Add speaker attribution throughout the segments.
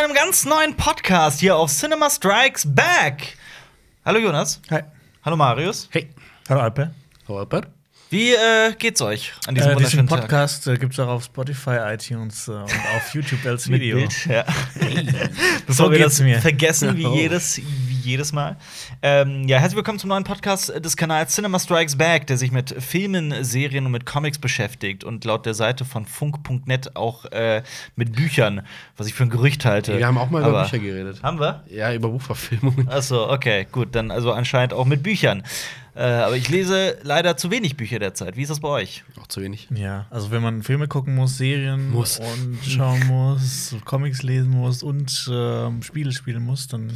Speaker 1: einem ganz neuen Podcast hier auf Cinema Strikes Back. Hallo Jonas.
Speaker 2: Hi.
Speaker 1: Hallo Marius.
Speaker 3: Hey.
Speaker 2: Hallo Alpe.
Speaker 3: Robert?
Speaker 1: Wie äh, geht's euch an diesem
Speaker 2: Äh, diesen
Speaker 1: wunderschönen Tag?
Speaker 2: Podcast äh, gibt es auch auf Spotify, iTunes äh, und auf YouTube als
Speaker 1: Mit
Speaker 2: Video.
Speaker 1: Bild, ja. Bevor wir
Speaker 2: geht's
Speaker 1: das
Speaker 2: mir.
Speaker 1: vergessen, wie
Speaker 2: Oh.
Speaker 1: jedes, wie jedes Mal. Ähm, ja, herzlich willkommen zum neuen Podcast des Kanals Cinema Strikes Back, der sich mit Filmen, Serien und mit Comics beschäftigt und laut der Seite von funk.net auch äh, mit Büchern, was ich für ein Gerücht halte.
Speaker 3: Wir haben auch mal über
Speaker 1: Aber-
Speaker 3: Bücher geredet.
Speaker 1: Haben wir?
Speaker 3: Ja, über Buchverfilmungen.
Speaker 1: Achso, okay, gut, dann also anscheinend auch mit Büchern. Äh, aber ich lese leider zu wenig Bücher derzeit. Wie ist das bei euch?
Speaker 3: Auch zu wenig.
Speaker 2: Ja, also wenn man Filme gucken muss, Serien
Speaker 3: Muss.
Speaker 2: und schauen muss, Comics lesen muss und ähm, Spiele spielen muss, dann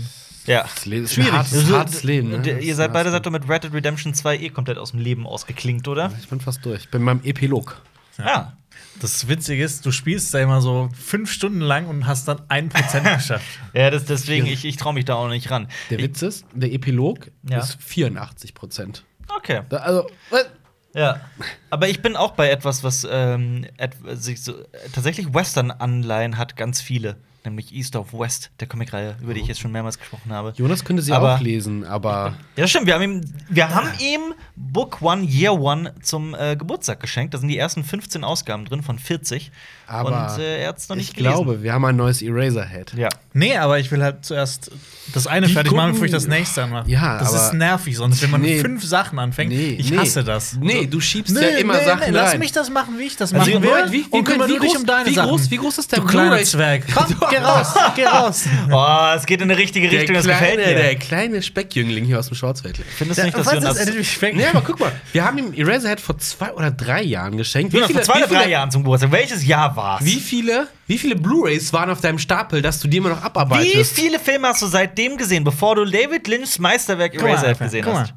Speaker 1: Ja.
Speaker 3: Das Leben ist ein hartes,
Speaker 1: Also,
Speaker 3: hartes Leben. Ne?
Speaker 1: d-
Speaker 3: Das ist
Speaker 1: Ihr
Speaker 3: ein
Speaker 1: seid beide
Speaker 3: hartes
Speaker 1: seid doch mit Red Dead Redemption 2 eh komplett aus dem Leben ausgeklingt, oder? Ah.
Speaker 3: Leben. Ich bin fast durch. Ich bin beim Epilog.
Speaker 1: Ja.
Speaker 2: das Witzige ist, du spielst da immer so fünf Stunden lang und hast dann ein Prozent geschafft.
Speaker 1: Ja, das, deswegen, ich, ich traue mich da auch nicht ran.
Speaker 3: Der Witz ist, der Epilog
Speaker 1: Ja.
Speaker 3: ist 84 Prozent.
Speaker 1: Okay.
Speaker 3: Da, also, äh,
Speaker 1: Ja. Aber ich bin auch bei etwas, was ähm, et sich so, tatsächlich Western-Anleihen hat, ganz viele. Nämlich East of West, der Comicreihe, über die ich jetzt schon mehrmals gesprochen habe.
Speaker 3: Oh. Jonas könnte sie
Speaker 1: Aber-
Speaker 3: auch lesen, aber
Speaker 1: Ja, stimmt. Wir haben ihm,
Speaker 3: Ah.
Speaker 1: wir haben ihm Book One, Year One zum äh, Geburtstag geschenkt. Da sind die ersten 15 Ausgaben drin von 40.
Speaker 3: Aber
Speaker 1: Und äh, er hat es noch nicht
Speaker 3: ich
Speaker 1: gelesen.
Speaker 3: glaube, wir haben ein neues Eraserhead.
Speaker 1: Ja.
Speaker 2: nee, aber ich will halt zuerst das eine
Speaker 3: Die
Speaker 2: fertig machen,
Speaker 3: gucken-
Speaker 2: bevor ich das nächste anmache.
Speaker 3: Ja,
Speaker 2: das
Speaker 3: aber-
Speaker 2: ist nervig, sonst wenn man
Speaker 3: Nee.
Speaker 2: fünf Sachen anfängt, ich hasse das.
Speaker 3: Nee, du schiebst ja immer Sachen rein.
Speaker 2: Lass mich das machen, wie ich das
Speaker 3: Also,
Speaker 2: machen
Speaker 3: wir-
Speaker 2: will.
Speaker 3: wie- wie-
Speaker 2: und kümmere
Speaker 3: wie
Speaker 2: du dich
Speaker 3: groß-
Speaker 2: um deine
Speaker 3: wie
Speaker 2: Sachen.
Speaker 3: groß- wie groß ist der
Speaker 2: du kleiner
Speaker 3: Blu-ray-
Speaker 2: Zwerg? Komm,
Speaker 3: Du-
Speaker 2: geh raus, geh raus.
Speaker 1: Oh, es geht in eine richtige
Speaker 3: der,
Speaker 1: Richtung. Das
Speaker 3: kleine,
Speaker 1: gefällt mir.
Speaker 3: der kleine Speckjüngling hier aus dem Schwarzwald.
Speaker 1: Findest du nicht, dass
Speaker 2: Was ist
Speaker 1: Jonas.
Speaker 2: das? Ich fäng-
Speaker 3: Nee, aber guck mal, wir haben ihm Eraserhead vor zwei oder drei Jahren geschenkt.
Speaker 1: Jonas, vor zwei
Speaker 3: wie
Speaker 1: oder drei
Speaker 3: viele-
Speaker 1: Jahren zum Geburtstag. Welches Jahr war's?
Speaker 3: Wie viele, wie viele Blu-Rays waren auf deinem Stapel, dass du die immer noch
Speaker 1: Wie
Speaker 3: abarbeitest?
Speaker 1: viele Filme hast du seitdem gesehen, bevor du David Lynchs Meisterwerk
Speaker 2: Guck mal,
Speaker 1: Eraserhead
Speaker 2: Alter,
Speaker 1: gesehen
Speaker 2: guck mal.
Speaker 1: hast?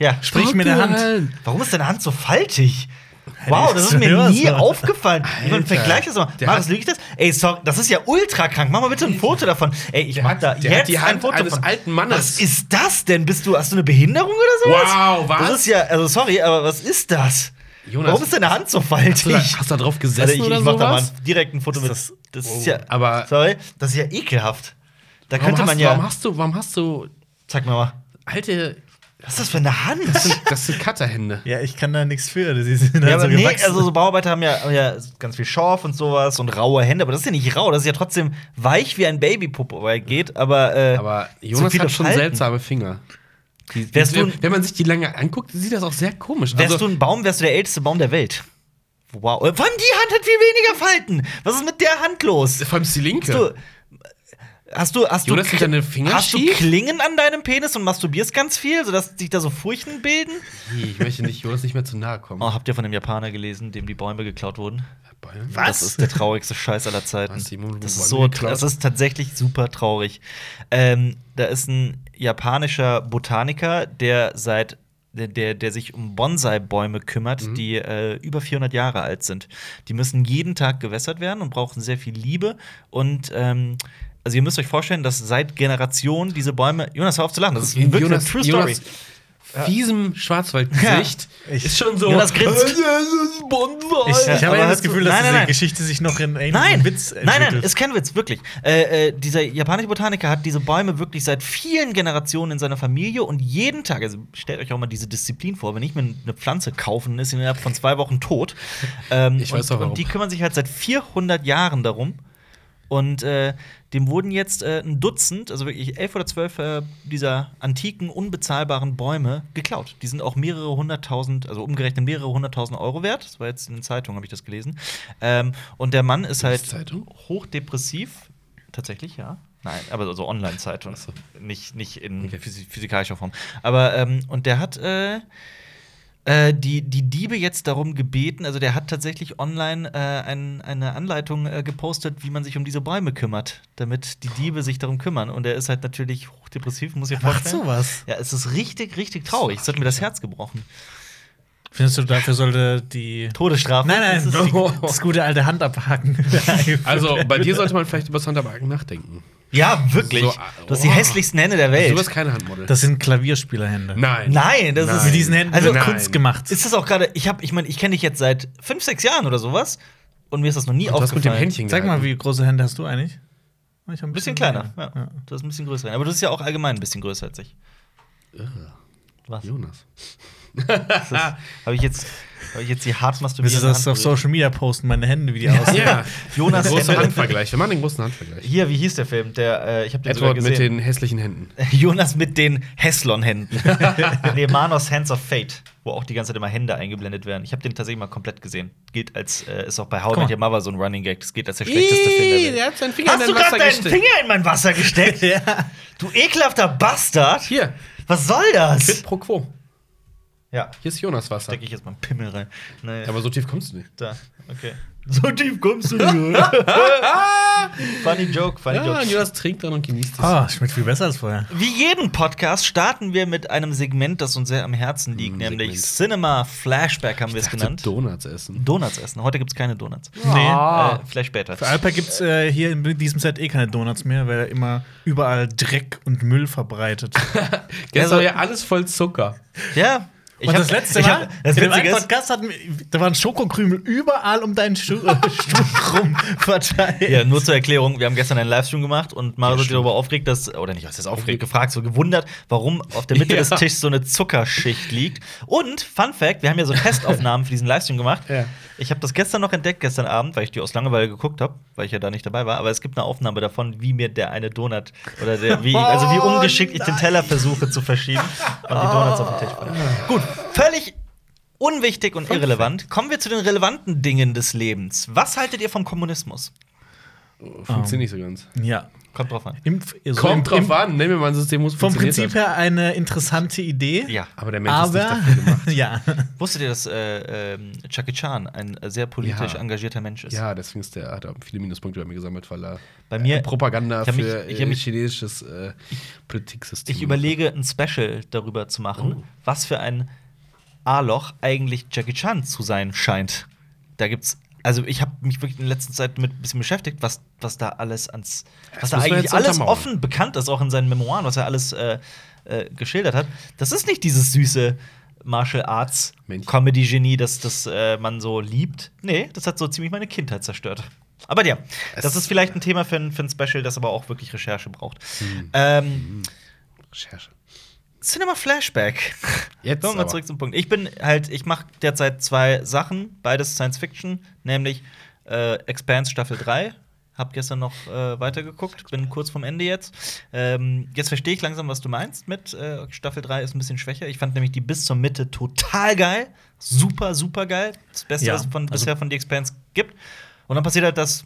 Speaker 1: Ja.
Speaker 2: Sprich mit der Hand.
Speaker 1: Warum ist deine Hand so faltig? Wow, das ist mir
Speaker 2: Jonas,
Speaker 1: nie
Speaker 2: Alter.
Speaker 1: aufgefallen. Man vergleicht das mal.
Speaker 3: Der
Speaker 1: Marius,
Speaker 3: hat-
Speaker 1: liegt das? Ey, sorry, das ist ja ultra krank. Mach mal bitte ein Foto davon. Ey, ich mach da
Speaker 3: Der
Speaker 1: jetzt
Speaker 3: hat die
Speaker 1: ein
Speaker 3: Hand
Speaker 1: Foto
Speaker 3: eines
Speaker 1: von.
Speaker 3: alten
Speaker 1: Was
Speaker 3: Mannes.
Speaker 1: ist das denn? Bist du, hast du eine Behinderung oder sowas?
Speaker 3: Wow, was?
Speaker 1: Das ist ja, also sorry, aber was ist das?
Speaker 3: Jonas,
Speaker 1: Warum ist deine Hand so faltig?
Speaker 3: Hast du da, hast du da drauf gesessen
Speaker 1: Also ich,
Speaker 3: oder
Speaker 1: ich mach da mal
Speaker 3: sowas? oh,
Speaker 1: ein- direkt ein Foto mit. Das
Speaker 2: das-
Speaker 1: ist ja,
Speaker 3: aber-
Speaker 1: sorry, das ist ja ekelhaft. Da
Speaker 3: Warum
Speaker 1: könnte
Speaker 3: hast,
Speaker 1: man
Speaker 3: warum
Speaker 1: ja,
Speaker 3: hast du, warum hast du
Speaker 1: sag mir mal,
Speaker 3: alte,
Speaker 1: was ist das für eine Hand?
Speaker 3: das sind Cutterhände?
Speaker 2: Ja, ich kann da nichts für. Sie sind
Speaker 1: ja,
Speaker 2: halt
Speaker 1: aber
Speaker 2: so
Speaker 1: nee,
Speaker 2: gewachsen.
Speaker 1: also so Bauarbeiter haben ja, haben ja ganz viel Schorf und sowas und raue Hände, aber das ist ja nicht rau, das ist ja trotzdem weich wie ein Babypuppe, wo er geht, aber, äh,
Speaker 3: Aber
Speaker 1: so
Speaker 3: Jonas
Speaker 1: viele
Speaker 3: hat schon
Speaker 1: Falten.
Speaker 3: seltsame Finger. Die, also
Speaker 1: Wärst
Speaker 3: die,
Speaker 1: du-
Speaker 3: wenn man sich die lange anguckt, sieht das auch sehr komisch aus.
Speaker 1: Wärst du ein Baum, wärst du der älteste Baum der Welt. Wow. Äh, Vor allem die Hand hat viel weniger Falten. Was ist mit der Hand los?
Speaker 3: vor allem ist die linke.
Speaker 1: Du, äh, hast du, hast du,
Speaker 3: Jonas, sind deine Finger
Speaker 1: hast du
Speaker 3: schief?
Speaker 1: Klingen an deinem Penis und masturbierst ganz viel, sodass sich da so Furchen bilden?
Speaker 3: Nee, ich möchte nicht, Jonas nicht mehr zu nahe kommen.
Speaker 1: Oh, habt ihr von dem Japaner gelesen, dem die Bäume geklaut wurden?
Speaker 3: Bäume?
Speaker 1: Das ist der traurigste Scheiß aller Zeiten.
Speaker 3: Was, die wurden
Speaker 1: Das ist,
Speaker 3: Bäume
Speaker 1: so,
Speaker 3: geklaut?
Speaker 1: das ist tatsächlich super traurig. Ähm, da ist ein japanischer Botaniker, der seit der, der, der sich um Bonsai-Bäume kümmert,
Speaker 3: Mhm.
Speaker 1: die äh, über 400 Jahre alt sind. Die müssen jeden Tag gewässert werden und brauchen sehr viel Liebe. Und ähm, also ihr müsst euch vorstellen, dass seit Generationen diese Bäume. Jonas, hör auf zu lachen. Das ist wirklich
Speaker 3: Jonas,
Speaker 1: eine True Story.
Speaker 3: Jonas, fiesem Schwarzwaldgesicht
Speaker 2: Ja. Ich-
Speaker 3: ist schon so.
Speaker 1: Jonas grinst. äh,
Speaker 3: "Äh, das ist Bonsai."
Speaker 2: ich ich
Speaker 1: Aber
Speaker 2: habe ja
Speaker 1: hast
Speaker 2: das
Speaker 1: du-
Speaker 2: Gefühl, dass
Speaker 1: Nein, nein,
Speaker 2: diese
Speaker 1: nein.
Speaker 2: Geschichte sich noch in einen
Speaker 1: Nein,
Speaker 2: Witz
Speaker 3: äh,
Speaker 1: nein, nein,
Speaker 2: entwickelt.
Speaker 1: ist kein Witz, wirklich. Äh, äh, dieser japanische Botaniker hat diese Bäume wirklich seit vielen Generationen in seiner Familie und jeden Tag, also stellt euch auch mal diese Disziplin vor, wenn ich mir eine Pflanze kaufe, dann ist sie innerhalb von zwei Wochen tot. Ähm,
Speaker 3: Ich weiß
Speaker 1: und,
Speaker 3: auch, warum.
Speaker 1: und die kümmern sich halt seit 400 Jahren darum. Und äh, dem wurden jetzt äh, ein Dutzend, also wirklich elf oder zwölf äh, dieser antiken, unbezahlbaren Bäume geklaut. Die sind auch mehrere hunderttausend, also umgerechnet mehrere hunderttausend Euro wert. Das war jetzt in den Zeitungen, habe ich das gelesen. Ähm, und der Mann ist halt
Speaker 3: Zeitung?
Speaker 1: hochdepressiv. Tatsächlich, ja. Nein, aber so also Online-Zeitung.
Speaker 3: Ach so.
Speaker 1: Nicht, nicht in
Speaker 3: Okay.
Speaker 1: physi- physikalischer Form. Aber, ähm, und der hat. Äh, äh, die, die Diebe jetzt darum gebeten, also der hat tatsächlich online äh, ein, eine Anleitung äh, gepostet, wie man sich um diese Bäume kümmert, damit die Diebe sich darum kümmern. Und er ist halt natürlich hochdepressiv, muss ich
Speaker 2: Macht
Speaker 1: vorstellen.
Speaker 2: sowas.
Speaker 1: Ja, es ist richtig, richtig traurig. Es hat mir das Herz gebrochen.
Speaker 2: Findest du, dafür sollte die.
Speaker 1: Todesstrafe.
Speaker 2: Nein, nein,
Speaker 1: Das ist-
Speaker 2: die, das gute alte Hand abhaken.
Speaker 3: Also, bei dir sollte man vielleicht über Sonderwagen nachdenken.
Speaker 1: Ja, wirklich.
Speaker 3: So,
Speaker 1: du hast die
Speaker 3: oh.
Speaker 1: hässlichsten Hände der Welt.
Speaker 3: Du bist keine Handmodel.
Speaker 2: das sind Klavierspielerhände.
Speaker 3: Nein.
Speaker 1: Nein, das ist-
Speaker 2: Mit diesen Händen
Speaker 1: Also,
Speaker 2: wird
Speaker 3: nein.
Speaker 2: Kunst gemacht.
Speaker 1: ist das auch gerade, ich habe, ich meine, ich kenne dich jetzt seit fünf, sechs Jahren oder sowas und mir ist das noch nie
Speaker 3: Du hast mit dem
Speaker 1: aufgefallen.
Speaker 3: Händchen
Speaker 2: Zeig mal, wie große Hände hast du eigentlich? Manchmal
Speaker 1: Ein bisschen kleiner. Ja. Du hast ein bisschen größer. Aber du bist ja auch allgemein ein bisschen größer als ich. Was?
Speaker 3: Jonas. Ah.
Speaker 1: Habe ich, jetzt- hab ich jetzt die hart
Speaker 2: Willst du
Speaker 1: masturbierte
Speaker 2: das
Speaker 1: Hand
Speaker 2: auf
Speaker 1: berührt?
Speaker 2: Social Media posten, meine Hände, wie die aussehen?
Speaker 3: Ja,
Speaker 1: Jonas
Speaker 3: großer
Speaker 1: Hände.
Speaker 3: Handvergleich. Wir machen den großen Handvergleich.
Speaker 1: Hier, wie hieß der Film? Der, äh, ich habe den sogar
Speaker 3: Edward mit
Speaker 1: gesehen.
Speaker 3: den hässlichen Händen.
Speaker 1: Jonas mit den Heslon-Händen. nee, Manos Hands of Fate, wo auch die ganze Zeit immer Hände eingeblendet werden. Ich habe den tatsächlich mal komplett gesehen. Gilt als, äh, ist auch bei How I
Speaker 2: Guck
Speaker 1: Met
Speaker 2: mal.
Speaker 1: Your Mother so ein Running Gag. Das gilt als der schlechteste Film der Welt.
Speaker 3: hat seinen Finger
Speaker 1: Hast du gerade deinen Finger in mein Wasser gesteckt? Du ekelhafter Bastard!
Speaker 3: Hier,
Speaker 1: Was soll
Speaker 3: quid
Speaker 1: das?
Speaker 3: pro quo.
Speaker 1: Ja,
Speaker 3: Hier ist Jonas Wasser.
Speaker 1: stecke ich jetzt mal einen Pimmel rein. Nee,
Speaker 3: Aber so tief kommst du nicht.
Speaker 1: da, okay. So tief kommst du nicht. funny Joke, funny
Speaker 3: Ja, genau.
Speaker 1: Joke.
Speaker 3: Jonas trinkt dann und genießt es.
Speaker 2: Ah, schmeckt viel besser als vorher.
Speaker 1: Wie jeden Podcast starten wir mit einem Segment, das uns sehr am Herzen liegt,
Speaker 3: Mm,
Speaker 1: nämlich
Speaker 3: Segment.
Speaker 1: Cinema Flashback haben wir es
Speaker 3: Dachte,
Speaker 1: genannt.
Speaker 3: Donuts essen.
Speaker 1: Donuts essen. Heute gibt es keine Donuts.
Speaker 3: Ah.
Speaker 1: Äh, vielleicht später.
Speaker 2: Für Alper gibt es äh, hier in diesem Set eh keine Donuts mehr, weil er immer überall Dreck und Müll verbreitet.
Speaker 3: Das
Speaker 1: Also-
Speaker 3: war ja alles voll Zucker.
Speaker 1: Ja. Ich hab- ich hab- das
Speaker 2: in dem einen
Speaker 1: Witzige ist,
Speaker 2: Podcast hatten wir, da waren Schokokrümel überall um deinen Stuhl, Stuhl rum verteilt.
Speaker 1: ja, nur zur Erklärung, wir haben gestern einen Livestream gemacht und Mario
Speaker 3: Ja,
Speaker 1: wird
Speaker 3: stimmt.
Speaker 1: darüber aufgeregt, dass, oder nicht, was ist aufgeregt, gefragt, so gewundert, warum auf der Mitte
Speaker 3: Ja.
Speaker 1: des Tisches so eine Zuckerschicht liegt. Und, Fun Fact, wir haben ja so Testaufnahmen für diesen Livestream gemacht.
Speaker 3: Ja.
Speaker 1: Ich habe das gestern noch entdeckt, gestern Abend, weil ich die aus Langeweile geguckt habe, weil ich ja da nicht dabei war, aber es gibt eine Aufnahme davon, wie mir der eine Donut, oder der, wie, also wie
Speaker 2: Oh,
Speaker 1: ungeschickt ich den
Speaker 2: nein.
Speaker 1: Teller versuche zu verschieben und die Donuts auf den Tisch fallen.
Speaker 3: Oh.
Speaker 1: Gut, völlig unwichtig und irrelevant. Kommen wir zu den relevanten Dingen des Lebens. Was haltet ihr vom Kommunismus? Oh.
Speaker 3: Funktioniert nicht so ganz.
Speaker 2: Ja.
Speaker 1: Kommt drauf an.
Speaker 2: Im, so im,
Speaker 3: Kommt
Speaker 2: im,
Speaker 3: drauf an, nehmen wir mal ein System, wo es
Speaker 2: Vom
Speaker 3: funktioniert
Speaker 2: Prinzip
Speaker 3: hat.
Speaker 2: her eine interessante Idee.
Speaker 1: Ja.
Speaker 3: Aber der Mensch ist
Speaker 2: Aber
Speaker 3: nicht dafür gemacht.
Speaker 2: ja,
Speaker 1: Wusstet ihr, dass äh, ähm, Jackie Chan ein äh, sehr politisch
Speaker 3: Ja.
Speaker 1: engagierter Mensch ist?
Speaker 3: Ja, deswegen ist der, hat er viele Minuspunkte bei mir gesammelt, weil er
Speaker 1: Bei mir-
Speaker 3: äh, Propaganda
Speaker 1: ich hab mich-
Speaker 3: für
Speaker 1: ich hab
Speaker 3: äh,
Speaker 1: mich-
Speaker 3: chinesisches äh, Politiksystem.
Speaker 1: Ich überlege, ein Special darüber zu
Speaker 3: Oh.
Speaker 1: machen, was für ein A-Loch eigentlich Jackie Chan zu sein scheint. Da gibt's. Also, ich habe mich wirklich in letzter Zeit mit ein bisschen beschäftigt, was, was da alles ans. Was
Speaker 3: Das
Speaker 1: da
Speaker 3: müssen wir
Speaker 1: eigentlich
Speaker 3: jetzt
Speaker 1: alles
Speaker 3: untermauern.
Speaker 1: offen bekannt ist, auch in seinen Memoiren, was er alles äh, äh, geschildert hat. Das ist nicht dieses süße Martial Arts
Speaker 3: Männchen.
Speaker 1: Comedy-Genie, das, das äh, man so liebt. Nee, das hat so ziemlich meine Kindheit zerstört. Aber ja,
Speaker 3: Es-
Speaker 1: das ist vielleicht ein Thema für ein, für ein Special, das aber auch wirklich Recherche braucht.
Speaker 3: Hm.
Speaker 1: Ähm,
Speaker 3: Recherche.
Speaker 1: Cinema Flashback.
Speaker 3: Jetzt
Speaker 1: Kommen wir
Speaker 3: aber.
Speaker 1: zurück zum Punkt. Ich bin halt, ich mache derzeit zwei Sachen, beides Science Fiction, nämlich äh, Expanse Staffel 3. Hab gestern noch äh, weitergeguckt, bin kurz vom Ende jetzt. Ähm, jetzt verstehe ich langsam, was du meinst mit äh, Staffel 3 ist ein bisschen schwächer. Ich fand nämlich die bis zur Mitte total geil. Super, super geil. Das Beste,
Speaker 2: Ja,
Speaker 1: was es von,
Speaker 2: also-
Speaker 1: bisher von The Expanse gibt. Und dann passiert halt das,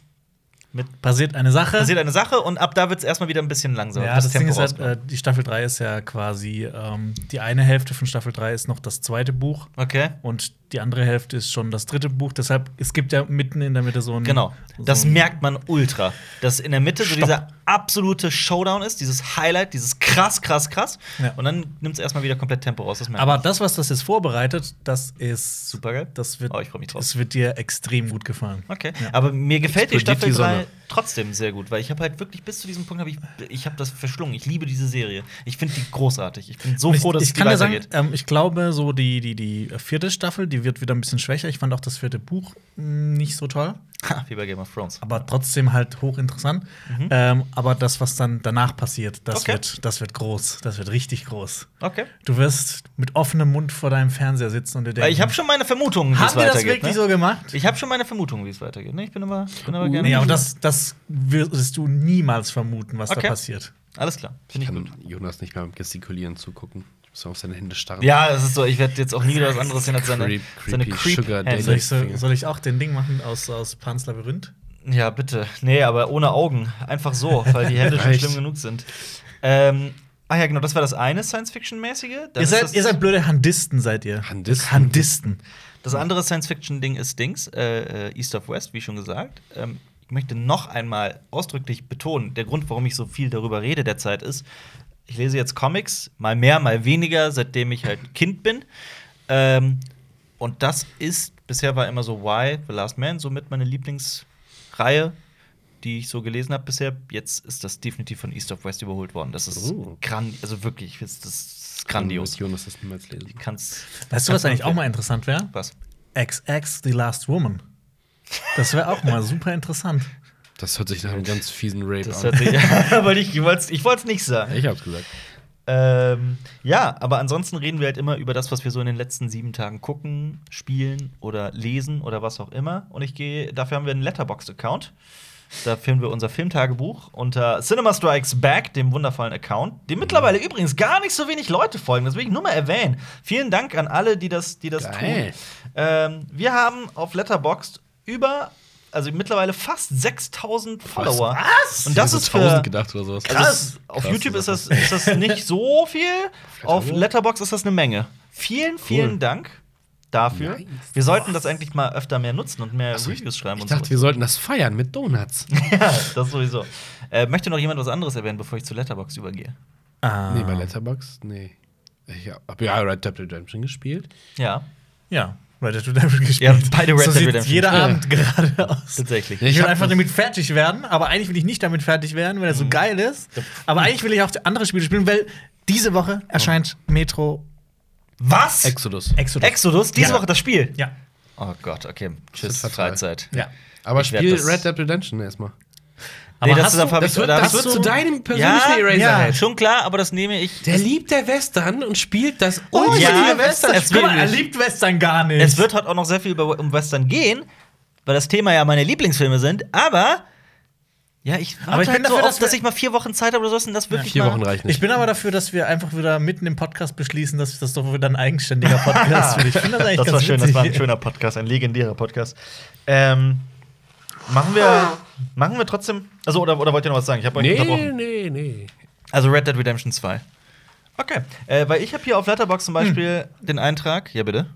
Speaker 2: passiert eine Sache.
Speaker 1: passiert eine Sache und ab da wird es erstmal wieder ein bisschen langsamer.
Speaker 2: ja,
Speaker 1: bis
Speaker 2: das, Ding ist halt,
Speaker 1: rauskommt.
Speaker 2: äh, die Staffel 3 ist ja quasi, ähm, die eine Hälfte von Staffel 3 ist noch das zweite Buch
Speaker 1: Okay.
Speaker 2: und die andere Hälfte ist schon das dritte Buch. Deshalb, es gibt ja mitten in der Mitte so ein.
Speaker 1: Genau.
Speaker 2: Mhm. so
Speaker 1: Das
Speaker 2: ein-
Speaker 1: merkt man ultra. Dass in der Mitte so
Speaker 2: Stopp.
Speaker 1: dieser absolute Showdown ist, dieses Highlight, dieses krass, krass, krass.
Speaker 2: Ja.
Speaker 1: Und dann nimmt es erstmal wieder komplett Tempo raus. Das merkt
Speaker 2: Aber das, was das jetzt vorbereitet, das ist.
Speaker 1: Super geil.
Speaker 2: Das wird,
Speaker 1: Oh, ich freu mich drauf.
Speaker 2: Das wird dir extrem gut gefallen.
Speaker 1: man. Okay.
Speaker 2: Ja.
Speaker 1: Aber mir gefällt die
Speaker 3: Explodiert
Speaker 1: Staffel
Speaker 3: die
Speaker 1: 3
Speaker 3: Sonne.
Speaker 1: trotzdem sehr gut, weil ich habe halt wirklich bis zu diesem Punkt, hab ich, ich habe das verschlungen. Ich liebe diese Serie. Ich finde die großartig. Ich bin so
Speaker 2: Ich-
Speaker 1: froh, dass
Speaker 2: ich
Speaker 1: es die
Speaker 2: kann dir sagen,
Speaker 1: weitergeht.
Speaker 2: ähm, ich glaube, so die, die, die vierte Staffel, die wird wieder ein bisschen schwächer. Ich fand auch das vierte Buch mh, nicht so toll,
Speaker 1: Ha, Wie bei Game of Thrones.
Speaker 2: aber trotzdem halt hochinteressant. Ähm, aber das, was dann danach passiert, das,
Speaker 1: Mhm. Okay.
Speaker 2: wird, das wird groß. Das wird richtig groß.
Speaker 1: Okay.
Speaker 2: Du wirst mit offenem Mund vor deinem Fernseher sitzen und dir denken:
Speaker 1: Weil ich habe schon meine Vermutungen, wie es
Speaker 2: Haben wir das
Speaker 1: weitergeht.
Speaker 2: wirklich
Speaker 1: Ne?
Speaker 2: so gemacht?
Speaker 1: Ich habe schon meine Vermutungen, wie es weitergeht. Ne? Ich bin aber, bin aber
Speaker 3: Uh,
Speaker 1: gerne.
Speaker 2: Nee, aber das, das würdest du niemals vermuten, was
Speaker 1: Okay.
Speaker 2: da passiert.
Speaker 1: Alles klar. Finde ich
Speaker 3: Ich
Speaker 1: gut.
Speaker 3: kann Jonas nicht mehr beim Gestikulieren zugucken. Ich muss auf seine Hände starren.
Speaker 1: Ja, das ist so, ich werde jetzt auch nie wieder was anderes sehen als seine,
Speaker 3: Creep-
Speaker 1: seine
Speaker 3: creepy
Speaker 1: creep
Speaker 3: Sugar
Speaker 1: Hände.
Speaker 2: Soll ich, so, soll ich auch den Ding machen aus, aus Pans Labyrinth?
Speaker 1: Ja, bitte. Nee, aber ohne Augen. Einfach so, weil die Hände schon
Speaker 3: Reicht.
Speaker 1: schlimm genug sind. Ähm, ach ja, genau, das war das eine Science-Fiction-mäßige. Dann
Speaker 2: Ihr
Speaker 1: ist
Speaker 2: seid,
Speaker 1: das,
Speaker 2: ihr seid blöde Handisten, seid ihr.
Speaker 3: Handisten?
Speaker 2: Handisten.
Speaker 1: das andere Science-Fiction-Ding ist Dings, äh, äh, East of West, wie schon gesagt. Ähm, ich möchte noch einmal ausdrücklich betonen, der Grund, warum ich so viel darüber rede derzeit, ist, ich lese jetzt Comics, mal mehr, mal weniger, seitdem ich halt Kind bin. Ähm, und das ist, bisher war immer so Why, The Last Man, somit meine Lieblingsreihe, die ich so gelesen habe bisher. Jetzt ist das definitiv von East of West überholt worden. Das ist
Speaker 3: Oh.
Speaker 1: gran also wirklich, das ist
Speaker 3: Wird
Speaker 1: grandios.
Speaker 3: Jonas das niemals lesen.
Speaker 1: Ich kann's.
Speaker 2: Weißt du, was eigentlich auch mal interessant wäre?
Speaker 1: Was?
Speaker 2: XX The Last Woman. Das wäre auch mal super interessant.
Speaker 3: Das hört sich nach einem ganz fiesen Rape
Speaker 1: Das
Speaker 3: an.
Speaker 1: hört sich, aber ich, ich wollte es ich wollt's nicht sagen.
Speaker 3: Ich hab's gesagt.
Speaker 1: Ähm, ja, aber ansonsten reden wir halt immer über das, was wir so in den letzten sieben Tagen gucken, spielen oder lesen oder was auch immer. Und ich gehe, dafür haben wir einen Letterboxd-Account. Da filmen wir unser Filmtagebuch unter Cinema Strikes Back, dem wundervollen Account, dem mittlerweile
Speaker 3: Mhm.
Speaker 1: übrigens gar nicht so wenig Leute folgen. Das will ich nur mal erwähnen. Vielen Dank an alle, die das, die das
Speaker 3: Geil.
Speaker 1: tun. Ähm, wir haben auf Letterboxd über, also mittlerweile fast 6000 Follower.
Speaker 2: Was?
Speaker 1: Und das
Speaker 3: Ich hab so
Speaker 1: ist für,
Speaker 3: 1000 gedacht oder sowas.
Speaker 1: also
Speaker 2: Krass.
Speaker 1: es- auf
Speaker 3: Krass,
Speaker 1: YouTube ist
Speaker 3: Sache.
Speaker 1: das, ist das nicht so viel, auf
Speaker 3: Letterboxd?
Speaker 1: Letterbox ist das eine Menge. Vielen, vielen Dank dafür.
Speaker 3: Nice.
Speaker 1: Wir sollten das eigentlich mal öfter mehr nutzen und mehr
Speaker 3: Achso, ich,
Speaker 1: Reviews schreiben
Speaker 3: ich
Speaker 1: und
Speaker 3: dachte,
Speaker 1: so.
Speaker 3: wir sollten das feiern mit Donuts.
Speaker 1: ja, das sowieso. Äh, möchte noch jemand was anderes erwähnen, bevor ich zu Letterbox übergehe?
Speaker 2: Ah.
Speaker 3: Nee, bei Letterboxd? Nee. Ich hab ja Red Dead Redemption gespielt.
Speaker 1: Ja,
Speaker 2: Ja, Red Dead Redemption gespielt.
Speaker 1: Ja, beide Red
Speaker 2: so
Speaker 1: Dead
Speaker 2: sieht
Speaker 1: Redemption
Speaker 2: jeder
Speaker 3: gespielt.
Speaker 2: Abend gerade aus.
Speaker 1: tatsächlich.
Speaker 2: Ich will
Speaker 3: hab
Speaker 2: einfach
Speaker 3: das-
Speaker 2: damit fertig werden, aber eigentlich will ich nicht damit fertig werden, weil er so
Speaker 1: Mhm.
Speaker 2: geil ist. Aber eigentlich will ich auch andere Spiele spielen, weil diese Woche erscheint Metro
Speaker 1: Was?
Speaker 3: Exodus.
Speaker 2: Exodus.
Speaker 1: Exodus? Diese
Speaker 2: Ja.
Speaker 1: Woche das Spiel?
Speaker 2: ja,
Speaker 1: Oh Gott, okay. Tschüss,
Speaker 3: ist fatal.
Speaker 1: Freizeit.
Speaker 2: ja.
Speaker 3: Aber
Speaker 1: Ich werd
Speaker 3: spiel
Speaker 1: das-
Speaker 3: Red Dead Redemption erstmal.
Speaker 1: Nee, das
Speaker 2: hast
Speaker 1: ist auf-
Speaker 2: du-
Speaker 1: hab ich-
Speaker 3: Das wird,
Speaker 1: da hab
Speaker 3: das
Speaker 1: ich-
Speaker 3: wird
Speaker 2: so-
Speaker 3: zu deinem persönlichen
Speaker 1: Ja, ja,
Speaker 3: Eraserhead.
Speaker 1: schon klar, aber das nehme ich.
Speaker 3: Der liebt der Western und spielt das
Speaker 1: Oh,
Speaker 3: ultimative
Speaker 1: ja, es
Speaker 2: Guck
Speaker 1: wird-
Speaker 2: mal, er
Speaker 1: nicht.
Speaker 2: liebt Western gar nicht.
Speaker 1: Es wird heute auch noch sehr viel über, um Western gehen, weil das Thema ja meine Lieblingsfilme sind, aber ja, ich warte
Speaker 2: Aber ich bin
Speaker 1: halt so
Speaker 2: dafür,
Speaker 1: auf,
Speaker 2: dass
Speaker 1: dass,
Speaker 2: wir-
Speaker 1: ich mal vier Wochen Zeit habe oder so, und das wirklich
Speaker 3: Vier
Speaker 1: mal
Speaker 3: Wochen reichen
Speaker 2: ich
Speaker 3: nicht.
Speaker 2: bin aber dafür, dass wir einfach wieder mitten im Podcast beschließen, dass das doch wieder ein eigenständiger Podcast wird. Ich finde das eigentlich
Speaker 1: Das
Speaker 2: ganz
Speaker 1: war schön, das
Speaker 2: witzig.
Speaker 1: war ein schöner Podcast, ein legendärer Podcast. Ähm, machen wir machen wir trotzdem, also oder, oder wollt ihr noch was sagen? Ich habe euch
Speaker 3: Nee,
Speaker 1: unterbrochen.
Speaker 3: nee, nee.
Speaker 1: Also Red Dead Redemption 2. Okay, äh, weil ich habe hier auf Letterboxd zum Beispiel den Eintrag, ja bitte.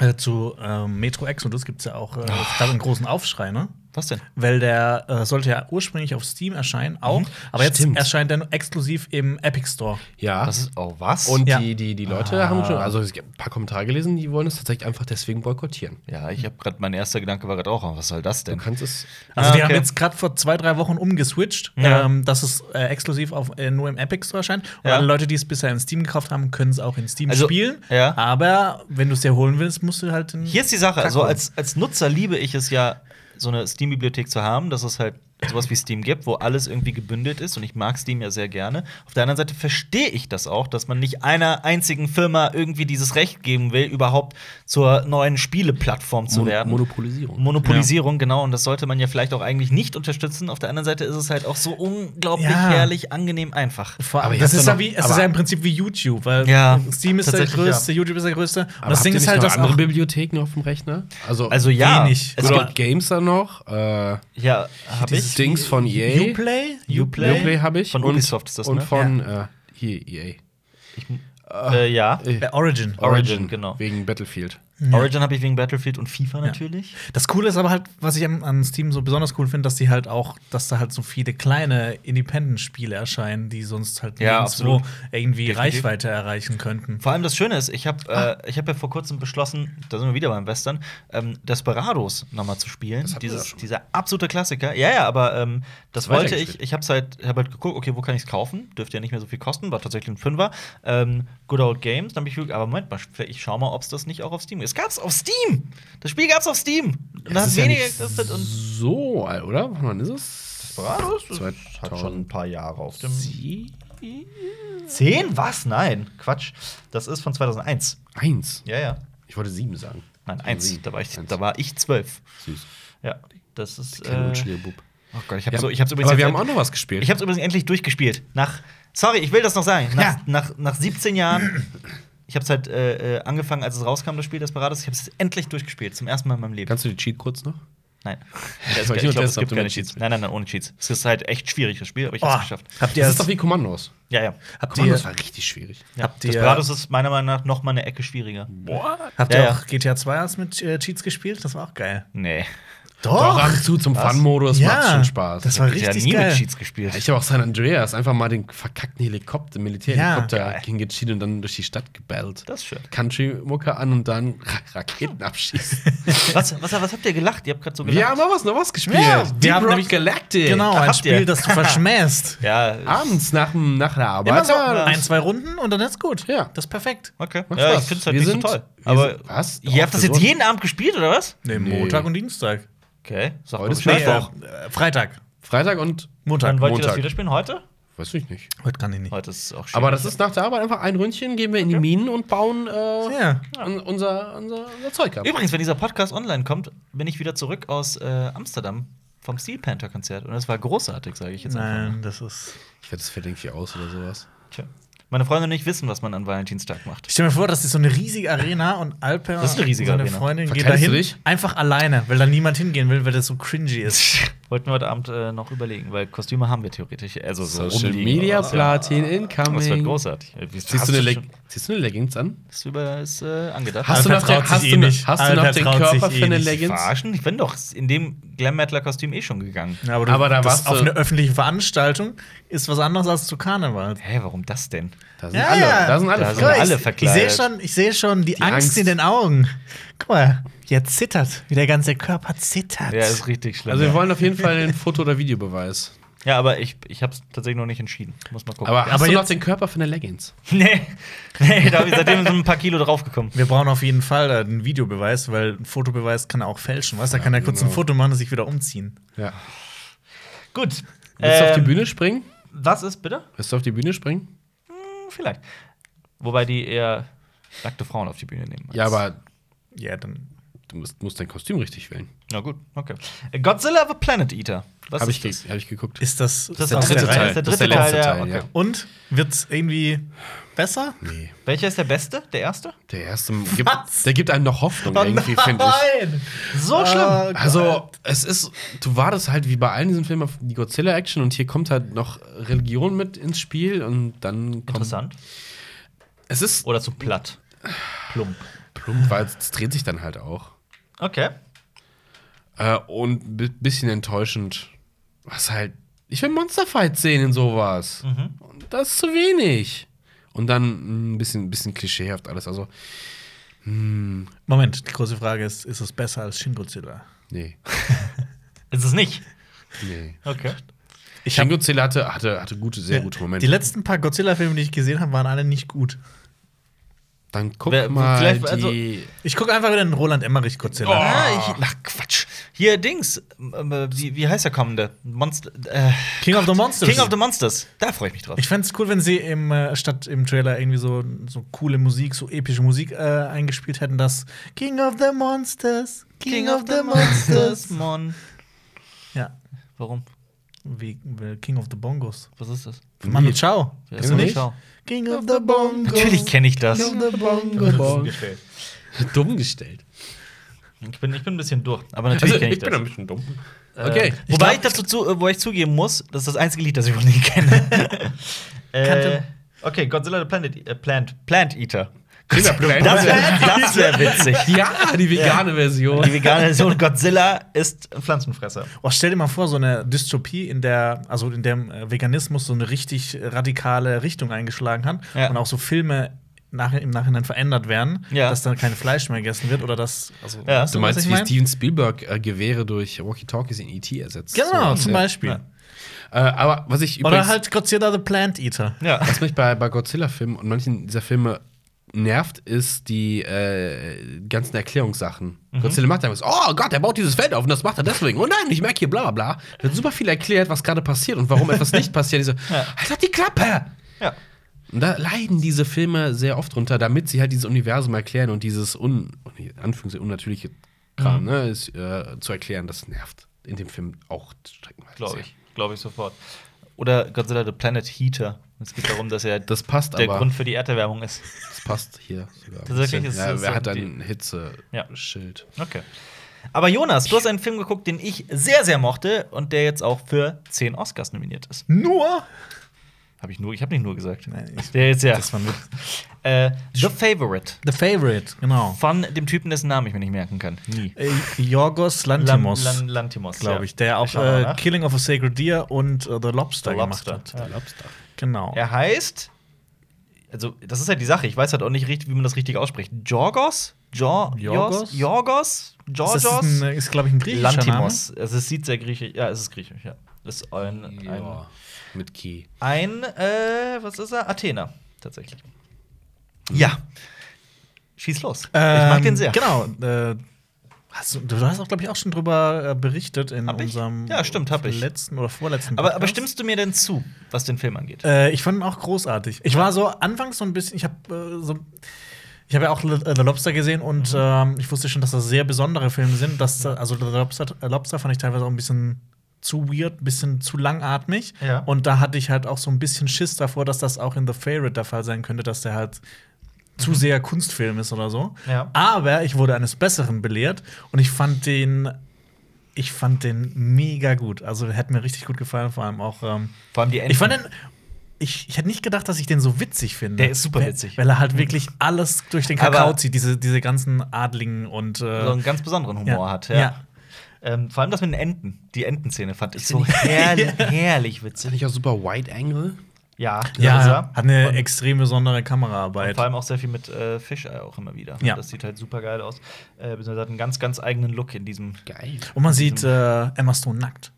Speaker 2: Äh, zu ähm, Metro Exodus gibt es ja auch äh,
Speaker 1: Oh.
Speaker 2: gerade einen großen Aufschrei, ne?
Speaker 1: Was denn?
Speaker 2: Weil der äh, sollte ja ursprünglich auf Steam erscheinen, auch. Aber jetzt
Speaker 3: Mhm. Stimmt.
Speaker 2: erscheint er nur exklusiv im Epic Store.
Speaker 3: Ja.
Speaker 1: Das ist Ah. oh was?
Speaker 3: und
Speaker 2: Ja.
Speaker 3: die, die, die Leute haben schon, also es gibt ein paar Kommentare gelesen, die wollen es tatsächlich einfach deswegen boykottieren.
Speaker 1: ja, ich habe gerade mein erster Gedanke war gerade auch, oh, was soll das
Speaker 3: Du
Speaker 1: denn?
Speaker 3: kannst es.
Speaker 2: Also,
Speaker 1: Ah,
Speaker 2: die haben
Speaker 1: okay.
Speaker 2: jetzt gerade vor zwei, drei Wochen umgeswitcht,
Speaker 1: Ja.
Speaker 2: ähm, dass es äh, exklusiv auf, äh, nur im Epic Store erscheint. Und
Speaker 1: Ja.
Speaker 2: alle Leute, die es bisher in Steam gekauft haben, können es auch in Steam
Speaker 1: Also,
Speaker 2: spielen.
Speaker 1: ja.
Speaker 2: Aber wenn du es dir holen willst, musst du halt den
Speaker 1: Hier ist die Sache, also
Speaker 2: Kacke.
Speaker 1: als, als Nutzer liebe ich es ja, so eine Steam-Bibliothek zu haben, dass es halt sowas wie Steam gibt, wo alles irgendwie gebündelt ist und ich mag Steam ja sehr gerne. Auf der anderen Seite verstehe ich das auch, dass man nicht einer einzigen Firma irgendwie dieses Recht geben will, überhaupt zur neuen Spieleplattform zu
Speaker 3: Mon-
Speaker 1: werden.
Speaker 3: Monopolisierung.
Speaker 1: Monopolisierung, genau, und das sollte man ja vielleicht auch eigentlich nicht unterstützen. Auf der anderen Seite ist es halt auch so unglaublich
Speaker 2: Ja.
Speaker 1: herrlich, angenehm einfach.
Speaker 2: Vor
Speaker 3: Aber
Speaker 2: allem,
Speaker 3: ihr
Speaker 2: das
Speaker 3: habt
Speaker 2: ist
Speaker 3: ja
Speaker 2: ja
Speaker 3: noch-
Speaker 2: wie, es ist
Speaker 3: aber-
Speaker 2: ja im Prinzip wie YouTube, weil
Speaker 1: Ja,
Speaker 2: Steam ist der
Speaker 1: tatsächlich, ja.
Speaker 2: größte, YouTube ist der größte. Und
Speaker 3: Aber
Speaker 2: das Ding
Speaker 3: habt ihr
Speaker 2: ist
Speaker 3: nicht
Speaker 2: halt,
Speaker 3: noch
Speaker 2: dass
Speaker 3: andere
Speaker 2: auch,
Speaker 3: Bibliotheken auf dem Rechner. Also,
Speaker 1: Also ja,
Speaker 2: Wenig.
Speaker 1: es
Speaker 3: Good
Speaker 1: gibt,
Speaker 3: Old Games dann noch. Äh,
Speaker 1: ja, hab ich.
Speaker 3: Dings von EA.
Speaker 2: Uplay,
Speaker 1: Uplay?
Speaker 3: Uplay habe ich.
Speaker 1: Von
Speaker 3: und,
Speaker 1: Ubisoft ist das,
Speaker 3: Und
Speaker 1: ne?
Speaker 3: von äh, hier EA.
Speaker 1: Äh, ja.
Speaker 2: Äh, Origin.
Speaker 1: Origin, genau.
Speaker 3: Wegen Battlefield.
Speaker 1: Origin habe ich wegen Battlefield und FIFA natürlich.
Speaker 2: Das Coole ist aber halt, was ich an, an Steam so besonders cool finde, dass die halt auch, dass da halt so viele kleine Independent-Spiele erscheinen, die sonst halt
Speaker 1: Ja,
Speaker 2: nirgendwo
Speaker 1: absolut.
Speaker 2: irgendwie
Speaker 1: Definitiv.
Speaker 2: Reichweite erreichen könnten.
Speaker 1: Vor allem das Schöne ist, ich habe
Speaker 3: Ah.
Speaker 1: äh, ich hab ja vor kurzem beschlossen, da sind wir wieder beim Western, ähm, Desperados nochmal zu spielen.
Speaker 3: Das hatten wir
Speaker 1: Dieses,
Speaker 3: doch schon mal.
Speaker 1: dieser absolute Klassiker. Ja, ja, aber ähm, das
Speaker 3: Weiter
Speaker 1: wollte ich.
Speaker 3: gespielt.
Speaker 1: Ich habe halt, hab halt geguckt, okay, wo kann ich es kaufen? Dürfte ja nicht mehr so viel kosten, war tatsächlich ein Fünfer. Ähm, Good Old Games. Dann hab ich, geguckt, aber Moment mal, ich schau mal, ob es das nicht auch auf Steam gibt. Es gab's auf Steam! Das Spiel gab's auf Steam! Und da
Speaker 3: Das
Speaker 1: hat
Speaker 3: ist ja
Speaker 1: weniger
Speaker 3: nicht
Speaker 1: gekostet und.
Speaker 3: so alt, oder? Wann ist es?
Speaker 1: Desperados? Das hat schon
Speaker 3: 2007?
Speaker 1: ein paar Jahre auf dem. Zehn? Was? Nein, Quatsch. Das ist von 2001.
Speaker 3: Eins.
Speaker 1: Ja, ja.
Speaker 3: Ich wollte sieben sagen.
Speaker 1: Nein, eins.
Speaker 3: Sieben.
Speaker 1: Da war ich,
Speaker 3: Eins.
Speaker 1: da war ich zwölf.
Speaker 3: Süß.
Speaker 1: Ja, das ist.
Speaker 3: Kein
Speaker 1: Äh,
Speaker 3: unschuldiger Bub.
Speaker 1: oh Gott, ich habe
Speaker 3: Ja,
Speaker 1: so, ich hab's übrigens.
Speaker 3: aber wir
Speaker 1: jetzt
Speaker 3: haben auch noch was gespielt.
Speaker 1: ich hab's übrigens endlich durchgespielt. Nach, sorry, ich will das noch sagen. Nach,
Speaker 2: Ja.
Speaker 1: nach, nach 17 Jahren. Ich hab's halt äh, äh, angefangen, als es rauskam, das Spiel Desperados. Ich hab's endlich durchgespielt, zum ersten Mal in meinem Leben.
Speaker 3: Kannst du die Cheat kurz noch?
Speaker 1: nein.
Speaker 3: Ich
Speaker 1: ich glaube,
Speaker 3: wollte nur
Speaker 1: es
Speaker 3: testen, ob
Speaker 1: gibt
Speaker 3: du
Speaker 1: keine
Speaker 3: mit
Speaker 1: Cheats.
Speaker 3: Cheats
Speaker 1: Nein, nein, nein, ohne Cheats. Es ist halt echt schwierig, das Spiel, aber ich
Speaker 2: Oh,
Speaker 1: hab's geschafft.
Speaker 2: habt ihr
Speaker 3: das
Speaker 2: es?
Speaker 3: ist doch wie Kommandos.
Speaker 1: Ja, ja.
Speaker 2: Habt ihr,
Speaker 3: Kommandos war richtig schwierig.
Speaker 1: ja.
Speaker 2: Habt ihr-
Speaker 1: Desperados ist meiner Meinung nach noch mal eine Ecke schwieriger.
Speaker 3: Boah.
Speaker 2: habt
Speaker 1: Ja,
Speaker 2: ihr
Speaker 1: ja.
Speaker 2: auch GTA 2 als mit äh, Cheats gespielt? Das war auch geil.
Speaker 1: Nee.
Speaker 3: Doch, ab und zu zum Fun-Modus
Speaker 2: Ja,
Speaker 3: macht schon Spaß.
Speaker 2: das war
Speaker 1: Ich hab ja
Speaker 2: richtig
Speaker 1: nie
Speaker 2: geil.
Speaker 1: mit Cheats gespielt.
Speaker 3: Ja, ich habe auch San Andreas einfach mal den verkackten Helikopter,
Speaker 2: Ja.
Speaker 3: Militärhelikopter hingeschickt und dann durch die Stadt gebellt.
Speaker 1: Das ist schön.
Speaker 3: Country-Mucke an und dann Ra Raketen abschießen.
Speaker 1: was, was, was habt ihr gelacht? Ihr habt gerade so gelacht.
Speaker 3: Wir haben auch was noch was gespielt.
Speaker 2: Ja, wir haben
Speaker 3: Rock
Speaker 2: nämlich-
Speaker 3: Galactic.
Speaker 2: Genau,
Speaker 1: Da
Speaker 2: ein
Speaker 1: habt ihr.
Speaker 2: Spiel, das du verschmähst.
Speaker 1: Ja,
Speaker 3: Abends nach, dem- nach der Arbeit.
Speaker 2: Immer so
Speaker 3: Ja,
Speaker 2: ein, zwei Runden und dann ist gut.
Speaker 3: Ja.
Speaker 2: Das ist perfekt.
Speaker 1: Okay.
Speaker 3: Macht
Speaker 1: Ja, ich
Speaker 3: Spaß.
Speaker 1: finde es halt
Speaker 3: Wir
Speaker 1: nicht
Speaker 3: sind-
Speaker 1: so toll.
Speaker 3: wir
Speaker 1: Aber
Speaker 3: sind- was? Doch,
Speaker 1: Ihr habt das
Speaker 3: wir
Speaker 1: jetzt
Speaker 3: wurden-
Speaker 1: jeden Abend gespielt, oder was?
Speaker 2: Nee,
Speaker 3: Nee.
Speaker 2: Montag und Dienstag.
Speaker 1: Okay, sag
Speaker 3: Heute
Speaker 1: mal
Speaker 3: ist
Speaker 1: Bescheid.
Speaker 2: äh, Freitag.
Speaker 3: Freitag und
Speaker 2: Montag.
Speaker 1: Dann wollt ihr das
Speaker 3: Montag.
Speaker 1: wieder spielen heute?
Speaker 3: weiß ich nicht.
Speaker 2: Heute kann ich nicht.
Speaker 1: Heute ist auch schön.
Speaker 3: Aber das ist nach der Arbeit einfach ein Ründchen, gehen wir in die Minen und bauen äh,
Speaker 2: Ja.
Speaker 3: un- unser, unser, unser Zeug ab.
Speaker 1: Übrigens, wenn dieser Podcast online kommt, bin ich wieder zurück aus äh, Amsterdam vom Steel Panther Konzert und das war großartig, sage ich jetzt einfach.
Speaker 2: Nein, das ist.
Speaker 3: Ich werde das fällt irgendwie aus oder sowas.
Speaker 1: Tja. Meine Freunde nicht wissen, was man an Valentinstag macht.
Speaker 2: Ich stell mir vor, das ist so eine riesige Arena und Alper
Speaker 1: Das ist eine riesige
Speaker 2: und seine
Speaker 1: Arena.
Speaker 2: Freundin geht
Speaker 3: Verkleidest
Speaker 2: dahin
Speaker 3: du dich?
Speaker 2: einfach alleine, weil da niemand hingehen will, weil das so cringy ist.
Speaker 1: Wollten wir heute Abend äh, noch überlegen, weil Kostüme haben wir theoretisch. Also so
Speaker 3: Social
Speaker 1: rumliegen
Speaker 3: Media
Speaker 1: oder was, ja.
Speaker 3: Platin Um incoming.
Speaker 1: Das wird großartig. Äh, wie-
Speaker 3: Ziehst
Speaker 1: hast
Speaker 3: du, eine Leg
Speaker 1: schon-
Speaker 3: ziehst du eine Leggings an?
Speaker 1: Das über- ist äh, angedacht.
Speaker 3: Hast du
Speaker 2: Alper
Speaker 3: noch den,
Speaker 2: traut sich
Speaker 3: hast
Speaker 2: eh
Speaker 3: du, noch-
Speaker 2: nicht.
Speaker 3: hast du noch
Speaker 2: Alper
Speaker 3: den
Speaker 2: traut sich
Speaker 3: Körper
Speaker 2: eh
Speaker 3: für eine
Speaker 2: nicht.
Speaker 3: Leggings?
Speaker 1: verarschen? Ich bin doch in dem Glam Metal Kostüm eh schon gegangen.
Speaker 2: Ja, aber, du,
Speaker 3: Aber da
Speaker 2: das
Speaker 3: warst
Speaker 2: auf
Speaker 3: du-
Speaker 2: eine öffentliche Veranstaltung ist was anderes als zu Karneval.
Speaker 1: Hä, warum das denn?
Speaker 3: Da sind alle. Da sind alle.
Speaker 1: Da sind
Speaker 2: Guck mal,
Speaker 1: alle
Speaker 2: ich-
Speaker 1: verkleidet.
Speaker 2: Ich sehe schon, ich seh schon die, Angst,
Speaker 3: Angst.
Speaker 2: in den Augen. Guck mal, der zittert, wie der ganze Körper zittert.
Speaker 1: Ja, ist richtig schlimm.
Speaker 3: also wir
Speaker 1: ja.
Speaker 3: wollen auf jeden Fall den Foto- oder Videobeweis.
Speaker 1: ja, aber ich, ich habe es tatsächlich noch nicht entschieden. Muss mal gucken.
Speaker 3: Aber hast
Speaker 2: Aber
Speaker 3: du noch
Speaker 2: jetzt-
Speaker 3: den Körper für eine Leggings?
Speaker 1: nee, nee da hab ich seitdem sind ein paar Kilo draufgekommen.
Speaker 2: wir brauchen auf jeden Fall da einen Videobeweis, weil ein Fotobeweis kann er auch fälschen. Weißt du, da kann er kurz ein
Speaker 3: genau.
Speaker 2: Foto machen und sich wieder umziehen.
Speaker 3: Ja.
Speaker 1: Gut.
Speaker 3: Willst du auf die
Speaker 1: Ähm,
Speaker 3: Bühne springen?
Speaker 1: Was ist bitte?
Speaker 3: Willst du auf die Bühne springen?
Speaker 1: Hm, Vielleicht. Wobei die eher nackte Frauen auf die Bühne nehmen.
Speaker 3: Ja,
Speaker 1: als-
Speaker 3: aber
Speaker 2: Ja, dann.
Speaker 3: du musst, musst dein Kostüm richtig wählen.
Speaker 1: Na gut, okay. Äh, Godzilla the Planet Eater. Was
Speaker 3: Habe
Speaker 1: ist
Speaker 3: ich,
Speaker 1: das?
Speaker 3: ge hab ich geguckt.
Speaker 2: Ist das, ist
Speaker 1: der
Speaker 2: aus
Speaker 1: dritte
Speaker 2: Reihe?
Speaker 1: Teil. ist der dritte Teil, ja, okay.
Speaker 3: ja.
Speaker 2: Und wird's irgendwie besser?
Speaker 3: Nee.
Speaker 1: Welcher ist der beste? Der erste?
Speaker 3: Der erste gibt, der gibt einem noch
Speaker 1: Oh
Speaker 3: Hoffnung irgendwie, finde ich.
Speaker 2: Nein!
Speaker 1: So
Speaker 3: Äh,
Speaker 2: Ah,
Speaker 1: schlimm.
Speaker 2: Gott.
Speaker 3: Also, es ist, du wartest halt wie bei allen diesen Filmen auf die Godzilla-Action und hier kommt halt noch Religion mit ins Spiel und dann kommt.
Speaker 1: Interessant.
Speaker 3: Es ist
Speaker 1: Oder zu platt. Plump.
Speaker 3: plump, weil es dreht sich dann halt auch.
Speaker 1: Okay.
Speaker 3: Äh, und ein bi- bisschen enttäuschend. Was halt. Ich will Monsterfight sehen in sowas. Und das ist zu wenig. Und dann mh, ein bisschen, bisschen klischeehaft alles. Also,
Speaker 2: Moment, die große Frage ist: Ist es besser als Shin Godzilla?
Speaker 3: nee.
Speaker 1: Ist es nicht?
Speaker 3: Nee.
Speaker 1: Okay.
Speaker 3: Ich Shin Godzilla hatte, hatte, hatte gute, sehr gute Momente.
Speaker 2: Die letzten paar Godzilla-Filme, die ich gesehen habe, waren alle nicht gut.
Speaker 3: dann guck
Speaker 1: Wer-
Speaker 3: mal
Speaker 1: vielleicht-
Speaker 3: die.
Speaker 1: also-
Speaker 2: Ich gucke einfach wieder einen Roland Emmerich Godzilla.
Speaker 1: Ah, ich, ach, Quatsch. Hier, Dings. ähm, äh, Wie, wie heißt der kommende? Monster. Äh,
Speaker 2: King of the Monsters.
Speaker 1: King of the Monsters. Da freue ich mich drauf.
Speaker 2: ich fände es cool, wenn sie im, äh, statt im Trailer irgendwie so, so coole Musik, so epische Musik äh, eingespielt hätten, das King of the Monsters, King, of the Monsters.
Speaker 1: Mon.
Speaker 2: ja,
Speaker 1: Warum?
Speaker 2: wie, wie King of the Bongos.
Speaker 1: Was ist das?
Speaker 2: Mann, ciao.
Speaker 1: Wer
Speaker 3: Kennst du nicht?
Speaker 1: Schau.
Speaker 2: King of the Bongos.
Speaker 1: Natürlich kenne ich das.
Speaker 3: dumm gestellt.
Speaker 1: Ich bin, ich bin ein bisschen durch. Aber
Speaker 3: Also,
Speaker 1: natürlich kenne ich das.
Speaker 3: bisschen dumm.
Speaker 1: Äh,
Speaker 3: Okay.
Speaker 1: Wobei ich,
Speaker 2: Ich glaub-
Speaker 1: dazu zu, äh, wo ich zugeben muss, das ist das einzige Lied, das ich von denen kenne. äh,
Speaker 2: Kannte-
Speaker 1: okay, Godzilla the Planet, äh, Plant, Plant Eater.
Speaker 3: Killer Plant.
Speaker 1: Das wäre wär witzig.
Speaker 3: Ja, die vegane
Speaker 1: Die
Speaker 3: Version.
Speaker 1: vegane Version Godzilla ist ein Pflanzenfresser.
Speaker 2: Oh, stell dir mal vor, so eine Dystopie, in der, also in dem äh, Veganismus so eine richtig radikale Richtung eingeschlagen hat
Speaker 1: Ja.
Speaker 2: und auch so Filme nach, im Nachhinein verändert werden,
Speaker 1: Ja.
Speaker 2: dass dann kein Fleisch mehr gegessen wird oder das. Also,
Speaker 1: Ja.
Speaker 2: weißt
Speaker 3: Du meinst,
Speaker 2: was ich
Speaker 3: wie
Speaker 2: mein?
Speaker 3: Steven Spielberg äh, Gewehre durch Walkie-Talkies in E.T. ersetzt.
Speaker 2: Genau,
Speaker 3: So,
Speaker 2: zum
Speaker 3: ja.
Speaker 2: Beispiel.
Speaker 3: Äh, aber was ich übrigens,
Speaker 2: Oder halt Godzilla the Plant Eater.
Speaker 1: Ja.
Speaker 3: was mich bei, bei Godzilla-Filmen und manchen dieser Filme nervt, ist die äh, ganzen Erklärungssachen.
Speaker 1: Mhm.
Speaker 3: Godzilla macht einfach so, oh Gott, er baut dieses Feld auf und das macht er deswegen. Oh nein, ich merke hier bla bla bla. Wird super viel erklärt, was gerade passiert und warum etwas nicht passiert. Ich so, halt doch die Klappe!
Speaker 1: ja.
Speaker 3: Und da leiden diese Filme sehr oft drunter, damit sie halt dieses Universum erklären und dieses un in Anführungszeichen unnatürliche Kram
Speaker 1: Mhm.
Speaker 3: ne, ist, äh, zu erklären, das nervt in dem Film auch streckenweise.
Speaker 1: Glaube
Speaker 3: sehr.
Speaker 1: ich. Glaube ich sofort. Oder Godzilla the Planet Heater. Es geht darum, dass er
Speaker 3: Das passt
Speaker 1: der
Speaker 3: aber.
Speaker 1: Grund für die Erderwärmung ist.
Speaker 3: Das passt hier sogar. ein
Speaker 1: Tatsächlich
Speaker 3: bisschen.
Speaker 1: ist
Speaker 3: ja,
Speaker 1: es
Speaker 3: er
Speaker 1: so
Speaker 3: hat
Speaker 1: die-
Speaker 3: ein Hitzeschild.
Speaker 1: Okay. Aber Jonas, du hast einen Film geguckt, den ich sehr, sehr mochte und der jetzt auch für 10 Oscars nominiert ist.
Speaker 2: Nur?
Speaker 1: Habe ich nur, ich habe nicht nur gesagt.
Speaker 2: Nein, ich-
Speaker 1: der jetzt ja.
Speaker 2: Das war mit.
Speaker 1: Äh, The Favorite.
Speaker 2: The Favorite, genau.
Speaker 1: Von dem Typen, dessen Namen ich mir nicht merken kann. Nie.
Speaker 2: Äh, Jorgos Lantimos,
Speaker 1: Lan- Lan- Lantimos, ja.
Speaker 2: glaube ich, der auch
Speaker 1: schau mal
Speaker 2: äh,
Speaker 1: nach.
Speaker 2: Killing of a Sacred Deer und äh, The Lobster,
Speaker 1: ne? The Lobster.
Speaker 2: gemacht hat.
Speaker 1: Ja.
Speaker 3: Lobster.
Speaker 2: Genau.
Speaker 1: Er heißt, also das ist halt die Sache, ich weiß halt auch nicht richtig, wie man das richtig ausspricht. Jorgos? Jo Jorgos?
Speaker 2: Jorgos?
Speaker 1: Jorgos?
Speaker 2: Ist Das ist,
Speaker 1: Jorgos?
Speaker 2: ein- äh, ist glaube ich, ein griechischer
Speaker 1: Lantimos. Also, es sieht sehr griechisch. Ja, es ist griechisch, ja. Ist ein, ein,
Speaker 3: Ja. Mit Key.
Speaker 1: ein äh, was ist er? Athener, tatsächlich. Ja. Schieß los. ich
Speaker 2: Name.
Speaker 1: mag den sehr.
Speaker 2: Genau. Ähm, Äh, Hast du, du hast auch, glaube ich, auch schon drüber äh, berichtet in
Speaker 1: Hab ich?
Speaker 2: unserem
Speaker 1: Ja, stimmt, hab ich.
Speaker 2: letzten oder vorletzten
Speaker 1: Aber, aber stimmst du mir denn zu, was den Film angeht?
Speaker 2: Äh, ich fand ihn auch großartig. Ich war so anfangs so ein bisschen, ich habe äh, so. Ich habe ja auch Le- äh, The Lobster gesehen und
Speaker 1: Mhm.
Speaker 2: ähm, ich wusste schon, dass das sehr besondere Filme sind. Dass, äh, also The Lobster, äh, Lobster fand ich teilweise auch ein bisschen zu weird, ein bisschen zu langatmig.
Speaker 1: Ja.
Speaker 2: Und da hatte ich halt auch so ein bisschen Schiss davor, dass das auch in The Favorite der Fall sein könnte, dass der halt zu sehr Kunstfilm ist oder so.
Speaker 1: Mhm. Ja.
Speaker 2: Aber ich wurde eines Besseren belehrt und ich fand den, ich fand den mega gut. Also der hat mir richtig gut gefallen, vor allem auch. Ähm,
Speaker 1: Vor allem die Enden.
Speaker 2: ich fand den. Ich, ich hätte nicht gedacht, dass ich den so witzig finde.
Speaker 1: Der ist super witzig.
Speaker 2: Weil, weil er halt wirklich alles durch den Kakao
Speaker 1: Aber-
Speaker 2: zieht, diese, diese ganzen Adligen und. Äh,
Speaker 1: so einen ganz besonderen Humor
Speaker 2: ja.
Speaker 1: hat.
Speaker 2: Ja.
Speaker 1: Ähm, vor allem das mit den Enten. Die Entenszene fand ich so herrlich, herrlich
Speaker 3: Ist das
Speaker 1: witzig.
Speaker 3: nicht auch super Wide Angle?
Speaker 1: Ja, das ist
Speaker 2: ja,
Speaker 1: er.
Speaker 2: hat eine
Speaker 1: Und-
Speaker 2: extrem besondere Kameraarbeit.
Speaker 1: Vor allem auch sehr viel mit äh, Fischei auch immer wieder.
Speaker 2: Ja.
Speaker 1: Das sieht halt super geil aus. Äh, beziehungsweise hat einen ganz, ganz eigenen Look in diesem.
Speaker 3: Geil.
Speaker 2: Und man sieht äh, Emma Stone nackt.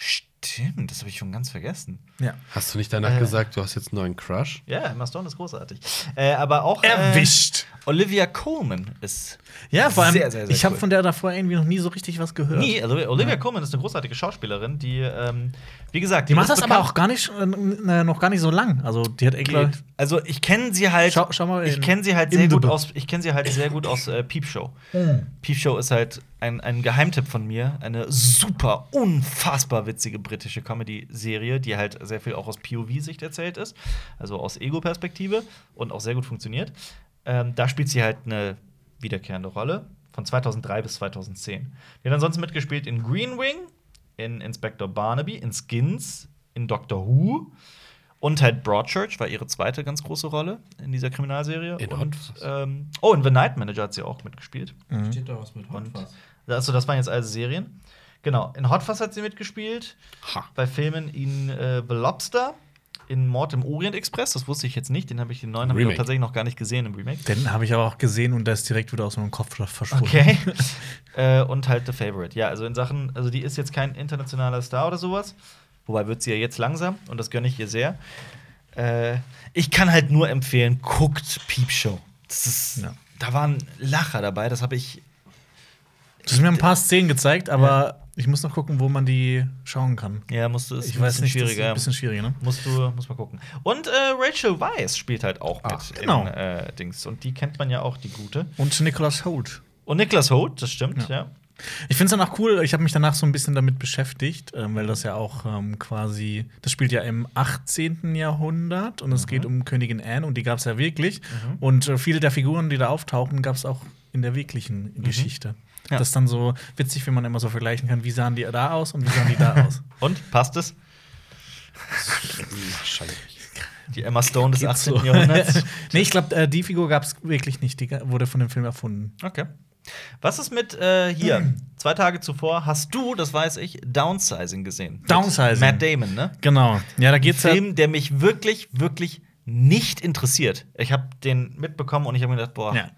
Speaker 1: Stimmt, das habe ich schon ganz vergessen.
Speaker 2: Ja.
Speaker 3: Hast du nicht danach
Speaker 1: Äh.
Speaker 3: gesagt, du hast jetzt einen neuen Crush?
Speaker 1: Ja, Emma Stone ist großartig. Äh, aber auch.
Speaker 2: Erwischt!
Speaker 1: Äh, Olivia Coleman ist.
Speaker 2: Ja, vor allem,
Speaker 1: Sehr, sehr, sehr
Speaker 2: ich habe
Speaker 1: cool.
Speaker 2: von der davor irgendwie noch nie so richtig was gehört.
Speaker 1: Nee, also Olivia Coleman ist eine großartige Schauspielerin, die, ähm, wie gesagt,
Speaker 2: Die macht
Speaker 1: ist
Speaker 2: das aber
Speaker 1: bekannt-
Speaker 2: auch gar nicht, äh, n- noch gar nicht so lang. Also, die hat echt.
Speaker 1: Geht. Also ich kenne sie halt.
Speaker 2: Schau- schau mal
Speaker 1: ich
Speaker 2: in-
Speaker 1: kenne sie halt
Speaker 2: in
Speaker 1: sehr
Speaker 2: the
Speaker 1: gut
Speaker 2: book.
Speaker 1: aus. Ich kenne sie halt sehr gut aus äh, Peep Show.
Speaker 2: Hm.
Speaker 1: Peep Show ist halt ein, ein Geheimtipp von mir, eine super unfassbar witzige britische Comedy-Serie, die halt sehr viel auch aus POV-Sicht erzählt ist, also aus Ego-Perspektive und auch sehr gut funktioniert. Ähm, da spielt sie halt eine wiederkehrende Rolle von 2003 bis 2010. Die hat ansonsten mitgespielt in Green Wing, in Inspector Barnaby, in Skins, in Doctor Who. Und halt Broadchurch war ihre zweite ganz große Rolle in dieser Kriminalserie.
Speaker 3: In
Speaker 1: und,
Speaker 3: Hot Fuzz.
Speaker 1: ähm, oh, in The Night Manager hat sie auch mitgespielt.
Speaker 4: Steht da was mit
Speaker 1: Und,
Speaker 4: Hotfass?
Speaker 1: also, das waren jetzt alle Serien. Genau, in Hot Fuzz hat sie mitgespielt,
Speaker 3: Ha.
Speaker 1: bei Filmen in äh, The Lobster, in Mord im Orient Express, das wusste ich jetzt nicht, den habe ich den neuen habe ich auch
Speaker 3: Remake.
Speaker 1: tatsächlich noch gar nicht gesehen im Remake.
Speaker 2: Den habe ich aber auch gesehen und der ist direkt wieder aus meinem Kopf verschwunden.
Speaker 1: Okay. äh, und halt The Favorite. Ja, also in Sachen, also die ist jetzt kein internationaler Star oder sowas. Wobei wird sie ja jetzt langsam und das gönne ich ihr sehr. Äh, ich kann halt nur empfehlen, guckt Peep Show. Das ist,
Speaker 2: Ja.
Speaker 1: Da waren Lacher dabei, das habe ich.
Speaker 2: Du hast mir ein paar Szenen gezeigt, aber ich muss noch gucken, wo man die schauen kann.
Speaker 1: Ja, musste es
Speaker 2: ich weiß nicht, das ist
Speaker 1: schwieriger.
Speaker 2: ein bisschen schwieriger, ne?
Speaker 1: Musst du, muss mal gucken. Und äh, Rachel Weisz spielt halt auch mit
Speaker 3: Ach,
Speaker 2: genau.
Speaker 1: in äh, Dings. Und die kennt man ja auch, die gute.
Speaker 2: Und Nicholas Holt.
Speaker 1: Und Niklas Holt, das stimmt, ja.
Speaker 2: Ich finde es dann auch cool, ich habe mich danach so ein bisschen damit beschäftigt, ähm, weil das ja auch ähm, quasi, das spielt ja im 18. Jahrhundert und es geht um Königin Anne und die gab es ja wirklich. Und äh, viele der Figuren, die da auftauchen, gab es auch in der wirklichen Geschichte.
Speaker 1: Ja.
Speaker 2: Das ist dann so witzig, wenn man immer so vergleichen kann, wie sahen die da aus und wie sahen die da aus.
Speaker 1: Und passt es?
Speaker 3: Wahrscheinlich.
Speaker 1: Die Emma Stone des
Speaker 2: Geht's
Speaker 1: 18.
Speaker 2: so?
Speaker 1: Jahrhunderts.
Speaker 2: nee, ich glaube, äh, die Figur gab es wirklich nicht, die ga- wurde von dem Film erfunden.
Speaker 1: Okay. Was ist mit äh, hier? Zwei Tage zuvor hast du, das weiß ich, Downsizing gesehen. Mit
Speaker 2: Downsizing.
Speaker 1: Matt Damon, ne?
Speaker 2: Genau. Ja, da geht's halt.
Speaker 1: Film, der mich wirklich, wirklich nicht interessiert. Ich habe den mitbekommen und ich habe mir gedacht, boah,
Speaker 2: Ja.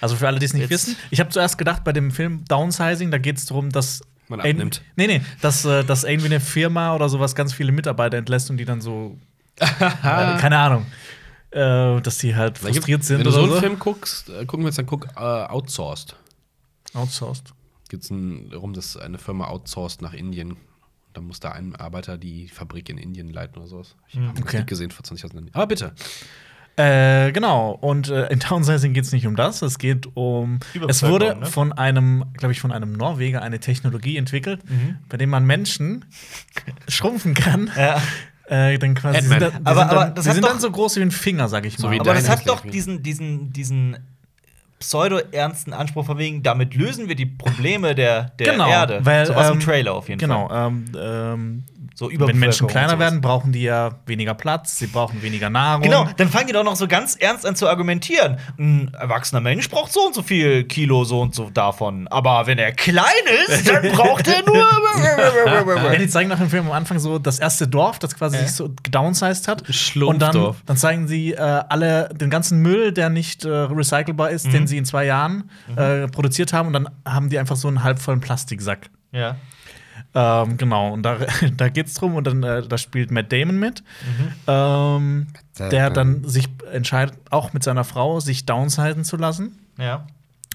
Speaker 2: Also für alle, die es nicht
Speaker 1: Jetzt-
Speaker 2: wissen, ich habe zuerst gedacht, bei dem Film Downsizing, da geht es darum, dass.
Speaker 3: Man
Speaker 2: ein-
Speaker 3: abnimmt.
Speaker 2: Nee, nee, dass, äh, dass irgendwie eine Firma oder sowas ganz viele Mitarbeiter entlässt und die dann so. äh, keine Ahnung. Äh, dass die halt
Speaker 3: Da gibt-
Speaker 2: frustriert sind
Speaker 3: Wenn du
Speaker 2: oder
Speaker 3: so einen
Speaker 2: so.
Speaker 3: Film guckst, äh, gucken wir uns dann guck, äh, Outsourced.
Speaker 2: Outsourced.
Speaker 3: Geht es darum, dass eine Firma outsourced nach Indien. Dann muss da ein Arbeiter die Fabrik in Indien leiten oder sowas.
Speaker 1: Hm,
Speaker 3: Ich habe das
Speaker 2: Okay.
Speaker 3: nicht gesehen vor 20 Jahren. Aber bitte.
Speaker 2: Äh, genau. Und äh, in Downsizing geht es nicht um das. Es geht um. Es
Speaker 1: Überbevölkerung,
Speaker 2: wurde
Speaker 1: ne?
Speaker 2: von einem, glaube ich, von einem Norweger eine Technologie entwickelt,
Speaker 1: Mhm.
Speaker 2: bei dem man Menschen schrumpfen kann.
Speaker 1: Ja.
Speaker 2: Äh, dann quasi.
Speaker 3: Ant-Man.
Speaker 2: die
Speaker 1: Aber-
Speaker 2: sind
Speaker 1: aber
Speaker 2: dann,
Speaker 1: das
Speaker 2: die
Speaker 1: hat
Speaker 2: sind
Speaker 1: doch-
Speaker 2: dann so groß wie ein Finger, sag ich
Speaker 3: So
Speaker 2: mal.
Speaker 3: wie
Speaker 2: Aber
Speaker 1: Aber das
Speaker 3: Deine
Speaker 1: hat doch
Speaker 3: Technik.
Speaker 1: diesen, diesen, diesen pseudo-ernsten Anspruch von wegen, damit lösen wir die Probleme der, der
Speaker 2: genau,
Speaker 1: Erde.
Speaker 2: Weil,
Speaker 1: so aus dem
Speaker 2: ähm,
Speaker 1: Trailer auf jeden
Speaker 2: genau,
Speaker 1: Fall.
Speaker 2: Ähm, ähm,
Speaker 1: So
Speaker 2: wenn
Speaker 1: Überbevölkerung
Speaker 2: Menschen kleiner
Speaker 1: und sowas.
Speaker 2: werden, brauchen die ja weniger Platz, sie brauchen weniger Nahrung.
Speaker 1: Genau, dann fangen die doch noch so ganz ernst an zu argumentieren. Ein erwachsener Mensch braucht so und so viel Kilo, so und so davon. Aber wenn er klein ist, dann braucht er nur.
Speaker 2: Wenn Äh, die zeigen nach dem Film am Anfang so das erste Dorf, das quasi
Speaker 1: Ja.
Speaker 2: sich so gedownsized hat. Und dann,
Speaker 3: Schlumpfdorf.
Speaker 2: dann zeigen sie äh, alle den ganzen Müll, der nicht äh, recycelbar ist, den sie in zwei Jahren äh, produziert haben. Und dann haben die einfach so einen halbvollen Plastiksack.
Speaker 1: ja.
Speaker 2: Ähm, genau, und da, da geht's drum und dann äh, da spielt Matt Damon mit. Ähm,
Speaker 3: Damon.
Speaker 2: der dann sich entscheidet, auch mit seiner Frau sich downsizen zu lassen.
Speaker 1: Ja.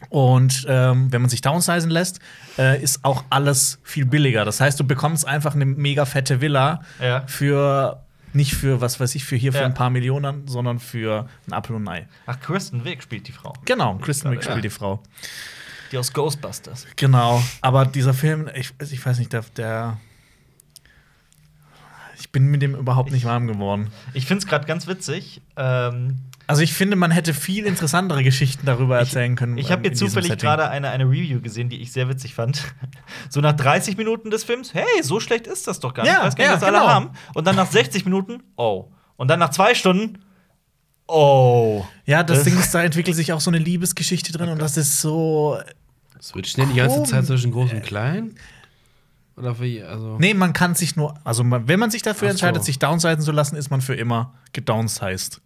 Speaker 2: Und ähm, wenn man sich downsizen lässt, äh, ist auch alles viel billiger. Das heißt, du bekommst einfach eine mega fette Villa
Speaker 1: Ja.
Speaker 2: für nicht für was weiß ich, für hier für
Speaker 1: Ja.
Speaker 2: ein paar Millionen, sondern für ein Apfel und ein Ei.
Speaker 1: Ach, Kristen Wiig spielt die Frau.
Speaker 2: Genau, Kristen Wiig
Speaker 1: Ja.
Speaker 2: spielt die Frau.
Speaker 1: Die aus Ghostbusters.
Speaker 2: Genau, aber dieser Film, ich, ich weiß nicht, der, der ich bin mit dem überhaupt nicht warm geworden.
Speaker 1: Ich find's gerade ganz witzig. Ähm,
Speaker 2: Also ich finde, man hätte viel interessantere Geschichten darüber erzählen können.
Speaker 1: Ich habe
Speaker 2: ähm,
Speaker 1: hier
Speaker 2: in diesem
Speaker 1: zufällig
Speaker 2: Setting.
Speaker 1: gerade eine, eine Review gesehen, die ich sehr witzig fand. So nach 30 Minuten des Films, hey, so schlecht ist das doch gar nicht.
Speaker 2: Ja,
Speaker 1: ich weiß gar nicht,
Speaker 2: ja,
Speaker 1: was alle
Speaker 2: genau.
Speaker 1: haben. Und dann nach 60 Minuten, oh. Und dann nach zwei Stunden, oh.
Speaker 2: Ja, das
Speaker 1: Das-
Speaker 2: Ding ist, da entwickelt sich auch so eine Liebesgeschichte drin und das ist so.
Speaker 3: Es wird schnell die ganze
Speaker 2: Komm.
Speaker 3: Zeit zwischen groß und klein. Oder wie, also.
Speaker 2: Nee, man kann sich nur. Also, man, wenn man sich dafür
Speaker 3: Ach so.
Speaker 2: entscheidet, sich downsizen zu lassen, ist man für immer gedownsized.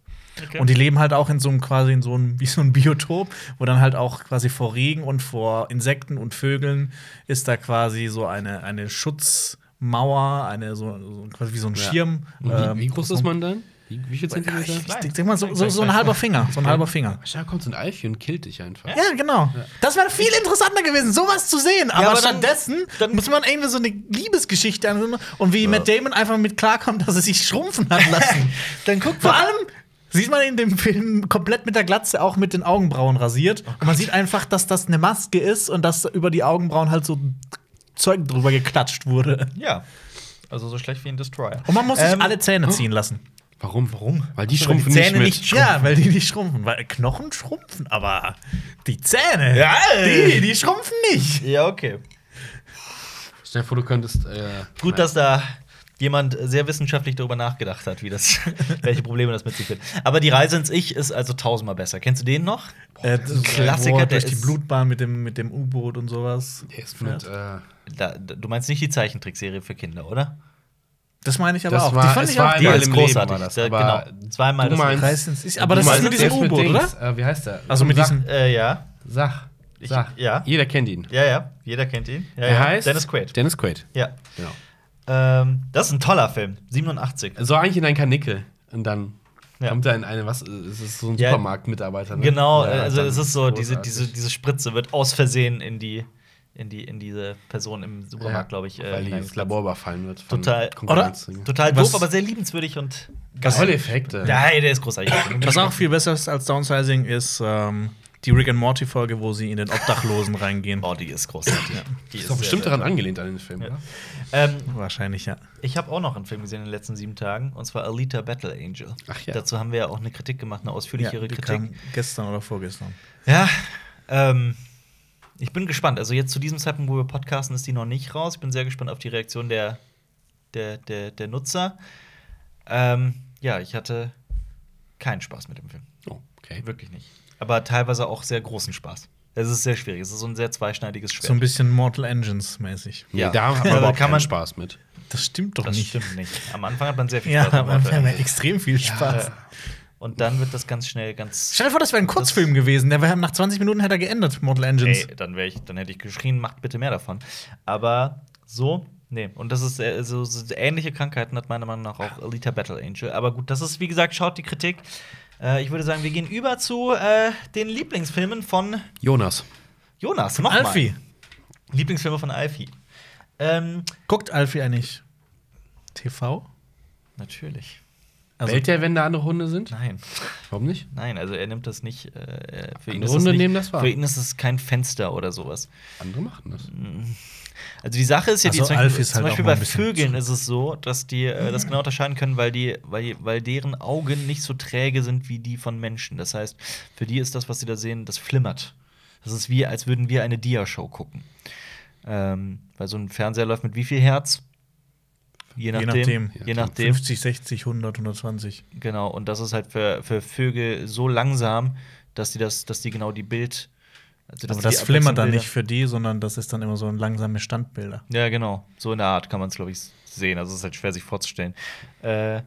Speaker 2: Und die leben halt auch in so einem quasi in so einem, wie so einem Biotop, wo dann halt auch quasi vor Regen und vor Insekten und Vögeln ist da quasi so eine, eine Schutzmauer, eine so, so quasi wie so ein
Speaker 3: Ja.
Speaker 2: Schirm.
Speaker 3: Und
Speaker 2: ähm,
Speaker 3: wie, wie groß ist man dann? Wie, wie viel Zentimeter?
Speaker 2: Ich, ich,
Speaker 1: Klein.
Speaker 2: ich denk mal, so, so, so ein halber Finger. So ein halber Finger.
Speaker 3: Wahrscheinlich kommt so ein Eichhörnchen und killt dich einfach.
Speaker 2: Ja, genau. Das wäre viel interessanter gewesen, sowas zu sehen. Aber,
Speaker 1: aber dann-
Speaker 2: stattdessen
Speaker 1: dann-
Speaker 2: muss man irgendwie so eine Liebesgeschichte an und wie Matt Damon einfach mit klarkommt, dass er sich schrumpfen hat lassen.
Speaker 1: Dann guck
Speaker 2: Vor allem sieht man in dem Film komplett mit der Glatze auch mit den Augenbrauen rasiert. und man sieht einfach, dass das eine Maske ist und dass über die Augenbrauen halt so Zeug drüber geklatscht wurde.
Speaker 1: Ja. Also so schlecht wie ein Destroyer.
Speaker 2: Und man muss sich
Speaker 1: Ähm,
Speaker 2: alle Zähne ziehen lassen.
Speaker 3: Warum?
Speaker 1: Warum?
Speaker 3: Weil die schrumpfen
Speaker 1: die
Speaker 3: nicht
Speaker 1: Zähne
Speaker 3: mit.
Speaker 1: nicht
Speaker 2: Ja, weil die nicht schrumpfen. Weil Knochen schrumpfen, aber die Zähne,
Speaker 1: Ja.
Speaker 2: die, die schrumpfen nicht.
Speaker 1: Ja, okay.
Speaker 3: Stell dir vor, du könntest. Äh,
Speaker 1: Gut, dass da jemand sehr wissenschaftlich darüber nachgedacht hat, wie das, welche Probleme das mit sich führt. Aber die Reise ins Ich ist also tausendmal besser. Kennst du den noch?
Speaker 2: Äh, das ist ein
Speaker 1: Klassiker,
Speaker 2: Boah,
Speaker 1: der
Speaker 2: durch die
Speaker 1: ist-
Speaker 2: Blutbahn mit dem, mit dem U-Boot und sowas.
Speaker 3: Der ist mit. Äh,
Speaker 1: Da, du meinst nicht die Zeichentrickserie für Kinder, oder?
Speaker 2: Das meine ich aber
Speaker 3: Das
Speaker 2: auch.
Speaker 3: war- es war
Speaker 1: Die
Speaker 3: Einmal
Speaker 1: ist
Speaker 3: im Leben
Speaker 1: großartig.
Speaker 3: war das,
Speaker 1: Ja,
Speaker 3: aber
Speaker 1: genau. Zweimal
Speaker 3: du
Speaker 1: das
Speaker 3: meinst-
Speaker 2: Reiß ins Ich. Aber das
Speaker 3: du
Speaker 2: ist mit
Speaker 3: meinst-
Speaker 2: diesem
Speaker 3: der ist
Speaker 2: U-Boot,
Speaker 3: Dings,
Speaker 2: oder?
Speaker 3: Äh, wie heißt der?
Speaker 2: Also mit
Speaker 3: Sach-
Speaker 2: diesem-
Speaker 1: Äh, ja.
Speaker 3: Sach.
Speaker 1: Ich-
Speaker 3: Sach.
Speaker 1: ja.
Speaker 3: Jeder kennt ihn.
Speaker 1: Ja, ja. Jeder kennt ihn. Ja,
Speaker 3: Er
Speaker 1: ja.
Speaker 3: heißt.
Speaker 1: Dennis Quaid.
Speaker 3: Dennis Quaid.
Speaker 1: Ja.
Speaker 3: Genau.
Speaker 1: Ähm, das ist ein toller Film. 87.
Speaker 3: So eigentlich in ein Karnickel. Und dann
Speaker 1: Ja.
Speaker 3: kommt da in eine, was? Es ist so ein
Speaker 1: Ja.
Speaker 3: Supermarktmitarbeiter. Ne?
Speaker 1: Genau,
Speaker 3: Ja,
Speaker 1: äh, also
Speaker 3: dann
Speaker 1: es ist so, diese,
Speaker 3: großartig.
Speaker 1: diese, diese Spritze wird aus Versehen in die, in die, in diese Person im Supermarkt, glaube ich,
Speaker 3: weil die ins
Speaker 1: hineingesetzt.
Speaker 3: Labor überfallen wird. von
Speaker 1: Total.
Speaker 3: Konkurrenz.
Speaker 1: Oder? Total
Speaker 2: Was-
Speaker 1: doof, aber sehr liebenswürdig und.
Speaker 3: Geile Effekte.
Speaker 1: Nein, der ist großartig.
Speaker 2: Was auch viel besser ist als Downsizing, ist ähm, die Rick and Morty-Folge, wo sie in den Obdachlosen reingehen.
Speaker 1: Oh, die ist großartig. Die
Speaker 3: Ist doch
Speaker 1: sehr,
Speaker 3: bestimmt
Speaker 1: sehr-
Speaker 3: daran angelehnt an den Film,
Speaker 1: Ja.
Speaker 3: oder?
Speaker 1: Ähm,
Speaker 2: Wahrscheinlich, ja.
Speaker 1: ich habe auch noch einen Film gesehen in den letzten sieben Tagen, und zwar Alita Battle Angel.
Speaker 3: Ach ja.
Speaker 1: Dazu haben wir ja auch eine Kritik gemacht, eine ausführlichere
Speaker 2: die
Speaker 1: Kritik.
Speaker 2: kam gestern oder vorgestern.
Speaker 1: Ja, ähm, ich bin gespannt. Also jetzt zu diesem Zeitpunkt, wo wir podcasten, ist die noch nicht raus. Ich bin sehr gespannt auf die Reaktion der, der, der, der Nutzer. Ähm, ja, ich hatte keinen Spaß mit dem Film.
Speaker 3: Oh, okay.
Speaker 1: Wirklich nicht. Aber teilweise auch sehr großen Spaß. Es ist sehr schwierig. Es ist so ein sehr zweischneidiges Schwert.
Speaker 2: So ein bisschen Mortal Engines-mäßig.
Speaker 3: Nee,
Speaker 1: Ja.
Speaker 3: da hat
Speaker 1: Aber
Speaker 3: man überhaupt
Speaker 1: kann
Speaker 3: keinen
Speaker 1: man-
Speaker 3: Spaß mit.
Speaker 2: Das stimmt doch
Speaker 1: das
Speaker 2: nicht.
Speaker 1: stimmt nicht. Am Anfang hat man sehr viel
Speaker 2: Ja,
Speaker 1: Spaß.
Speaker 2: aber
Speaker 1: am
Speaker 2: wir haben ja
Speaker 1: Anfang.
Speaker 2: extrem viel Spaß.
Speaker 1: Äh, und dann wird das ganz schnell ganz.
Speaker 2: Stell dir vor, das wäre ein Kurzfilm gewesen. Der wäre nach 20 Minuten hätte er geändert, Mortal Engines.
Speaker 1: Ey, dann, wär ich, dann hätte ich geschrien, macht bitte mehr davon. Aber so, nee. Und das ist äh, so, so ähnliche Krankheiten hat meiner Meinung nach auch Elita Battle Angel. Aber gut, das ist, wie gesagt, schaut die Kritik. Äh, ich würde sagen, wir gehen über zu äh, den Lieblingsfilmen von
Speaker 3: Jonas.
Speaker 1: Jonas. Nochmal.
Speaker 2: Alfie.
Speaker 1: Lieblingsfilme von Alfie. Ähm,
Speaker 2: Guckt Alfie eigentlich TV?
Speaker 1: natürlich.
Speaker 2: Also-
Speaker 3: Bellt der, wenn da andere Hunde sind?
Speaker 1: Nein.
Speaker 3: Warum nicht?
Speaker 1: Nein, also er nimmt das nicht. Äh, für, ihn
Speaker 3: Andere
Speaker 1: ist das
Speaker 3: Hunde
Speaker 1: nicht
Speaker 3: nehmen das wahr.
Speaker 1: für ihn ist es kein Fenster oder sowas.
Speaker 3: Andere machen das.
Speaker 1: Mhm. Also die Sache ist ja, die
Speaker 2: Also
Speaker 1: zum Beispiel,
Speaker 2: Alf ist halt
Speaker 1: zum
Speaker 2: auch
Speaker 1: Beispiel
Speaker 2: mal
Speaker 1: bei
Speaker 2: ein bisschen
Speaker 1: Vögeln ist es so, dass die äh, das genau unterscheiden können, weil die, weil, weil deren Augen nicht so träge sind wie die von Menschen. Das heißt, für die ist das, was sie da sehen, das flimmert. Das ist wie, als würden wir eine Diashow gucken. Ähm, weil so ein Fernseher läuft mit wie viel Herz? Je nachdem. Je nachdem.
Speaker 2: nachdem.
Speaker 1: Je nachdem.
Speaker 2: 50, 60, 100, 120.
Speaker 1: Genau, und das ist halt für, für Vögel so langsam, dass die das, dass die genau die Bild. Also, dass
Speaker 2: Aber
Speaker 1: die
Speaker 2: das
Speaker 1: die
Speaker 2: flimmert dann
Speaker 1: Abwechslungsbilder-
Speaker 2: nicht für die, sondern das ist dann immer so ein langsame Standbilder.
Speaker 1: Ja, genau. So in der Art kann man es, glaube ich, sehen. Also es ist halt schwer, sich vorzustellen. Äh,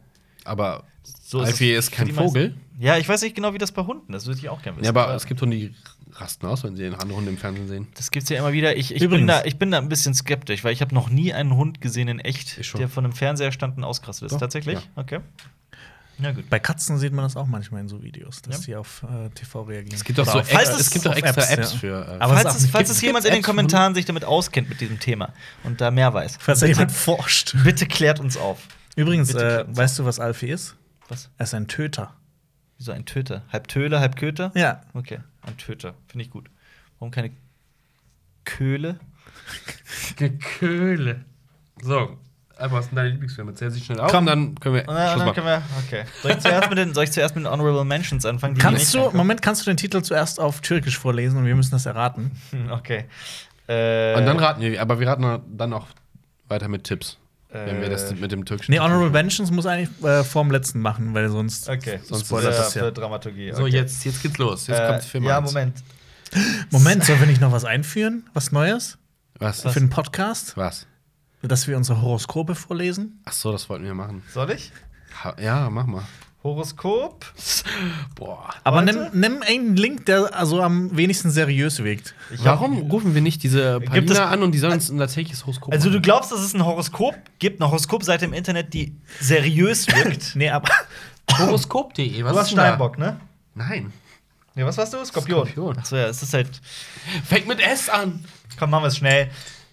Speaker 3: Aber
Speaker 1: so es
Speaker 3: Alfie ist
Speaker 1: für
Speaker 3: kein
Speaker 1: die meisten.
Speaker 3: Vogel.
Speaker 1: Ja, ich weiß nicht genau, wie das bei Hunden ist. Das würde ich auch gerne wissen.
Speaker 3: Ja, aber es gibt Hunde, die rasten aus, wenn sie andere Hunde im Fernsehen sehen.
Speaker 1: das gibt's ja immer wieder. Ich, ich, bin
Speaker 2: Übrigens.
Speaker 1: da, ich bin da ein bisschen skeptisch, weil ich habe noch nie einen Hund gesehen in echt,
Speaker 3: Ich schon.
Speaker 1: der von einem Fernseher stand und ausgerastet ist.
Speaker 3: Doch,
Speaker 1: Tatsächlich?
Speaker 3: ja.
Speaker 1: Okay. Na gut.
Speaker 2: Bei Katzen sieht man das auch manchmal in so Videos, dass die auf äh, TV reagieren. Genau.
Speaker 3: Es gibt auch
Speaker 2: Oder
Speaker 3: so
Speaker 2: auf-
Speaker 1: Falls
Speaker 3: Ex-
Speaker 1: es
Speaker 3: es gibt auch
Speaker 2: auf
Speaker 3: extra
Speaker 2: Apps,
Speaker 3: Apps,
Speaker 2: ja.
Speaker 3: für. Äh,
Speaker 2: Aber-
Speaker 1: Falls
Speaker 2: Sachen.
Speaker 1: es, falls
Speaker 2: Gibt-
Speaker 1: es jemand
Speaker 3: gibt's
Speaker 1: in den
Speaker 3: Apps von-
Speaker 1: Kommentaren sich damit auskennt mit diesem Thema und da mehr weiß,
Speaker 2: Falls da jemand forscht.
Speaker 1: bitte klärt uns auf.
Speaker 2: Übrigens,
Speaker 1: Bitte
Speaker 2: äh,
Speaker 1: klärt uns
Speaker 2: weißt du, was Alfie ist?
Speaker 1: Was?
Speaker 2: Er ist ein Töter.
Speaker 1: Wieso ein Töter? Halb Töle, halb Köter?
Speaker 2: Ja.
Speaker 1: Okay, ein Töter. Finde ich gut. Warum keine Köhle?
Speaker 3: Geköhle. So, einfach was sind deine Lieblingsfilme? Zähl sie schnell auf.
Speaker 2: Komm.
Speaker 3: dann können wir.
Speaker 1: Und dann,
Speaker 3: Schluss
Speaker 1: dann
Speaker 3: machen.
Speaker 1: können wir. Okay. Soll ich zuerst mit den, soll ich zuerst mit den Honorable Mentions anfangen? die
Speaker 2: Kannst
Speaker 1: nicht
Speaker 2: du, Moment, kannst du den Titel zuerst auf Türkisch vorlesen und wir müssen das erraten?
Speaker 1: reinkommen? Okay. Äh,
Speaker 3: Und dann raten wir, aber wir raten dann auch weiter mit Tipps. wenn wir das
Speaker 1: Äh,
Speaker 3: mit dem türkischen.
Speaker 2: Nee, Honorable Mentions muss eigentlich äh, vorm letzten machen, weil sonst.
Speaker 1: Okay,
Speaker 2: Sonst
Speaker 1: Spoiler
Speaker 2: ist das ja-
Speaker 1: für Dramaturgie.
Speaker 3: So, jetzt, jetzt geht's los. Jetzt kommt Film
Speaker 1: Äh, Ja,
Speaker 3: eins.
Speaker 1: Moment.
Speaker 2: Moment, sollen wir nicht noch was einführen? Was Neues?
Speaker 3: Was?
Speaker 2: Für den Podcast?
Speaker 3: Was?
Speaker 2: Dass wir unsere Horoskope vorlesen?
Speaker 3: Ach so, das wollten wir machen.
Speaker 1: Soll ich?
Speaker 3: Ha ja, mach mal.
Speaker 1: Horoskop?
Speaker 3: Boah.
Speaker 2: Aber nimm,
Speaker 1: Heute?
Speaker 2: nimm einen Link, der also am wenigsten seriös wirkt.
Speaker 1: Ich hab-
Speaker 3: Warum rufen wir nicht diese
Speaker 1: Gibt es-
Speaker 3: Palina an und die sollen uns ein tatsächliches Horoskop
Speaker 1: Also du
Speaker 3: machen?
Speaker 1: glaubst, dass es ein Horoskop gibt, eine Horoskopseite im Internet, die seriös wirkt?
Speaker 2: Nee, aber.
Speaker 3: Horoskop.de, was
Speaker 1: du warst
Speaker 3: ist denn da?
Speaker 1: Steinbock, ne?
Speaker 3: Nein.
Speaker 1: Ne, was warst du? Skorpion.
Speaker 3: Skorpion.
Speaker 1: Achso, ja, es ist halt.
Speaker 3: Fängt mit S an.
Speaker 1: Komm, machen wir es schnell.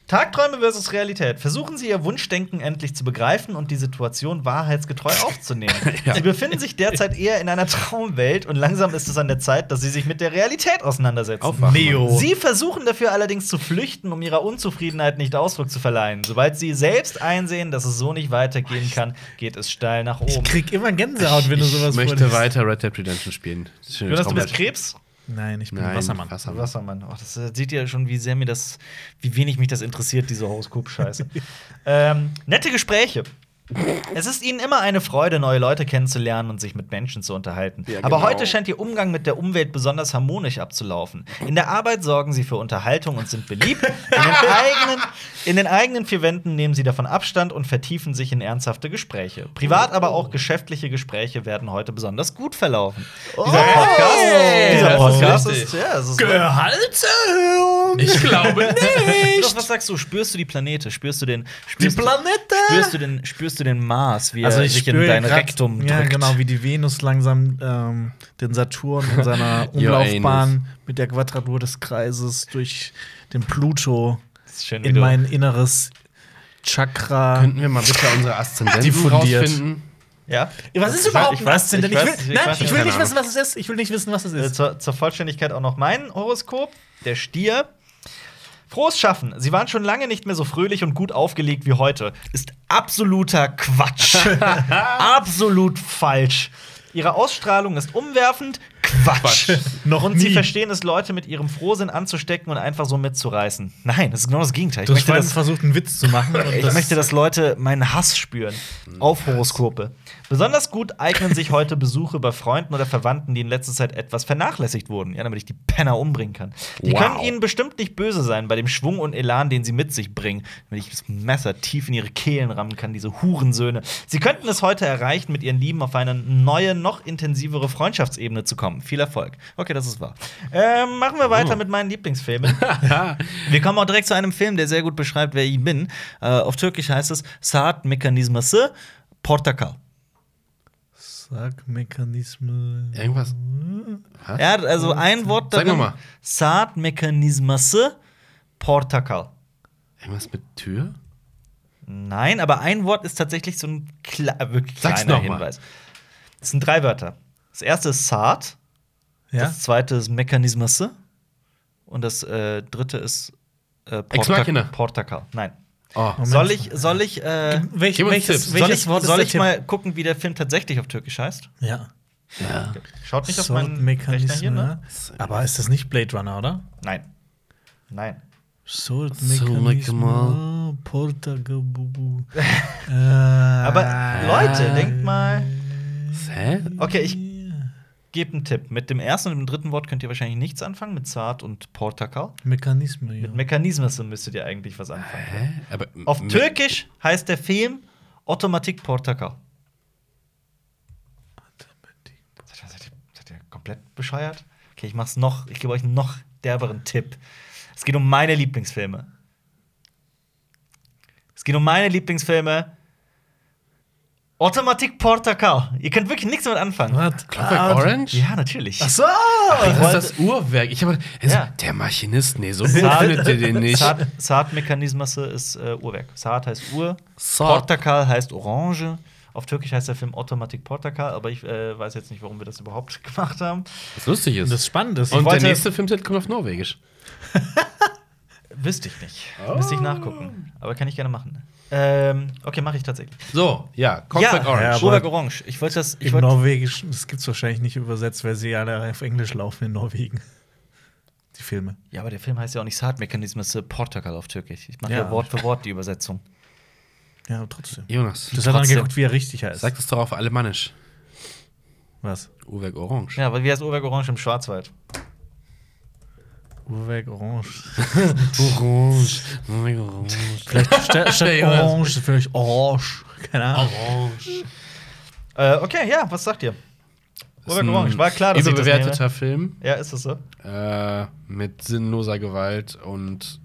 Speaker 1: Tagträume versus Realität. Versuchen Sie Ihr Wunschdenken endlich zu begreifen und die Situation wahrheitsgetreu aufzunehmen.
Speaker 3: Ja.
Speaker 1: Sie befinden sich derzeit eher in einer Traumwelt und langsam ist es an der Zeit, dass Sie sich mit der Realität auseinandersetzen.
Speaker 3: Aufwachen. Neo.
Speaker 1: Sie versuchen dafür allerdings zu flüchten, um ihrer Unzufriedenheit nicht Ausdruck zu verleihen. Sobald sie selbst einsehen, dass es so nicht weitergehen kann, geht es steil nach
Speaker 2: Ich
Speaker 1: oben.
Speaker 2: krieg immer Gänsehaut, wenn du sowas
Speaker 3: ich möchte
Speaker 2: vorliest.
Speaker 3: weiter Red Dead Redemption spielen. Schöne
Speaker 1: Jonas, du bist
Speaker 3: Traumwelt.
Speaker 1: Krebs?
Speaker 2: Nein, ich bin
Speaker 3: Nein,
Speaker 2: Wassermann.
Speaker 3: Wassermann.
Speaker 1: Wassermann. Oh, das äh, seht ihr schon, wie sehr mir das, wie wenig mich das interessiert, diese Horoskop-Scheiße. ähm, nette Gespräche. Es ist ihnen immer eine Freude, neue Leute kennenzulernen und sich mit Menschen zu unterhalten.
Speaker 3: Ja,
Speaker 1: Aber
Speaker 3: genau.
Speaker 1: heute scheint ihr Umgang mit der Umwelt besonders harmonisch abzulaufen. In der Arbeit sorgen sie für Unterhaltung und sind beliebt. In den eigenen, in den eigenen vier Wänden nehmen sie davon Abstand und vertiefen sich in ernsthafte Gespräche. Privat, aber auch geschäftliche Gespräche werden heute besonders gut verlaufen. Dieser Podcast,
Speaker 3: Oh. Hey,
Speaker 1: dieser
Speaker 3: das ist
Speaker 1: Podcast
Speaker 3: richtig.
Speaker 1: ist, ja, es ist
Speaker 2: Äh, halt! Gehaltserhöhung!
Speaker 3: Ich glaube
Speaker 1: Doch,
Speaker 3: nicht.
Speaker 1: was sagst du? Spürst du die Planete? Spürst du den.
Speaker 2: Die
Speaker 1: Spürst
Speaker 2: Planete!
Speaker 1: Du, spürst, du den, spürst du den Mars, wie er
Speaker 2: Also ich
Speaker 1: sich
Speaker 2: spüre
Speaker 1: in dein
Speaker 2: grad-
Speaker 1: Rektum drückt?
Speaker 2: Ja, genau, wie die Venus langsam ähm, den Saturn in seiner
Speaker 3: Your anus.
Speaker 2: Umlaufbahn mit der Quadratur des Kreises durch den Pluto
Speaker 1: Das ist schön, wie
Speaker 2: in
Speaker 1: du-
Speaker 2: mein inneres Chakra.
Speaker 3: Könnten wir mal bitte unsere Aszendenten
Speaker 2: Diffundiert.
Speaker 3: rausfinden?
Speaker 1: Ja.
Speaker 2: was ist
Speaker 1: Ich weiß-
Speaker 2: überhaupt
Speaker 1: ich
Speaker 2: ein
Speaker 1: weiß-
Speaker 2: Aszendent?
Speaker 1: ich
Speaker 2: Ich will,
Speaker 1: weiß- ich
Speaker 2: nein,
Speaker 1: weiß
Speaker 2: ich will
Speaker 3: nicht.
Speaker 2: nicht
Speaker 3: Keine
Speaker 2: wissen, was es ist. Ich will nicht wissen, was es
Speaker 1: Äh,
Speaker 2: ist.
Speaker 1: zur, zur Vollständigkeit auch noch mein Horoskop, der Stier. Frohes Schaffen. Sie waren schon lange nicht mehr so fröhlich und gut aufgelegt wie heute. Ist absoluter Quatsch. Absolut falsch. Ihre Ausstrahlung ist umwerfend. Quatsch.
Speaker 3: Quatsch.
Speaker 2: Noch
Speaker 1: und sie
Speaker 2: nie.
Speaker 1: verstehen es, Leute mit ihrem Frohsinn anzustecken und einfach so mitzureißen. Nein, das ist genau das Gegenteil. Ich
Speaker 2: Du hast
Speaker 1: möchte
Speaker 2: vorhin
Speaker 1: das,
Speaker 2: versucht, einen Witz zu machen. und
Speaker 1: ich
Speaker 2: das-
Speaker 1: möchte, dass Leute meinen Hass spüren auf Horoskope. Besonders gut eignen sich heute Besuche bei Freunden oder Verwandten, die in letzter Zeit etwas vernachlässigt wurden, ja, damit ich die Penner umbringen kann. Die
Speaker 3: Wow.
Speaker 1: können ihnen bestimmt nicht böse sein bei dem Schwung und Elan, den sie mit sich bringen, wenn ich das Messer tief in ihre Kehlen rammen kann, diese Hurensöhne. Sie könnten es heute erreichen, mit ihren Lieben auf eine neue, noch intensivere Freundschaftsebene zu kommen. Viel Erfolg. Okay, das ist wahr. Ähm, machen wir
Speaker 2: Oh.
Speaker 1: weiter mit meinen Lieblingsfilmen. Wir kommen auch direkt zu einem Film, der sehr gut beschreibt, wer ich bin. Äh, auf Türkisch heißt es Saat Mekanizması Portakal.
Speaker 2: Sackmechanismen.
Speaker 3: Irgendwas. Was?
Speaker 1: Er hat also ein Wort
Speaker 3: Sag
Speaker 1: darin.
Speaker 3: Mhm. noch mal.
Speaker 1: Saat Mekanizması Portakal.
Speaker 3: Irgendwas mit Tür?
Speaker 1: Nein, aber ein Wort ist tatsächlich so ein kle äh, wirklich
Speaker 3: Sag's
Speaker 1: kleiner
Speaker 3: noch mal.
Speaker 1: Hinweis. Es sind drei Wörter. Das erste ist Saat,
Speaker 2: Ja?
Speaker 1: das zweite ist Mekanizmasse und das äh, dritte ist äh, Porta-
Speaker 3: Ex Machina.
Speaker 1: Portakal. Nein.
Speaker 3: Oh.
Speaker 2: Moment.
Speaker 1: Soll ich, soll ich, äh,
Speaker 2: Welch,
Speaker 3: Gib uns
Speaker 2: welches
Speaker 3: Tipps.
Speaker 1: soll
Speaker 2: welches
Speaker 1: ich,
Speaker 2: Wort ist
Speaker 1: soll
Speaker 2: der
Speaker 1: ich
Speaker 2: Tipp?
Speaker 1: mal gucken, wie der Film tatsächlich auf Türkisch heißt?
Speaker 2: Ja.
Speaker 3: Ja.
Speaker 1: Schaut nicht auf meinen Rechner hier,
Speaker 2: Sordmechanismen.
Speaker 1: ne?
Speaker 2: Ne? Aber ist das nicht Blade Runner, oder?
Speaker 1: Nein. Nein.
Speaker 2: Sordmechanismen. Portagabubu. äh, Aber
Speaker 1: Aber Leute, denkt mal.
Speaker 3: Hä?
Speaker 1: Okay, ich gebe einen Tipp. Mit dem ersten und dem dritten Wort könnt ihr wahrscheinlich nichts anfangen, mit Zart und Portakal.
Speaker 2: Mechanismen, ja.
Speaker 1: Mit Mechanismus müsstet ihr eigentlich was anfangen.
Speaker 3: Hä? Aber
Speaker 1: Auf
Speaker 3: Äh, mit-
Speaker 1: Türkisch heißt der Film Automatik Portakal. Seid ihr, seid ihr, seid ihr komplett bescheuert? Okay, ich mach's noch, ich gebe euch einen noch derberen Tipp. Es geht um meine Lieblingsfilme. Es geht um meine Lieblingsfilme. Automatik Portakal. Ihr könnt wirklich nichts damit anfangen.
Speaker 2: Was?
Speaker 3: Clockwork
Speaker 2: Ah,
Speaker 3: Orange?
Speaker 1: Ja, natürlich.
Speaker 2: Ach Ah, so!
Speaker 3: Das ist das Uhrwerk. Ich habe
Speaker 1: Ja.
Speaker 3: der Maschinist, nee, so gut
Speaker 1: Saat-
Speaker 3: findet ihr den nicht.
Speaker 1: Saat, Saatmechanismasse ist äh, Uhrwerk. Saat heißt Uhr.
Speaker 3: Saat.
Speaker 1: Portakal heißt Orange. Auf Türkisch heißt der Film Automatik Portakal, aber ich äh, weiß jetzt nicht, warum wir das überhaupt gemacht haben.
Speaker 3: Was lustig ist.
Speaker 2: Das ist spannend. Das
Speaker 3: Und der
Speaker 1: wollte-
Speaker 3: nächste Filmtitel kommt auf Norwegisch.
Speaker 1: Wüsste ich nicht. Müsste
Speaker 2: Oh.
Speaker 1: ich nachgucken. Aber kann ich gerne machen. Ähm, okay, mache ich tatsächlich.
Speaker 3: So, ja, Clockwork
Speaker 1: ja,
Speaker 3: Orange.
Speaker 2: Ja,
Speaker 1: Uhrwerk Orange. Ich wollte das. Ich
Speaker 2: Im
Speaker 1: wollte
Speaker 2: Norwegischen, das gibt's wahrscheinlich nicht übersetzt, weil sie alle auf Englisch laufen in Norwegen. Die Filme.
Speaker 1: ja, aber der Film heißt ja auch nicht Saatmechanismus, Portakal auf Türkisch. Ich mache ja.
Speaker 2: Ja.
Speaker 1: Wort für Wort die Übersetzung.
Speaker 2: Ja, aber trotzdem.
Speaker 3: Jonas,
Speaker 2: Das hat dann
Speaker 1: Trotzdem.
Speaker 2: geguckt, wie er richtig heißt.
Speaker 3: sag das doch auf Alemannisch.
Speaker 2: Was?
Speaker 3: Uhrwerk Orange.
Speaker 1: Ja, aber wie heißt Uhrwerk Orange im Schwarzwald?
Speaker 2: Uhrwerk Orange.
Speaker 3: Orange. Uhrwerk Orange.
Speaker 2: Vielleicht statt, statt
Speaker 3: Hey, Jonas.
Speaker 2: Orange, vielleicht Orange. Keine Ahnung.
Speaker 3: Orange.
Speaker 1: Äh, okay, ja, was sagt ihr?
Speaker 3: Ist
Speaker 1: Uhrwerk
Speaker 3: ein
Speaker 1: Orange. War klar, dass ich das nehme.
Speaker 3: Überbewerteter Film
Speaker 1: Ja, ist das so?
Speaker 3: äh, mit sinnloser Gewalt und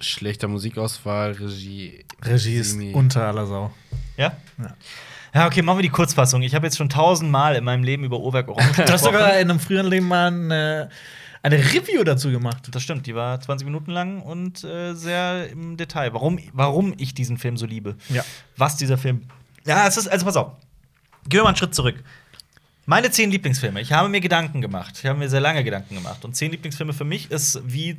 Speaker 3: schlechter Musikauswahl, Regie.
Speaker 2: Regie ist
Speaker 3: Simi.
Speaker 2: unter aller Sau.
Speaker 1: Ja?
Speaker 2: Ja.
Speaker 1: Ja, okay, machen wir die Kurzfassung. Ich habe jetzt schon tausendmal in meinem Leben über Uhrwerk Orange
Speaker 2: Du hast
Speaker 1: gesprochen.
Speaker 2: sogar in einem früheren Leben mal eine, eine Review dazu gemacht.
Speaker 1: Das stimmt, die war 20 Minuten lang und äh, sehr im Detail. Warum, warum ich diesen Film so liebe.
Speaker 2: Ja.
Speaker 1: Was dieser Film. Ja, es ist, also pass auf. Gehen wir mal einen Schritt zurück. Meine zehn Lieblingsfilme. Ich habe mir Gedanken gemacht. Ich habe mir sehr lange Gedanken gemacht. Und zehn Lieblingsfilme für mich ist wie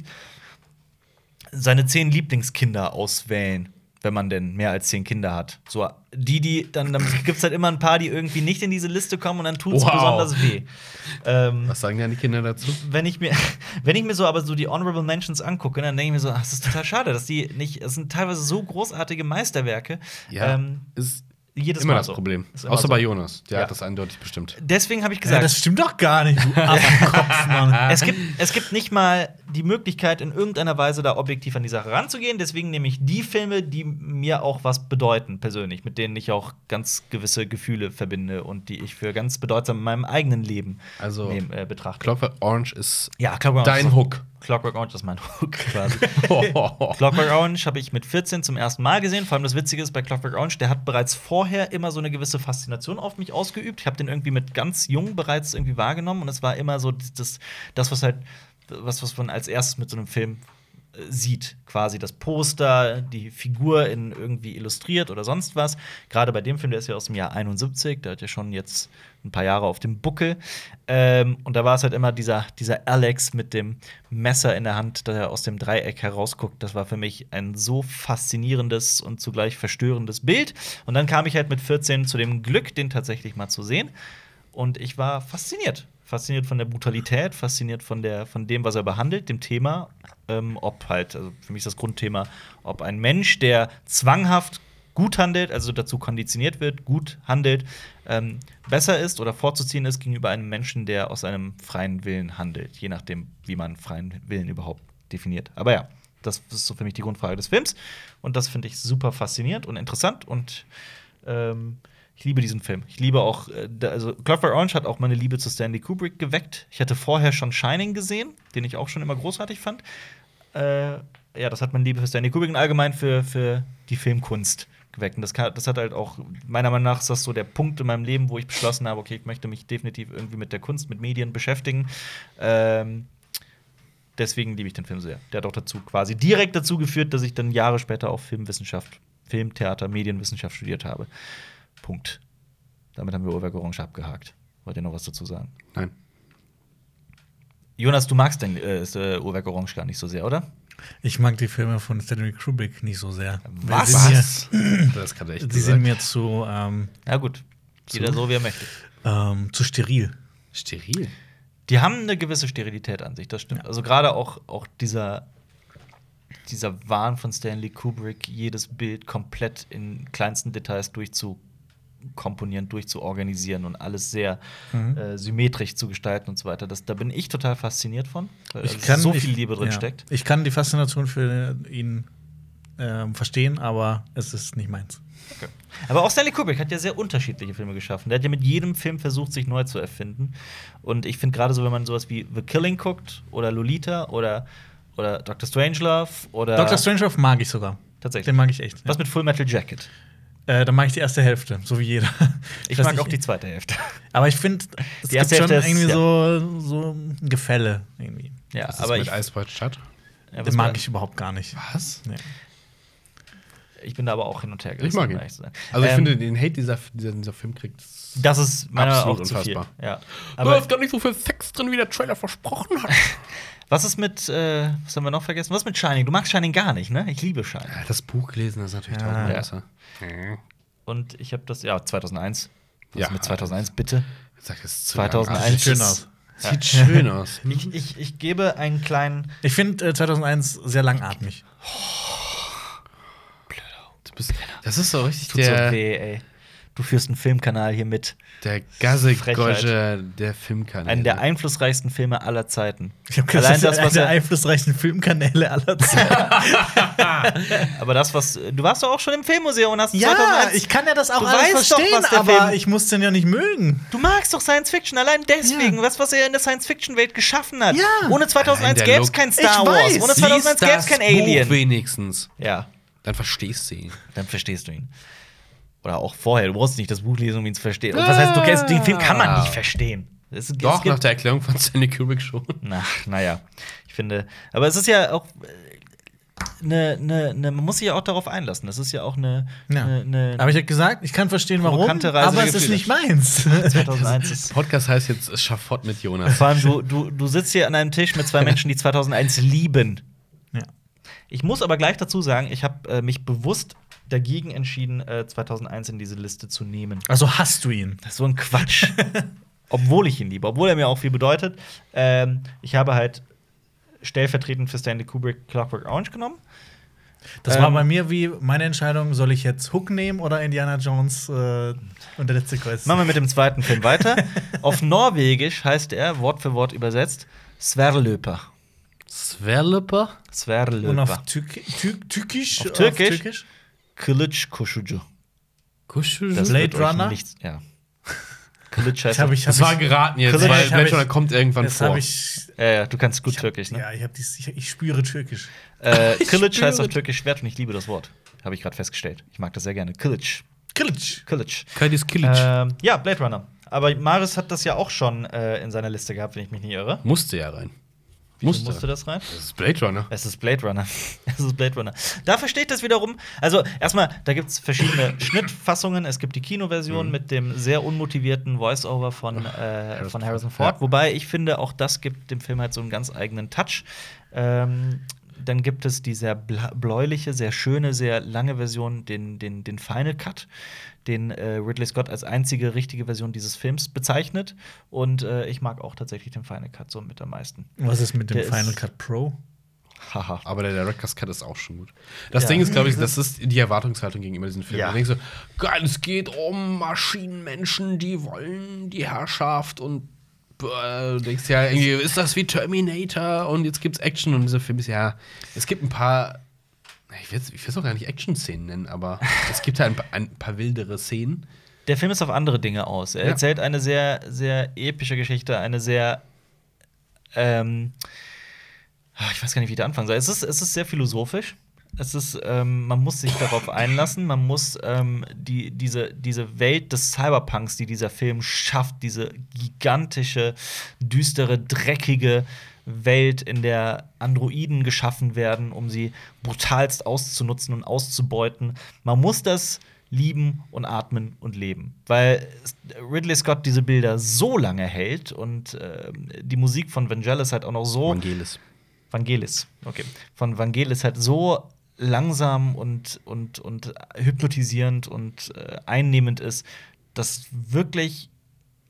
Speaker 1: seine zehn Lieblingskinder auswählen, wenn man denn mehr als zehn Kinder hat. So, die, die, dann, dann gibt es halt immer ein paar, die irgendwie nicht in diese Liste kommen und dann tut es
Speaker 3: Wow.
Speaker 1: besonders weh. Ähm,
Speaker 3: Was sagen denn die Kinder dazu?
Speaker 1: wenn ich mir, wenn ich mir so aber so die Honorable Mentions angucke, dann denke ich mir so, ach, das ist total schade, dass die nicht, es sind teilweise so großartige Meisterwerke. Ähm,
Speaker 3: ist
Speaker 1: jedes
Speaker 3: immer
Speaker 1: Mal
Speaker 3: das
Speaker 1: so.
Speaker 3: Problem.
Speaker 1: Ist immer
Speaker 3: Außer
Speaker 1: so.
Speaker 3: bei Jonas, der
Speaker 1: Ja.
Speaker 3: hat das eindeutig bestimmt.
Speaker 1: Deswegen habe ich
Speaker 2: Ja,
Speaker 1: gesagt,
Speaker 2: das Ah. stimmt doch gar nicht, du Affenkopf, Mann.
Speaker 1: es, gibt, es gibt nicht mal die Möglichkeit, in irgendeiner Weise da objektiv an die Sache ranzugehen. Deswegen nehme ich die Filme, die mir auch was bedeuten, persönlich, mit denen ich auch ganz gewisse Gefühle verbinde und die ich für ganz bedeutsam in meinem eigenen Leben
Speaker 3: Also,
Speaker 1: nehm, äh, betrachte.
Speaker 3: Clockwork Orange ist
Speaker 1: ja, Clockwork Orange
Speaker 3: dein
Speaker 1: ist-
Speaker 3: Hook.
Speaker 1: Clockwork Orange ist mein Hook quasi.
Speaker 3: Hohoho.
Speaker 1: Clockwork Orange habe ich mit 14 zum ersten Mal gesehen. Vor allem das Witzige ist bei Clockwork Orange, der hat bereits vorher immer so eine gewisse Faszination auf mich ausgeübt. Ich habe den irgendwie mit ganz jung bereits irgendwie wahrgenommen und es war immer so das- das, das was halt, was, was man als erstes mit so einem Film äh, sieht. Quasi das Poster, die Figur in irgendwie illustriert oder sonst was. Gerade bei dem Film, der ist ja aus dem Jahr 71, der hat ja schon jetzt ein paar Jahre auf dem Buckel. Ähm, und da war es halt immer dieser, dieser Alex mit dem Messer in der Hand, dass er aus dem Dreieck herausguckt. Das war für mich ein so faszinierendes und zugleich verstörendes Bild. Und dann kam ich halt mit 14 zu dem Glück, den tatsächlich mal zu sehen. Und ich war fasziniert. Fasziniert von der Brutalität, fasziniert von, der, von dem, was er behandelt, dem Thema. Ähm, ob halt, also für mich ist das Grundthema, ob ein Mensch, der zwanghaft gut handelt, also dazu konditioniert wird, gut handelt, ähm, besser ist oder vorzuziehen ist gegenüber einem Menschen, der aus einem freien Willen handelt. Je nachdem, wie man freien Willen überhaupt definiert. Aber ja, das ist so für mich die Grundfrage des Films. Und das finde ich super faszinierend und interessant und ähm, ich liebe diesen Film. Ich liebe auch, äh, da- also Clockwork Orange hat auch meine Liebe zu Stanley Kubrick geweckt. Ich hatte vorher schon Shining gesehen, den ich auch schon immer großartig fand. Äh, ja, das hat meine Liebe für Stanley Kubrick und allgemein für, für die Filmkunst geweckt. Und das, kann, das hat halt auch, meiner Meinung nach, ist das so der Punkt in meinem Leben, wo ich beschlossen habe, okay, ich möchte mich definitiv irgendwie mit der Kunst, mit Medien beschäftigen. Ähm, deswegen liebe ich den Film sehr. Der hat auch dazu quasi direkt dazu geführt, dass ich dann Jahre später auch Filmwissenschaft, Filmtheater, Medienwissenschaft studiert habe. Punkt. Damit haben wir Uhrwerk Orange abgehakt. Wollt ihr noch was dazu sagen?
Speaker 3: Nein.
Speaker 1: Jonas, du magst den äh, ist, äh, Uhrwerk Orange gar nicht so sehr, oder?
Speaker 2: Ich mag die Filme von Stanley Kubrick nicht so sehr.
Speaker 1: Was?
Speaker 2: Weil
Speaker 3: Das kann
Speaker 2: Sie
Speaker 3: echt
Speaker 2: mir, die sind mir zu, ähm,
Speaker 1: Na gut. Jeder so, wie er möchte.
Speaker 2: ähm, zu steril.
Speaker 3: steril.
Speaker 1: Die haben eine gewisse Sterilität an sich, das stimmt. Also gerade auch, auch dieser, dieser Wahn von Stanley Kubrick, jedes Bild komplett in kleinsten Details durchzukomponieren, durchzuorganisieren und alles sehr äh, symmetrisch zu gestalten und so weiter. Das, da bin ich total fasziniert von, weil da so viel
Speaker 2: ich-
Speaker 1: Liebe drin
Speaker 2: ja.
Speaker 1: steckt.
Speaker 2: Ich kann die Faszination für ihn ähm, verstehen, aber es ist nicht meins.
Speaker 1: Aber auch Stanley Kubrick hat ja sehr unterschiedliche Filme geschaffen. Der hat ja mit jedem Film versucht, sich neu zu erfinden. Und ich finde gerade so, wenn man sowas wie The Killing guckt oder Lolita oder, oder Dr. Strangelove oder
Speaker 2: Dr. Strangelove mag ich sogar.
Speaker 1: tatsächlich.
Speaker 2: Den mag ich echt.
Speaker 1: Was mit Full Metal Jacket?
Speaker 2: Äh, dann mag ich die erste Hälfte, so wie jeder.
Speaker 1: Ich
Speaker 2: weiß
Speaker 1: mag
Speaker 2: nicht,
Speaker 1: auch die zweite Hälfte.
Speaker 2: Aber ich finde, es
Speaker 1: Die
Speaker 2: gibt
Speaker 1: erste
Speaker 2: schon
Speaker 1: Hälfte ist-
Speaker 2: irgendwie
Speaker 1: ja.
Speaker 2: so, so ein Gefälle. Irgendwie.
Speaker 1: Ja,
Speaker 3: Was ist
Speaker 1: aber
Speaker 3: mit
Speaker 1: ich, ja,
Speaker 3: Eisbreit statt?
Speaker 1: was
Speaker 2: Den mag
Speaker 1: war-
Speaker 2: ich überhaupt gar nicht.
Speaker 3: Was?
Speaker 2: Nee.
Speaker 1: Ich bin da aber auch hin und her
Speaker 3: Ich mag ihn.
Speaker 1: um ehrlich zu sein.
Speaker 3: Also ich
Speaker 1: Ähm,
Speaker 3: finde, den Hate, dieser, dieser, dieser Film kriegt.
Speaker 1: das ist meiner
Speaker 3: absolut
Speaker 1: auch zu viel.
Speaker 3: unfassbar.
Speaker 1: Ja. Aber
Speaker 3: gar nicht so viel Sex drin, wie der Trailer versprochen hat.
Speaker 1: was ist mit, äh, was haben wir noch vergessen? Was mit Shining? Du magst Shining gar nicht, ne? Ich liebe Shining.
Speaker 3: Ja, das Buch gelesen, das ist natürlich Also, äh,
Speaker 2: Ja.
Speaker 3: tausendmal
Speaker 1: Ja.
Speaker 3: besser.
Speaker 1: Und ich habe das, ja, 2001. Was
Speaker 3: Ja.
Speaker 1: ist mit 2001, bitte?
Speaker 3: Sag es
Speaker 1: 2001
Speaker 2: Sieht schön
Speaker 1: ist-
Speaker 2: aus.
Speaker 3: Sieht schön aus.
Speaker 1: Ich, ich, ich gebe einen kleinen.
Speaker 2: Ich finde äh, 2001 sehr langatmig.
Speaker 3: Du bist- Das ist so richtig
Speaker 1: Tut so
Speaker 3: der,
Speaker 1: weh, ey. Du führst einen Filmkanal hier mit.
Speaker 3: der gasse
Speaker 1: Frechheit.
Speaker 3: Geuge der Filmkanäle.
Speaker 1: Einen der einflussreichsten Filme aller Zeiten.
Speaker 2: Ich habe
Speaker 1: Allein
Speaker 2: gesagt, das
Speaker 1: das,
Speaker 2: ist einer
Speaker 1: was
Speaker 2: der
Speaker 1: er,
Speaker 2: einflussreichsten Filmkanäle aller Zeiten.
Speaker 1: aber das, was. Du warst doch auch schon im Filmmuseum und hast
Speaker 2: ja,
Speaker 1: 2001
Speaker 2: ich kann ja das auch
Speaker 1: Du
Speaker 2: alles
Speaker 1: weißt doch,
Speaker 2: verstehen,
Speaker 1: was der
Speaker 2: aber
Speaker 1: Film-
Speaker 2: ich muss den ja nicht mögen.
Speaker 1: Du magst doch Science Fiction, allein deswegen,
Speaker 2: Ja.
Speaker 1: was, was er in der Science Fiction Welt geschaffen hat.
Speaker 2: Ja.
Speaker 1: Ohne 2001
Speaker 3: Allein der
Speaker 1: gäbe es
Speaker 3: Look.
Speaker 1: kein Star
Speaker 2: Ich
Speaker 1: Wars.
Speaker 2: weiß.
Speaker 1: Ohne 2001 gäbe es kein Alien.
Speaker 3: Buch wenigstens.
Speaker 1: Ja,
Speaker 3: Dann verstehst du ihn.
Speaker 1: dann verstehst du ihn. Oder auch vorher, du brauchst nicht das Buch lesen, um ihn zu verstehen. Und was heißt, du kennst den Film kann man nicht verstehen. Es, es
Speaker 3: Doch,
Speaker 1: gibt-
Speaker 3: nach der Erklärung von Stanley Kubrick schon.
Speaker 1: Na, naja, ich finde. Aber es ist ja auch. Ne, ne, ne, man muss sich ja auch darauf einlassen. Das ist ja auch eine.
Speaker 2: Ja.
Speaker 1: Ne, ne,
Speaker 2: aber ich habe gesagt, ich kann verstehen, warum,
Speaker 1: Provokante Reise
Speaker 2: aber
Speaker 1: der
Speaker 2: es ist
Speaker 1: Gefühle.
Speaker 2: nicht meins.
Speaker 1: 2001
Speaker 3: Der
Speaker 1: ist.
Speaker 3: Podcast heißt jetzt Schafott mit Jonas.
Speaker 1: Vor allem, du, du, du sitzt hier an einem Tisch mit zwei Menschen, die 2001 lieben.
Speaker 2: ja.
Speaker 1: Ich muss aber gleich dazu sagen, ich habe äh, mich bewusst dagegen entschieden, äh, 2001 in diese Liste zu nehmen.
Speaker 2: Also hast du ihn.
Speaker 1: Das ist so ein Quatsch. obwohl ich ihn liebe, obwohl er mir auch viel bedeutet. Ähm, ich habe halt stellvertretend für Stanley Kubrick Clockwork Orange genommen.
Speaker 2: Das
Speaker 1: Ähm,
Speaker 2: war bei mir wie meine Entscheidung, soll ich jetzt Hook nehmen oder Indiana Jones äh, und der letzte Quest?
Speaker 1: Machen wir mit dem zweiten Film weiter. Auf Norwegisch heißt er, Wort für Wort übersetzt, Sverlöper.
Speaker 3: Sverleper?
Speaker 2: und auf
Speaker 1: Sverlöper.
Speaker 2: Türki Tü Türkisch?
Speaker 1: Auf Türkisch? Klitschkoschuju.
Speaker 3: Das,
Speaker 2: Blade
Speaker 1: wird euch
Speaker 2: Runner?
Speaker 1: nichts- Ja. Klitsch heißt
Speaker 2: Das habe ich, hab
Speaker 3: war
Speaker 2: ich,
Speaker 3: geraten jetzt,
Speaker 2: Kritisch
Speaker 3: weil
Speaker 2: hab
Speaker 3: Blade
Speaker 2: ich-
Speaker 3: Runner kommt irgendwann
Speaker 2: das hab
Speaker 3: vor.
Speaker 2: ich.
Speaker 1: Äh, ja, du kannst gut Türkisch, ne?
Speaker 2: Ja, ich, hab dies, ich, ich spüre Türkisch.
Speaker 1: Äh, Kilic
Speaker 3: spüre
Speaker 1: heißt auf
Speaker 3: das.
Speaker 1: Türkisch Schwert und ich liebe das Wort. Habe ich gerade festgestellt. Ich mag das sehr gerne. Kilic.
Speaker 2: Kilic.
Speaker 1: Kilic.
Speaker 3: Curtis Kilic.
Speaker 2: Äh,
Speaker 1: Ähm, ja, Blade Runner. Aber Maris hat das ja auch schon äh, in seiner Liste gehabt, wenn ich mich nicht irre.
Speaker 3: musste ja rein.
Speaker 1: Wieso musste das rein?
Speaker 3: Das ist Blade Runner.
Speaker 1: Es ist Blade Runner. Es ist Blade Runner. Da verstehe ich das wiederum. Also, erstmal, da gibt es verschiedene Schnittfassungen. Es gibt die Kinoversion mit dem sehr unmotivierten Voiceover von, äh, von Mhm. Harrison Ford.
Speaker 3: Ja.
Speaker 1: Wobei ich finde, auch das gibt dem Film halt so einen ganz eigenen Touch. Ähm, dann gibt es die sehr bla- bläuliche, sehr schöne, sehr lange Version, den, den, den Final Cut, den äh, Ridley Scott als einzige richtige Version dieses Films bezeichnet. Und äh, ich mag auch tatsächlich den Final Cut so mit am meisten.
Speaker 2: Was ist mit dem
Speaker 1: Der ist-
Speaker 2: Final Cut Pro?
Speaker 1: Haha.
Speaker 3: Aber der Director's Cut ist auch schon gut. Das
Speaker 1: Ja.
Speaker 3: Ding ist, glaube ich, das ist die Erwartungshaltung gegenüber diesem Film.
Speaker 1: Ja.
Speaker 3: Da denkst du, geil, es geht um Maschinenmenschen, die wollen die Herrschaft und äh, du denkst ja irgendwie, ist das wie Terminator und jetzt gibt's Action und dieser Film ist ja, es gibt ein paar, ich will ich will's auch gar nicht Action-Szenen nennen, aber es gibt halt ein paar, ein paar wildere Szenen.
Speaker 1: Der Film ist auf andere Dinge aus. Er
Speaker 3: Ja.
Speaker 1: erzählt eine sehr, sehr epische Geschichte, eine sehr. Ähm, ah, ich weiß gar nicht, wie ich da anfangen soll. Es ist, es ist sehr philosophisch. Es ist, ähm, man muss sich darauf einlassen, man muss ähm, die, diese, diese Welt des Cyberpunks, die dieser Film schafft, diese gigantische, düstere, dreckige Welt, in der Androiden geschaffen werden, um sie brutalst auszunutzen und auszubeuten. Man muss das lieben und atmen und leben. Weil Ridley Scott diese Bilder so lange hält und ähm, die Musik von Vangelis halt auch noch so.
Speaker 3: Vangelis.
Speaker 1: Vangelis, okay. Von Vangelis halt so langsam und, und, und hypnotisierend und äh, einnehmend ist, dass wirklich.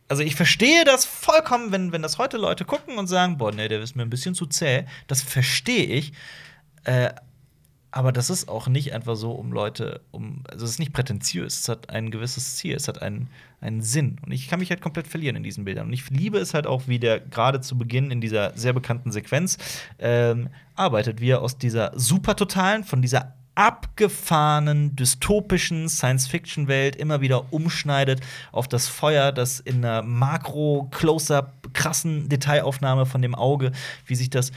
Speaker 1: Also ich verstehe das vollkommen, wenn, wenn das heute Leute gucken und sagen, boah, nee, der ist mir ein bisschen zu zäh. Das verstehe ich. Äh, aber das ist auch nicht einfach so, um Leute, um. Also es ist nicht prätentiös, es hat ein gewisses Ziel, es hat einen, einen Sinn. Und ich kann mich halt komplett verlieren in diesen Bildern. Und ich liebe es halt auch, wie der gerade zu Beginn in dieser sehr bekannten Sequenz ähm, arbeitet, wie er aus dieser supertotalen, von dieser abgefahrenen, dystopischen Science-Fiction-Welt immer wieder umschneidet auf das Feuer, das in einer Makro-Close-Up, krassen Detailaufnahme von dem Auge, wie sich das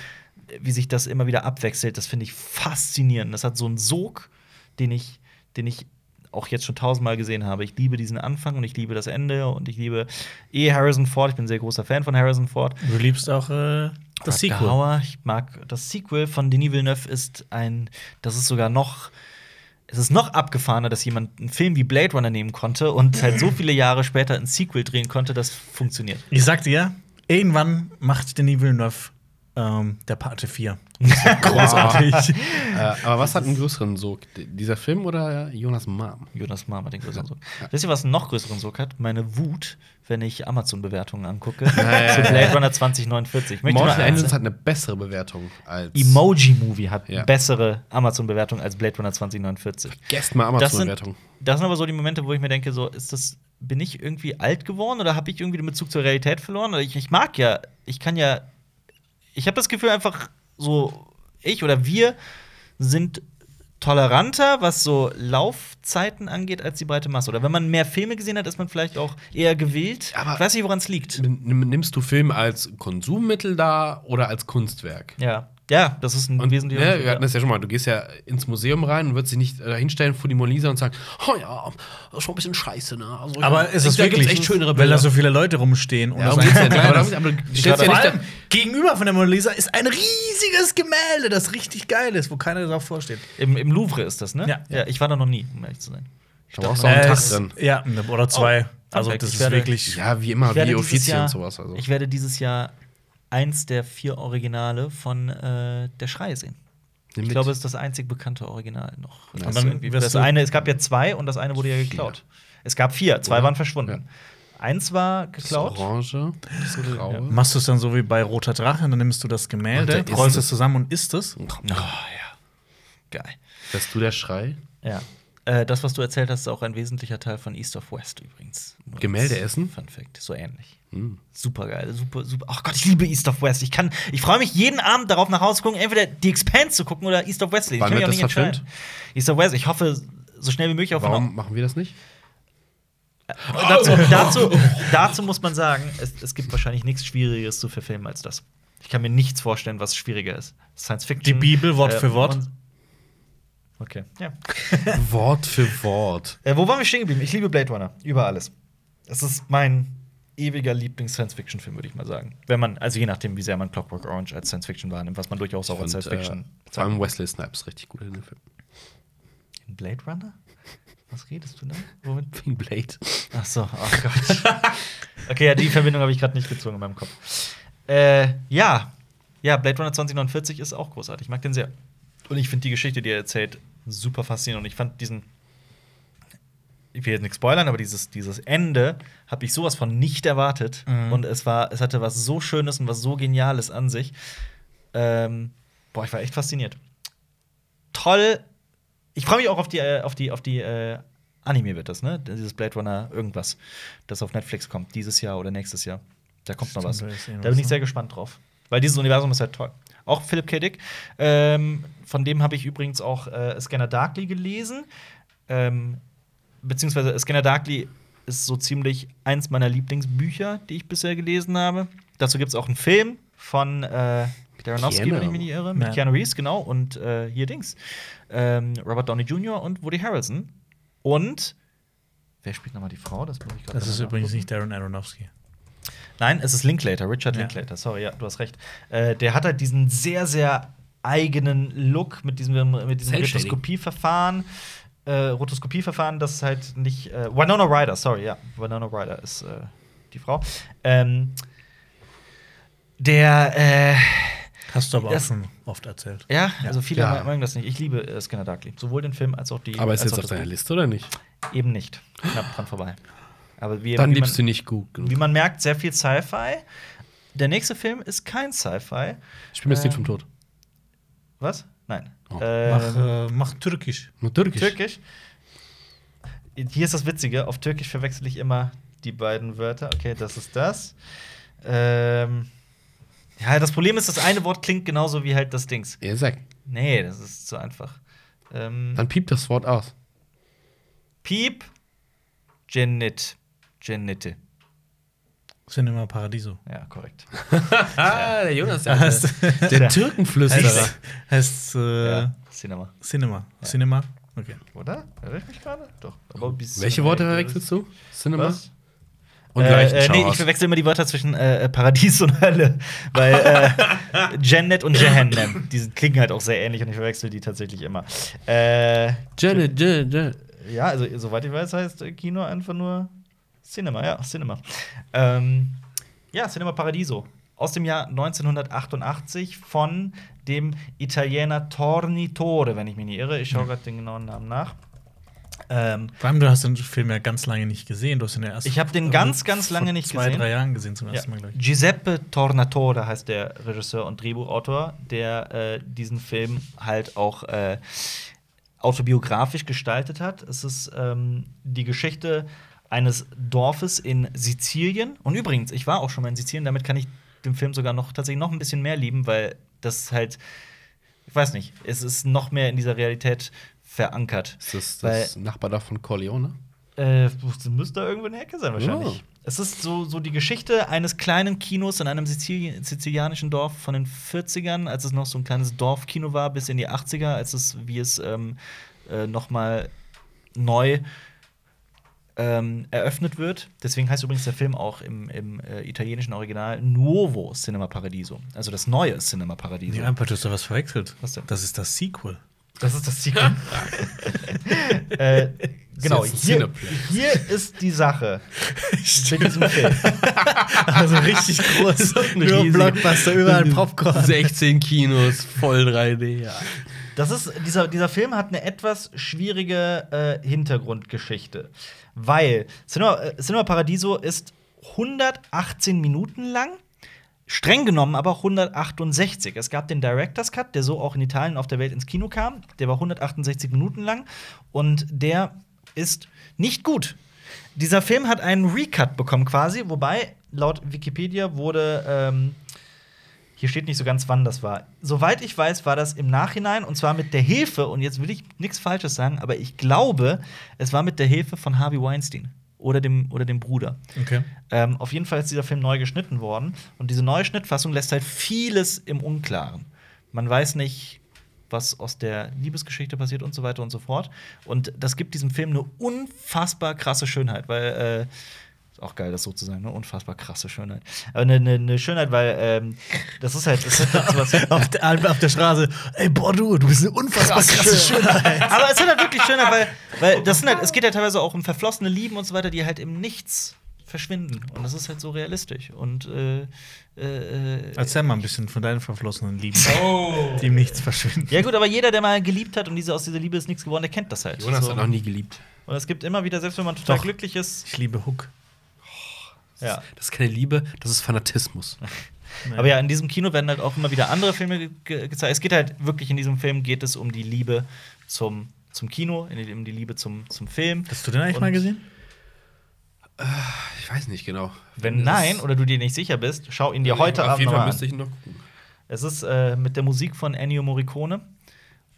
Speaker 1: wie sich das immer wieder abwechselt, das finde ich faszinierend. Das hat so einen Sog, den ich, den ich auch jetzt schon tausendmal gesehen habe. Ich liebe diesen Anfang und ich liebe das Ende und ich liebe eh Harrison Ford. Ich bin ein sehr großer Fan von Harrison Ford.
Speaker 2: Du liebst auch äh, das
Speaker 1: Rutger
Speaker 2: Sequel.
Speaker 1: Hauer, ich mag das Sequel von Denis Villeneuve ist ein, das ist sogar noch, es ist noch abgefahrener, dass jemand einen Film wie Blade Runner nehmen konnte und halt so viele Jahre später ein Sequel drehen konnte, das funktioniert.
Speaker 2: Ich sag dir, irgendwann macht Denis Villeneuve ähm, der Pate 4.
Speaker 1: Ah.
Speaker 3: Großartig. äh, aber was hat einen größeren Sog? D- Dieser Film oder Jonas Mom?
Speaker 1: Jonas Mahm hat den größeren Sog. Wisst ihr, was einen noch größeren Sog hat? Meine Wut, wenn ich Amazon-Bewertungen angucke. zu Blade Runner 2049. Ich möchte nur
Speaker 3: Mortal Engines
Speaker 1: eins-
Speaker 3: hat eine bessere Bewertung als
Speaker 1: Emoji-Movie hat
Speaker 3: Ja.
Speaker 1: bessere Amazon-Bewertungen als Blade Runner 2049.
Speaker 3: Guest mal
Speaker 1: das sind,
Speaker 3: Amazon-Bewertung.
Speaker 1: das sind aber so die Momente, wo ich mir denke, so ist das, bin ich irgendwie alt geworden oder habe ich irgendwie den Bezug zur Realität verloren? Oder Ich, ich mag ja, ich kann ja, ich habe das Gefühl einfach so, ich oder wir sind toleranter, was so Laufzeiten angeht, als die breite Masse. Oder wenn man mehr Filme gesehen hat, ist man vielleicht auch eher gewillt.
Speaker 3: Aber-
Speaker 1: ich weiß nicht, woran es liegt.
Speaker 3: Nimm- Nimmst du Film als Konsummittel da oder als Kunstwerk?
Speaker 1: Ja, ja, das ist ein
Speaker 3: Und,
Speaker 1: wesentlicher
Speaker 3: ne,
Speaker 1: Unterschied,
Speaker 3: wir hatten das ja schon mal. Du gehst ja ins Museum rein und würdest dich nicht äh, hinstellen vor die Mona Lisa und sagen, oh ja, das ist schon ein bisschen scheiße, ne? Also,
Speaker 2: Aber ist das
Speaker 3: da
Speaker 2: wirklich,
Speaker 3: gibt's echt schönere
Speaker 2: weil da
Speaker 3: Bilder.
Speaker 2: so viele Leute rumstehen und
Speaker 3: Ja,
Speaker 2: das
Speaker 3: darum geht's ja
Speaker 2: einfach klein
Speaker 3: nicht. Aber
Speaker 2: ist.
Speaker 3: darum- aber du stellst ja
Speaker 2: Vor
Speaker 3: nicht da-
Speaker 2: allem gegenüber von der Mona Lisa ist ein riesiges Gemälde, das richtig geil ist, wo keiner drauf vorsteht.
Speaker 1: Im, Im Louvre ist das, ne?
Speaker 2: Ja.
Speaker 1: ja. Ich war da noch nie, um ehrlich zu sein.
Speaker 3: Da brauchst du auch einen
Speaker 2: Äh,
Speaker 3: Tag
Speaker 2: es-
Speaker 3: drin.
Speaker 2: Ja, oder
Speaker 3: Oh,
Speaker 2: zwei. also
Speaker 1: Fact,
Speaker 2: das
Speaker 1: ich
Speaker 2: ist
Speaker 1: werde-
Speaker 2: wirklich.
Speaker 3: Ja, wie immer,
Speaker 1: Ich werde
Speaker 3: wie
Speaker 1: dieses
Speaker 3: Offizien
Speaker 1: Jahr-
Speaker 3: und sowas. Also.
Speaker 1: Ich werde dieses Jahr eins der vier Originale von äh, Der Schrei sehen. Ich
Speaker 3: Nimm mit.
Speaker 1: glaube, es ist das einzig bekannte Original noch. Das,
Speaker 2: dann
Speaker 1: irgendwie-
Speaker 2: wirst
Speaker 1: das
Speaker 2: du-
Speaker 1: eine, es gab ja zwei und das eine wurde ja geklaut. Es gab vier, zwei
Speaker 3: Oder?
Speaker 1: waren verschwunden. Eins war
Speaker 3: Das
Speaker 1: geklaut.
Speaker 3: Orange, das Graue.
Speaker 2: Machst du es dann so wie bei Roter Drache, dann nimmst du das Gemälde,
Speaker 3: Und da ist
Speaker 2: rollst
Speaker 3: es.
Speaker 2: es zusammen und isst es.
Speaker 1: Oh ja. Geil.
Speaker 3: Bist du der Schrei?
Speaker 1: Ja. Äh, das, was du erzählt hast, ist auch ein wesentlicher Teil von East of West übrigens. Nur
Speaker 3: Gemälde
Speaker 1: als
Speaker 3: essen? Hm.
Speaker 1: Fun Fact, so ähnlich. Super geil, super, super. Ach Gott, ich liebe East of West. Ich kann, ich freue mich jeden Abend darauf nach Hause zu gucken, entweder The Expanse zu gucken oder East of West. Ich
Speaker 3: Wann
Speaker 1: kann mich
Speaker 3: wird
Speaker 1: auch
Speaker 3: das
Speaker 1: nicht entscheiden. East of West. Ich hoffe so schnell wie möglich auf
Speaker 3: Warum machen wir das nicht?
Speaker 1: Und dazu, dazu, dazu muss man sagen, es, es gibt wahrscheinlich nichts Schwierigeres zu verfilmen als das. Ich kann mir nichts vorstellen, was schwieriger ist. Science Fiction. äh,
Speaker 2: Die Bibel Wort für Wort.
Speaker 1: und- Okay. Ja.
Speaker 3: Wort für Wort.
Speaker 1: Äh, wo waren wir stehen geblieben? Ich liebe Blade Runner über alles. Es ist mein ewiger Lieblings-Science-Fiction-Film, würde ich mal sagen. Wenn man, also je nachdem, wie sehr man Clockwork Orange als Science-Fiction wahrnimmt, was man durchaus auch als
Speaker 3: Und, äh,
Speaker 1: Science-Fiction
Speaker 3: vor allem Wesley Snipes richtig gut in dem Film.
Speaker 1: In Blade Runner? Was redest du da? Womit?
Speaker 3: Pink Blade.
Speaker 1: Ach so, oh Gott. okay, ja, die Verbindung habe ich gerade nicht gezogen in meinem Kopf. Äh, ja. Ja, Blade Runner 2049 ist auch großartig. Ich mag den sehr. Und ich finde die Geschichte, die er erzählt, super faszinierend. Und ich fand diesen. Ich will jetzt nichts spoilern, aber dieses, dieses Ende habe ich sowas von nicht erwartet. Und es war, es hatte was so Schönes und was so Geniales an sich. Ähm, boah, ich war echt fasziniert. Toll. Ich freue mich auch auf die, äh, auf die, auf die äh, Anime wird das, ne? Dieses Blade Runner irgendwas, das auf Netflix kommt, dieses Jahr oder nächstes Jahr. Da kommt noch was.
Speaker 2: Stimmt, da ist irgendwas,
Speaker 1: Da bin ich
Speaker 2: ne?
Speaker 1: sehr gespannt drauf. Weil dieses Universum ist halt toll. Auch Philip K. Dick. Ähm, von dem habe ich übrigens auch äh, Scanner Darkly gelesen. Ähm, beziehungsweise Scanner Darkly ist so ziemlich eins meiner Lieblingsbücher, die ich bisher gelesen habe. Dazu gibt es auch einen Film von äh, Peter Aronofsky,
Speaker 3: Keanu.
Speaker 1: wenn ich mich nicht irre, mit
Speaker 2: Ja.
Speaker 1: Keanu Reeves, genau, und äh, hier Dings. Ähm, Robert Downey Jr. und Woody Harrelson. Und wer spielt nochmal die Frau? Das muss ich gerade
Speaker 2: Das ist
Speaker 1: nachgucken.
Speaker 2: übrigens nicht Darren Aronofsky.
Speaker 1: Nein, es ist Linklater, Richard
Speaker 2: Ja.
Speaker 1: Linklater. Sorry, ja, du hast recht. Äh, der hat halt diesen sehr, sehr eigenen Look mit diesem, mit diesem
Speaker 3: Cell-Shading.
Speaker 1: Rotoskopieverfahren. Äh, Rotoskopieverfahren, das halt nicht. Äh, Winona Ryder, sorry, ja. Winona Ryder ist äh, die Frau. Ähm, der, äh,
Speaker 2: Hast du aber auch
Speaker 1: Das-
Speaker 2: schon oft erzählt.
Speaker 1: ja, also viele
Speaker 3: Ja.
Speaker 1: mögen das nicht. Ich liebe äh, Scanner Darkly. Sowohl den Film als auch die.
Speaker 3: Aber ist
Speaker 1: als auch
Speaker 3: jetzt auf
Speaker 1: das
Speaker 3: deiner
Speaker 1: Buch.
Speaker 3: Liste oder nicht?
Speaker 1: Eben nicht. Knapp dran vorbei. Aber wie,
Speaker 3: Dann
Speaker 1: wie
Speaker 3: liebst
Speaker 1: man-
Speaker 3: du nicht gut genug.
Speaker 1: wie man merkt, sehr viel Sci-Fi. Der nächste Film ist kein Sci-Fi.
Speaker 3: Spiel mir das
Speaker 1: Äh,
Speaker 3: Lied vom Tod.
Speaker 1: Was? Nein.
Speaker 3: Oh.
Speaker 1: Ähm,
Speaker 2: Mach, äh, mach türkisch.
Speaker 3: Nur türkisch.
Speaker 1: Türkisch. Hier ist das Witzige: Auf Türkisch verwechsel ich immer die beiden Wörter. Okay, das ist das. Ähm, ja, das Problem ist, das eine Wort klingt genauso wie halt das Dings.
Speaker 3: Ja, sag.
Speaker 1: Nee, das ist zu einfach. Ähm,
Speaker 3: Dann piept das Wort aus.
Speaker 1: Piep. Genit. Genitte.
Speaker 2: Cinema Paradiso.
Speaker 1: Ja, korrekt.
Speaker 3: Ah, der Jonas,
Speaker 2: Ja, heißt,
Speaker 3: der Türkenflüsterer.
Speaker 2: heißt, heißt äh,
Speaker 1: Ja, Cinema.
Speaker 2: Cinema. Cinema. Okay.
Speaker 1: Oder? Erinnere ich mich gerade? Doch. Aber bis-
Speaker 3: Welche Worte verwechselst du? Cinema?
Speaker 1: Was?
Speaker 3: Und
Speaker 1: Äh, äh, nee,
Speaker 3: Leichenschauers.
Speaker 1: ich verwechsel immer die Wörter zwischen äh, Paradies und Hölle. Weil äh, Janet und Jehannam, die klingen halt auch sehr ähnlich und ich verwechsel die tatsächlich immer. Äh,
Speaker 3: Janet, Janet, Janet.
Speaker 1: ja, also soweit ich weiß, heißt äh, Kino einfach nur Cinema, ja, Cinema. Ähm, ja, Cinema Paradiso. Aus dem Jahr 1988 von dem Italiener Tornitore, wenn ich mich nicht irre. Ich schaue gerade den genauen Namen nach. Ähm,
Speaker 2: Vor allem, du hast den Film ja ganz lange nicht gesehen. Du hast ihn ja erst
Speaker 1: Ich hab den
Speaker 2: äh,
Speaker 1: ganz, ganz lange
Speaker 2: vor
Speaker 1: nicht
Speaker 2: zwei,
Speaker 1: gesehen.
Speaker 2: drei Jahren gesehen zum ersten
Speaker 1: Ja.
Speaker 2: Mal, glaube ich.
Speaker 1: Giuseppe Tornatore heißt der Regisseur und Drehbuchautor, der äh, diesen Film halt auch äh, autobiografisch gestaltet hat. Es ist ähm, die Geschichte eines Dorfes in Sizilien. Und übrigens, ich war auch schon mal in Sizilien, damit kann ich den Film sogar noch tatsächlich noch ein bisschen mehr lieben, weil das halt, ich weiß nicht, es ist noch mehr in dieser Realität verankert.
Speaker 3: Ist das das Nachbar da von Corleone?
Speaker 1: Äh, das müsste da irgendwo in der Ecke sein, wahrscheinlich.
Speaker 3: Ja.
Speaker 1: Es ist so, so die Geschichte eines kleinen Kinos in einem Sizili sizilianischen Dorf von den 40ern, als es noch so ein kleines Dorfkino war, bis in die 80er, als es, wie es ähm, äh, noch mal neu ähm, eröffnet wird. Deswegen heißt übrigens der Film auch im, im äh, italienischen Original Nuovo Cinema Paradiso. Also das neue Cinema Paradiso.
Speaker 2: Nee, einfach, du hast da was verwechselt.
Speaker 1: Was denn?
Speaker 2: Das ist das Sequel.
Speaker 1: Das ist das Sequel. äh, genau,
Speaker 3: jetzt ein
Speaker 1: hier,
Speaker 3: Cineplay.
Speaker 1: hier ist die Sache. Mit diesem Film.
Speaker 2: Also richtig groß. Nur
Speaker 1: riesige-
Speaker 2: Blockbuster, überall Popcorn.
Speaker 3: 16 Kinos, voll 3D. Ja.
Speaker 1: Das ist, dieser, dieser Film hat eine etwas schwierige äh, Hintergrundgeschichte. Weil Cinema, äh, Cinema Paradiso ist 118 Minuten lang, streng genommen aber 168. Es gab den Director's Cut, der so auch in Italien auf der Welt ins Kino kam. Der war 168 Minuten lang und der ist nicht gut. Dieser Film hat einen Recut bekommen quasi, wobei laut Wikipedia wurde ähm, hier steht nicht so ganz, wann das war. Soweit ich weiß, war das im Nachhinein und zwar mit der Hilfe, und jetzt will ich nichts Falsches sagen, aber ich glaube, es war mit der Hilfe von Harvey Weinstein oder dem, oder dem Bruder.
Speaker 2: Okay.
Speaker 1: Ähm, auf jeden Fall ist dieser Film neu geschnitten worden und diese neue Schnittfassung lässt halt vieles im Unklaren. Man weiß nicht, was aus der Liebesgeschichte passiert und so weiter und so fort. Und das gibt diesem Film eine unfassbar krasse Schönheit, weil äh, ist auch geil, das so zu sagen, ne? Unfassbar krasse Schönheit. Aber eine ne, ne Schönheit, weil ähm, das ist halt, das ist halt sowas.
Speaker 2: Auf der, auf der Straße. Ey, boah, du, du bist eine unfassbar
Speaker 1: Krass
Speaker 2: krasse
Speaker 1: schön.
Speaker 2: Schönheit.
Speaker 1: Aber es sind halt wirklich schöner, weil, weil das sind halt, es geht ja teilweise auch um verflossene Lieben und so weiter, die halt im Nichts verschwinden. Und das ist halt so realistisch. Und äh, äh, äh,
Speaker 2: Erzähl mal ein bisschen von deinen verflossenen Lieben,
Speaker 1: Oh.
Speaker 2: die ihm nichts verschwinden.
Speaker 1: ja gut, aber jeder, der mal geliebt hat und diese, aus dieser Liebe ist nichts geworden, der kennt das halt.
Speaker 3: Jonas
Speaker 1: so.
Speaker 3: hat noch nie geliebt.
Speaker 1: Und es gibt immer wieder, selbst wenn man total
Speaker 2: Doch.
Speaker 1: glücklich ist.
Speaker 2: Ich liebe Hook.
Speaker 1: Ja.
Speaker 3: Das ist keine Liebe, das ist Fanatismus.
Speaker 1: Aber ja, in diesem Kino werden halt auch immer wieder andere Filme ge ge gezeigt. Es geht halt wirklich in diesem Film geht es um die Liebe zum, zum Kino, in die- um die Liebe zum, zum Film.
Speaker 2: Hast du den eigentlich
Speaker 1: Und-
Speaker 2: mal gesehen?
Speaker 3: Ich weiß nicht genau.
Speaker 1: Wenn nein oder du dir nicht sicher bist, schau ihn dir heute
Speaker 3: Auf
Speaker 1: Abend
Speaker 3: jeden
Speaker 1: noch
Speaker 3: Fall
Speaker 1: mal an.
Speaker 3: müsste ich ihn noch gucken.
Speaker 1: Es ist äh, mit der Musik von Ennio Morricone.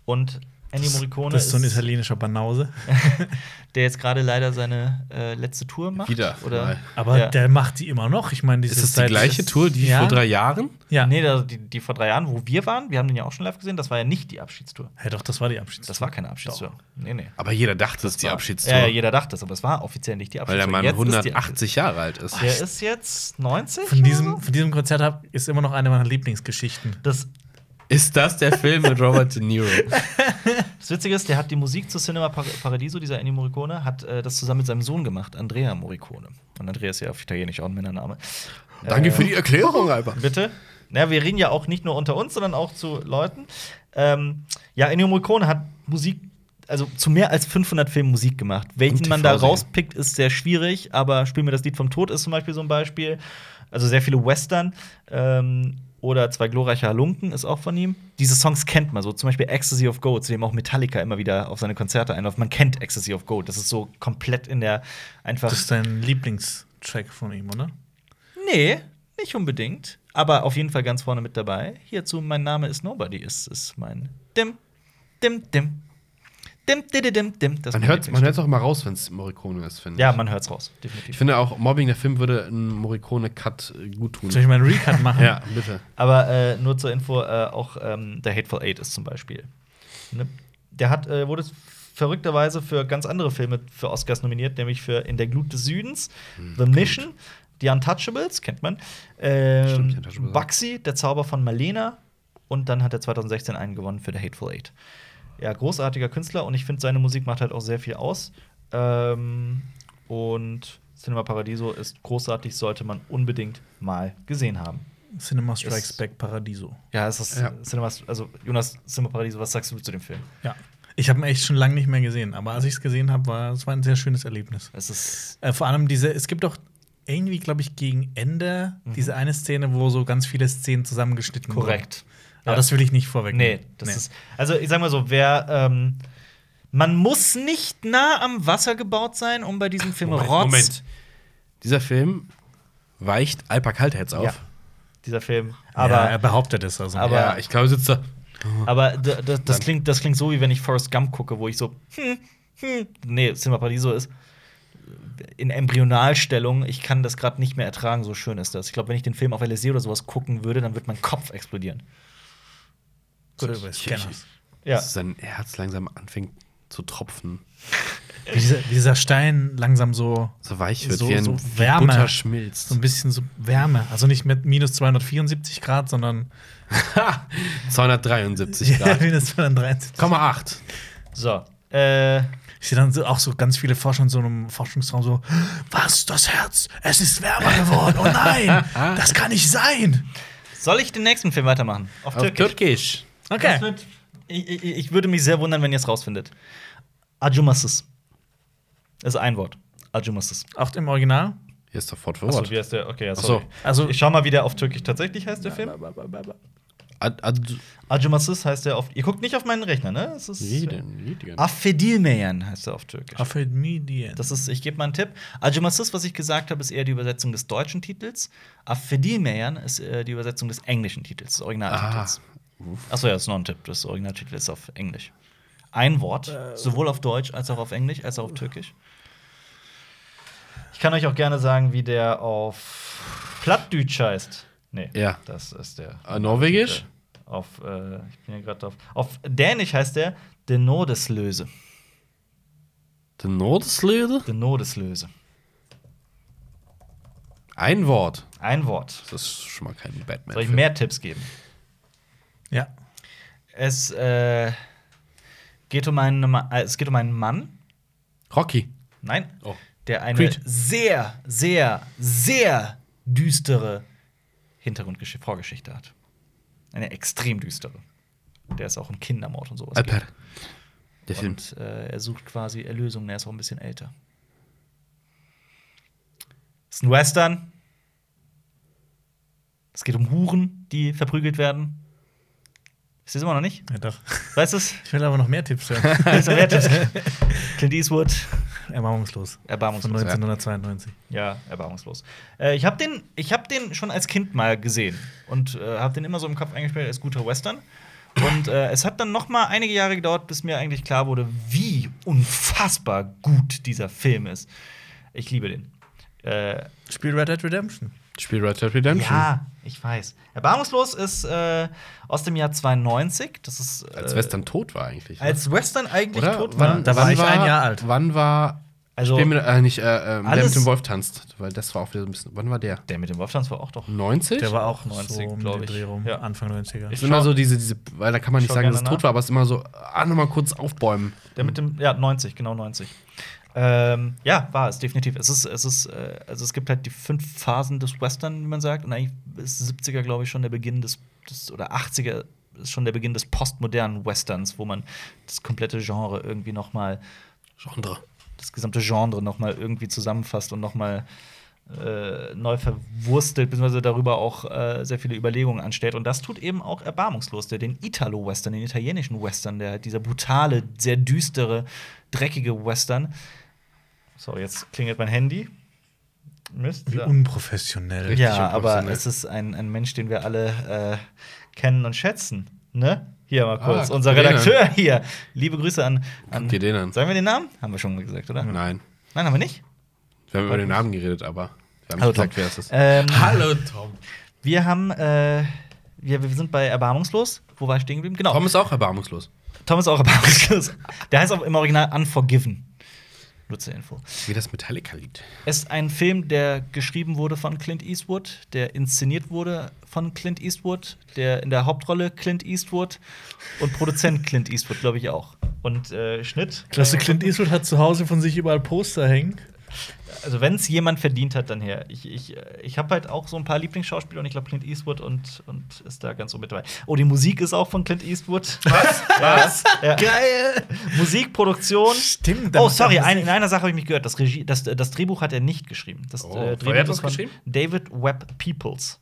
Speaker 1: Und Ennio Morricone
Speaker 2: das ist so ein
Speaker 1: ist-
Speaker 2: italienischer Banause.
Speaker 1: der jetzt gerade leider seine äh, letzte Tour macht.
Speaker 3: Wieder
Speaker 1: Oder?
Speaker 3: mal.
Speaker 2: Aber
Speaker 1: Ja.
Speaker 2: der macht die immer noch. Ich meine,
Speaker 3: Ist das die gleiche Tour, die
Speaker 2: ja?
Speaker 3: vor drei Jahren?
Speaker 2: Ja.
Speaker 1: Nee, da- die, die vor drei Jahren, wo wir waren, wir haben den ja auch schon live gesehen, das war ja nicht die Abschiedstour.
Speaker 2: Hey, doch, das war die Abschieds.
Speaker 1: Das war keine Abschiedstour. Nee, nee.
Speaker 3: Aber jeder dachte, das ist die
Speaker 1: War-
Speaker 3: Abschiedstour.
Speaker 1: Ja, ja, jeder dachte es, aber es war offiziell nicht die
Speaker 3: weil der
Speaker 1: Abschiedstour.
Speaker 3: Mann
Speaker 1: Jetzt ist die
Speaker 3: 180 Jahre alt ist.
Speaker 1: Abschiedstour. Der ist jetzt 90?
Speaker 2: von
Speaker 1: oder
Speaker 2: diesem,
Speaker 1: so?
Speaker 2: von diesem Konzert hab, ist immer noch eine meiner Lieblingsgeschichten.
Speaker 1: Das,
Speaker 3: Ist das der Film mit Robert De Niro?
Speaker 1: das Witzige ist, der hat die Musik zu Cinema Par Paradiso, dieser Ennio Morricone, hat äh, das zusammen mit seinem Sohn gemacht, Andrea Morricone. Und Andrea ist ja auf Italienisch auch ein Äh, Männername.
Speaker 3: Danke für die Erklärung, Alba.
Speaker 1: Bitte? Na, wir reden ja auch nicht nur unter uns, sondern auch zu Leuten. Ähm, ja, Ennio Morricone hat Musik, also zu mehr als 500 Filmen Musik gemacht. Welchen
Speaker 3: Und
Speaker 1: man da
Speaker 3: TV-Serien.
Speaker 1: rauspickt, ist sehr schwierig, aber Spiel mir das Lied vom Tod ist zum Beispiel so ein Beispiel. Also sehr viele Western. Ähm, oder Zwei glorreiche Halunken ist auch von ihm. Diese Songs kennt man so, zum Beispiel Ecstasy of Gold, zu dem auch Metallica immer wieder auf seine Konzerte einläuft. Man kennt Ecstasy of Gold. Das ist so komplett in der einfach.
Speaker 2: Das ist dein Lieblingstrack von ihm, oder?
Speaker 1: Nee, nicht unbedingt. Aber auf jeden Fall ganz vorne mit dabei. Hierzu, mein Name ist Nobody, ist, ist mein Dim, Dim, Dim. Dim, dim, dim, dim. Das ist
Speaker 3: Man
Speaker 1: mein
Speaker 3: hört es man hört's auch mal raus, wenn es Morricone ist, finde ich.
Speaker 1: Ja, man hört's raus,
Speaker 3: Ich
Speaker 1: definitiv.
Speaker 3: finde auch, Mobbing, der Film, würde einen Morricone-Cut äh, gut tun.
Speaker 2: Soll ich mal einen Recut machen?
Speaker 3: Ja, bitte.
Speaker 1: Aber äh, nur zur Info, äh, auch ähm, der Hateful Eight ist zum Beispiel. Ne? der hat, äh, wurde verrückterweise für ganz andere Filme für Oscars nominiert, nämlich für In der Glut des Südens, The Mission, Die Untouchables, kennt man,
Speaker 3: Stimmt, Die
Speaker 1: ähm,
Speaker 3: Untouchables.
Speaker 1: Baxi, Der Zauber von Malena und dann hat er 2016 einen gewonnen für The Hateful Eight. Ja, großartiger Künstler und ich finde, seine Musik macht halt auch sehr viel aus. Ähm, und Cinema Paradiso ist großartig, sollte man unbedingt mal gesehen haben.
Speaker 2: Cinema Strikes
Speaker 1: Ist-
Speaker 2: Back Paradiso.
Speaker 1: Ja, es ist
Speaker 3: Ja.
Speaker 1: Cinema, also Jonas Cinema Paradiso, was sagst du zu dem Film?
Speaker 2: Ja. Ich habe ihn echt schon lange nicht mehr gesehen, aber als ich es gesehen habe, war es war ein sehr schönes Erlebnis.
Speaker 1: Es ist
Speaker 2: Äh, vor allem diese, es gibt doch irgendwie, glaube ich, gegen Ende diese eine Szene, wo so ganz viele Szenen zusammengeschnitten
Speaker 1: Mhm. korrekt.
Speaker 2: wurden. Aber
Speaker 1: Ja.
Speaker 2: das will ich nicht vorwegnehmen.
Speaker 1: Nee, das ist. Also, ich sag mal so, wer. Ähm, man muss nicht nah am Wasser gebaut sein, um bei diesem Film
Speaker 3: Moment,
Speaker 1: Rotz.
Speaker 3: Moment. Dieser Film weicht Alpa Kaltherz auf.
Speaker 1: Ja. Dieser Film.
Speaker 2: Aber ja, er
Speaker 1: Aber,
Speaker 2: behauptet es also.
Speaker 1: Aber-
Speaker 3: ich glaube, sitzt da.
Speaker 1: aber d- d- das, klingt, das klingt so, wie wenn ich Forrest Gump gucke, wo ich so. Hm, hm. Nee, Cinema Paradiso ist in Embryonalstellung. Ich kann das gerade nicht mehr ertragen, so schön ist das. Ich glaube, wenn ich den Film auf LSD oder sowas gucken würde, dann wird mein Kopf explodieren.
Speaker 2: gut. So, ich, ich,
Speaker 1: Ja.
Speaker 3: dass sein Herz langsam anfängt zu tropfen.
Speaker 2: wie, dieser, wie dieser Stein langsam so,
Speaker 3: So weich wird,
Speaker 2: so,
Speaker 3: wie ein
Speaker 2: so
Speaker 3: wie
Speaker 2: Wärme,
Speaker 3: Butter
Speaker 2: so
Speaker 3: schmilzt.
Speaker 2: ein bisschen so Wärme. Also nicht mit minus 274 Grad, sondern
Speaker 3: 273 Grad.
Speaker 2: minus 273.
Speaker 3: 0,8.
Speaker 1: So. Äh,
Speaker 2: Ich sehe dann so- auch so ganz viele Forscher in so einem Forschungsraum so, was, das Herz, es ist wärmer geworden, oh nein, das kann nicht sein.
Speaker 1: soll ich den nächsten Film weitermachen? Auf
Speaker 3: Auf
Speaker 1: Türkisch.
Speaker 3: Türkisch.
Speaker 1: Das wird, ich, ich, ich würde mich sehr wundern, wenn ihr es rausfindet. Ajumasis. Das ist ein Wort. Ajumasis.
Speaker 2: Auch im Original?
Speaker 3: Hier ist sofort für
Speaker 1: Achso,
Speaker 3: Wort.
Speaker 1: wie heißt der? Okay, ja,
Speaker 3: Ach so.
Speaker 1: sorry.
Speaker 2: Also-
Speaker 1: ich schau mal, wie der auf Türkisch tatsächlich heißt, der Film.
Speaker 3: Ad- ad-
Speaker 1: Ajumasis heißt der auf. Ihr guckt nicht auf meinen Rechner, ne? Es ist,
Speaker 3: Wie denn? Wie denn?
Speaker 1: Affedilmeyen heißt er auf Türkisch.
Speaker 2: Afid Medien.
Speaker 1: Das ist, ich gebe mal einen Tipp. Ajumasis, was ich gesagt habe, ist eher die Übersetzung des deutschen Titels. Affedilmeyen ist äh, die Übersetzung des englischen Titels, des Originaltitels. Achso, ja, das ist noch ein Tipp. Das Originaltitel ist auf Englisch. Ein Wort, sowohl auf Deutsch als auch auf Englisch, als auch auf Türkisch. Ich kann euch auch gerne sagen, wie der auf Plattdeutsch heißt. Nee,
Speaker 3: Ja.
Speaker 1: das ist der.
Speaker 3: Äh, Norwegisch?
Speaker 1: Auf, äh, ich bin ja gerade auf. Auf Dänisch heißt der De Nodeslöse.
Speaker 3: Den Nordeslede?
Speaker 1: De Nodeslöse.
Speaker 3: Ein Wort.
Speaker 1: Ein Wort.
Speaker 3: Das ist schon mal kein batman
Speaker 1: Soll ich mehr Tipps geben?
Speaker 2: Ja.
Speaker 1: Es, äh, geht um einen, Ma- äh, es geht um einen Mann,
Speaker 3: Rocky.
Speaker 1: nein,
Speaker 3: Oh.
Speaker 1: der eine
Speaker 3: Creed.
Speaker 1: sehr, sehr, sehr düstere Hintergrundgeschichte, Vorgeschichte hat. Eine extrem düstere. Der ist auch im Kindermord und sowas.
Speaker 3: Alper. Der Film.
Speaker 1: Und äh, er sucht quasi Erlösung, er ist auch ein bisschen älter. Ist ein Western. Es geht um Huren, die verprügelt werden. Ist das immer noch nicht?
Speaker 2: ja, doch.
Speaker 1: Weißt du es?
Speaker 2: Ich will aber noch mehr Tipps hören.
Speaker 1: Willst du mehr Tipps? Clint Eastwood.
Speaker 2: Erbarmungslos. Von
Speaker 1: Erbarmungslos.
Speaker 2: 1992.
Speaker 1: Ja, erbarmungslos. Äh, ich habe den, ich hab den schon als Kind mal gesehen und äh, habe den immer so im Kopf eingespielt als guter Western. Und äh, es hat dann noch mal einige Jahre gedauert, bis mir eigentlich klar wurde, wie unfassbar gut dieser Film ist. Ich liebe den. Äh,
Speaker 2: Spiel Red Dead Redemption.
Speaker 3: Spiel Red Dead Redemption.
Speaker 1: ja, ich weiß. Erbarmungslos ist äh, aus dem Jahr 92. Das ist äh,
Speaker 3: Als Western tot war eigentlich. ne?
Speaker 1: als Western eigentlich
Speaker 3: Oder?
Speaker 1: tot war.
Speaker 3: Wann-
Speaker 2: Da war
Speaker 3: wann
Speaker 2: ich ein Jahr alt.
Speaker 3: Wann war.
Speaker 1: Also-
Speaker 3: Spiel mit, äh, nicht, äh, äh, der
Speaker 1: Alles-
Speaker 3: mit dem Wolf tanzt. Weil das war auch wieder so ein bisschen. Wann war der?
Speaker 1: Der mit dem Wolftanz war auch doch.
Speaker 3: 90?
Speaker 2: Der war auch
Speaker 1: 90,
Speaker 2: so um
Speaker 1: glaub
Speaker 2: den
Speaker 1: ich.
Speaker 2: Dreh rum,
Speaker 1: Ja.
Speaker 2: Anfang 90er.
Speaker 3: ist immer so diese, diese, weil da kann man nicht
Speaker 1: Schau
Speaker 3: sagen, dass es
Speaker 1: gerne
Speaker 3: tot
Speaker 1: nach.
Speaker 3: war, aber es ist immer so, ah, nochmal kurz aufbäumen.
Speaker 1: Der mit dem, ja, 90, genau 90. Ähm, ja, war es, definitiv. Es ist, es ist, äh, also es gibt halt die fünf Phasen des Western, wie man sagt. Und eigentlich ist 70er, glaube ich, schon der Beginn des, des oder 80er ist schon der Beginn des postmodernen Westerns, wo man das komplette Genre irgendwie noch mal,
Speaker 3: Genre.
Speaker 1: das gesamte Genre noch mal irgendwie zusammenfasst und noch mal äh, neu verwurstelt, beziehungsweise darüber auch äh, sehr viele Überlegungen anstellt. Und das tut eben auch erbarmungslos, der den Italo-Western, den italienischen Western, der dieser brutale, sehr düstere, dreckige Western. So, jetzt klingelt mein Handy. Mist.
Speaker 2: Wie
Speaker 1: Ja,
Speaker 2: unprofessionell.
Speaker 3: Richtig
Speaker 1: ja aber
Speaker 3: unprofessionell.
Speaker 1: es ist ein, ein Mensch, den wir alle äh, kennen und schätzen. Ne? Hier mal kurz,
Speaker 3: Ah, guck
Speaker 1: unser
Speaker 3: dir den
Speaker 1: Redakteur hier. Liebe Grüße an. an
Speaker 3: Guck dir den an. Mhm.
Speaker 1: Sagen wir den Namen? Haben wir schon mal gesagt, oder?
Speaker 3: Nein.
Speaker 1: Nein, haben wir nicht?
Speaker 3: Wir haben über den Namen geredet, aber wir haben nicht
Speaker 1: Tom.
Speaker 3: gesagt, wer es ist.
Speaker 1: Ähm,
Speaker 3: Hallo Tom.
Speaker 1: Wir haben, äh, wir, wir sind bei Erbarmungslos. Wo war ich stehen geblieben? Genau.
Speaker 3: Tom ist auch erbarmungslos.
Speaker 1: Tom ist auch erbarmungslos. Der heißt auch im Original Unforgiven. Nur zur Info.
Speaker 3: Wie das Metallica-Lied.
Speaker 1: Es ist ein Film, der geschrieben wurde von Clint Eastwood, der inszeniert wurde von Clint Eastwood, der in der Hauptrolle Clint Eastwood und Produzent Clint Eastwood, glaube ich auch. Und äh, Schnitt.
Speaker 2: Klasse, Clint Eastwood hat zu Hause von sich überall Poster hängen.
Speaker 1: Also, wenn es jemand verdient hat, dann her. Ich, ich, äh, ich habe halt auch so ein paar Lieblingsschauspieler und ich glaube, Clint Eastwood und, und ist da ganz oben mit dabei. Oh, die Musik ist auch von Clint Eastwood. Was? Was? Ja.
Speaker 2: Geil!
Speaker 1: Musikproduktion.
Speaker 2: Stimmt, da
Speaker 1: Oh,
Speaker 2: macht er
Speaker 1: sorry,
Speaker 2: Musik.
Speaker 1: ein, in einer Sache habe ich mich gehört. Das, Regie, das, das Drehbuch hat er nicht geschrieben. Das äh,
Speaker 3: Oh, wer
Speaker 1: Drehbuch
Speaker 3: hat das
Speaker 1: ist von
Speaker 3: geschrieben?
Speaker 1: David Webb Peoples.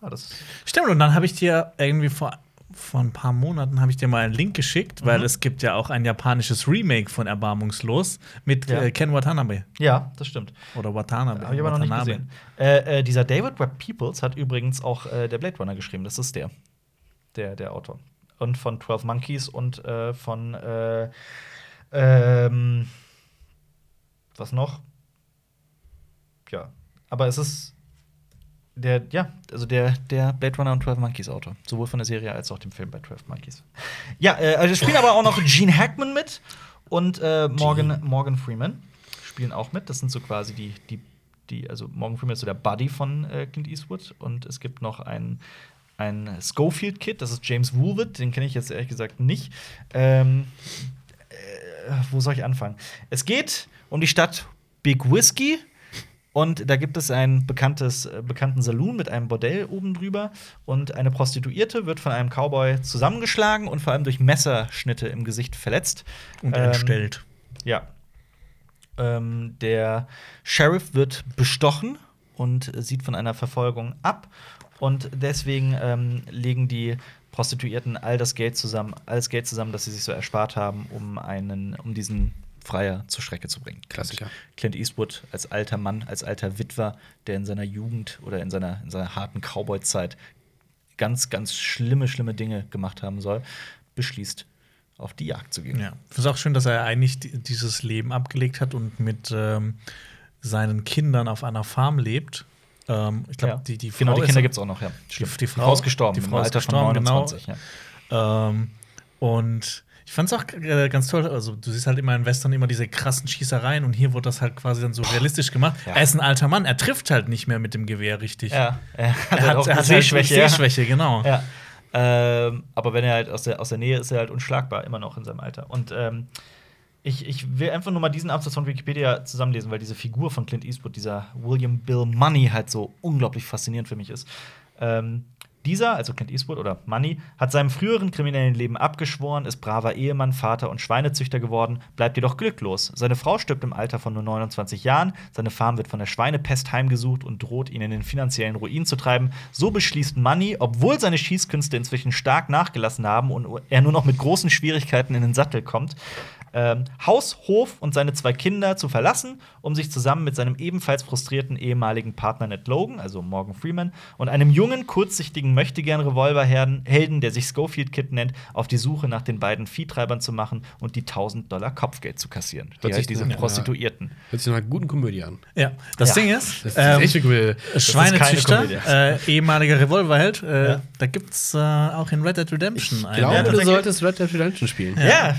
Speaker 1: Ah, das
Speaker 2: Stimmt, und dann habe ich dir irgendwie vor, vor ein paar Monaten habe ich dir mal einen Link geschickt,
Speaker 1: Mhm.
Speaker 2: weil es gibt ja auch ein japanisches Remake von Erbarmungslos mit
Speaker 1: Ja.
Speaker 2: äh, Ken Watanabe.
Speaker 1: ja, das stimmt.
Speaker 2: Oder Watanabe.
Speaker 1: Habe ich aber noch nicht
Speaker 2: Watanabe.
Speaker 1: gesehen. Äh, äh, dieser David Webb Peoples hat übrigens auch äh, der Blade Runner geschrieben. Das ist der. Der, der Autor. Und von 12 Monkeys und äh, von äh, ähm, was noch? Ja. Aber es ist der, ja, also der, der Blade Runner und 12 Monkeys Autor. Sowohl von der Serie als auch dem Film bei 12 Monkeys. Ja, äh, also spielen aber auch noch Gene Hackman mit und äh, Morgan, Morgan Freeman spielen auch mit. Das sind so quasi die, die, die also Morgan Freeman ist so der Buddy von äh, Clint Eastwood und es gibt noch einen, einen Schofield-Kid, das ist James Woolwood, den kenne ich jetzt ehrlich gesagt nicht. Ähm, äh, wo soll ich anfangen? Es geht um die Stadt Big Whiskey. Und da gibt es einen bekanntes, äh, bekannten Saloon mit einem Bordell oben drüber. Und eine Prostituierte wird von einem Cowboy zusammengeschlagen und vor allem durch Messerschnitte im Gesicht verletzt.
Speaker 2: Und
Speaker 1: Ähm,
Speaker 2: entstellt.
Speaker 1: Ja. Ähm, der Sheriff wird bestochen und äh, sieht von einer Verfolgung ab. Und deswegen ähm, legen die Prostituierten all das Geld zusammen, alles Geld zusammen, das sie sich so erspart haben, um einen, um diesen Freier zur Strecke zu bringen.
Speaker 3: Klassiker.
Speaker 1: Und Clint Eastwood als alter Mann, als alter Witwer, der in seiner Jugend oder in seiner, in seiner harten Cowboy-Zeit ganz, ganz schlimme, schlimme Dinge gemacht haben soll, beschließt, auf die Jagd zu gehen.
Speaker 2: Ja. Ich finde es auch schön, dass er eigentlich di- dieses Leben abgelegt hat und mit ähm, seinen Kindern auf einer Farm lebt. Ähm, ich glaube,
Speaker 1: ja.
Speaker 2: die, die Frau
Speaker 1: genau, die Kinder
Speaker 2: ist-
Speaker 1: gibt es auch noch, ja. Stimmt.
Speaker 2: die Frau-
Speaker 1: ist gestorben,
Speaker 2: die Frau
Speaker 1: im
Speaker 2: ist
Speaker 1: Alter von
Speaker 2: gestorben, genau.
Speaker 1: 29. Ja.
Speaker 2: Ähm, und ich fand's auch äh, ganz toll. Also, du siehst halt immer in Western immer diese krassen Schießereien und hier wurde das halt quasi dann so realistisch gemacht.
Speaker 1: Ja.
Speaker 2: Er ist ein alter Mann, er trifft halt nicht mehr mit dem Gewehr richtig.
Speaker 1: Ja, er hat,
Speaker 2: Er
Speaker 1: halt
Speaker 2: hat,
Speaker 1: auch
Speaker 2: er
Speaker 1: eine
Speaker 2: hat Sehschwäche.
Speaker 1: Sehschwäche.
Speaker 2: Halt
Speaker 1: ja.
Speaker 2: Sehschwäche, genau.
Speaker 1: Ja. Ähm, aber wenn er halt aus der, aus der Nähe ist, ist er halt unschlagbar, immer noch in seinem Alter. Und ähm, ich, ich will einfach nur mal diesen Absatz von Wikipedia zusammenlesen, weil diese Figur von Clint Eastwood, dieser William Bill Money, halt so unglaublich faszinierend für mich ist. Ähm, dieser, also Clint Eastwood oder Money, hat seinem früheren kriminellen Leben abgeschworen, ist braver Ehemann, Vater und Schweinezüchter geworden, bleibt jedoch glücklos. Seine Frau stirbt im Alter von nur 29 Jahren, seine Farm wird von der Schweinepest heimgesucht und droht ihn in den finanziellen Ruin zu treiben. So beschließt Money, obwohl seine Schießkünste inzwischen stark nachgelassen haben und er nur noch mit großen Schwierigkeiten in den Sattel kommt, ähm, Haus, Hof und seine zwei Kinder zu verlassen, um sich zusammen mit seinem ebenfalls frustrierten ehemaligen Partner Ned Logan, also Morgan Freeman, und einem jungen, kurzsichtigen Möchtegern-Revolverhelden, der sich Schofield Kid nennt, auf die Suche nach den beiden Viehtreibern zu machen und die 1000 Dollar Kopfgeld zu kassieren. Die
Speaker 3: Hört sich
Speaker 1: halt diese
Speaker 3: nach einer-
Speaker 1: Prostituierten.
Speaker 3: Hört sich nach einer guten Komödie an.
Speaker 2: Ja. Das
Speaker 1: Ja.
Speaker 2: Ding ist,
Speaker 3: Das ist
Speaker 2: ähm,
Speaker 3: echt eine Komödie.
Speaker 2: Schweinezüchter,
Speaker 1: keine
Speaker 2: äh, ehemaliger Revolverheld, äh,
Speaker 1: Ja.
Speaker 2: da gibt's äh, auch in Red Dead Redemption
Speaker 3: Ich
Speaker 2: einen.
Speaker 3: glaube,
Speaker 1: Ja,
Speaker 3: du
Speaker 1: tatsächlich.
Speaker 3: solltest Red Dead Redemption spielen.
Speaker 1: Ja,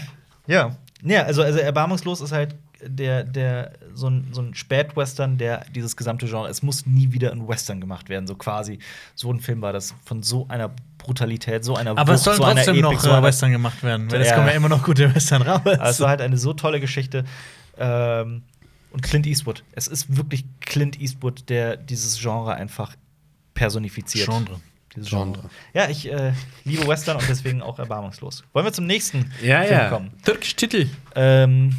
Speaker 1: ja. Ja, also, also erbarmungslos ist halt der, der, so ein, so ein Spätwestern, der dieses gesamte Genre, es muss nie wieder ein Western gemacht werden, so quasi. So ein Film war das von so einer Brutalität, so einer
Speaker 2: Aber es sollen
Speaker 1: so einer
Speaker 2: trotzdem
Speaker 1: Epik,
Speaker 2: noch
Speaker 1: so
Speaker 2: äh,
Speaker 1: einer-
Speaker 2: Western gemacht werden, weil es
Speaker 1: Ja.
Speaker 2: kommen ja immer noch gute Western raus.
Speaker 1: Aber es war halt eine so tolle Geschichte. Ähm, und Clint Eastwood. Es ist wirklich Clint Eastwood, der dieses Genre einfach personifiziert.
Speaker 2: Genre.
Speaker 1: Dieses
Speaker 3: Genre.
Speaker 1: Genre. Ja, ich äh, liebe Western und deswegen auch erbarmungslos. Wollen wir zum nächsten
Speaker 3: Ja,
Speaker 1: Film
Speaker 3: ja.
Speaker 1: kommen?
Speaker 3: Türkisch Titel.
Speaker 1: Ähm,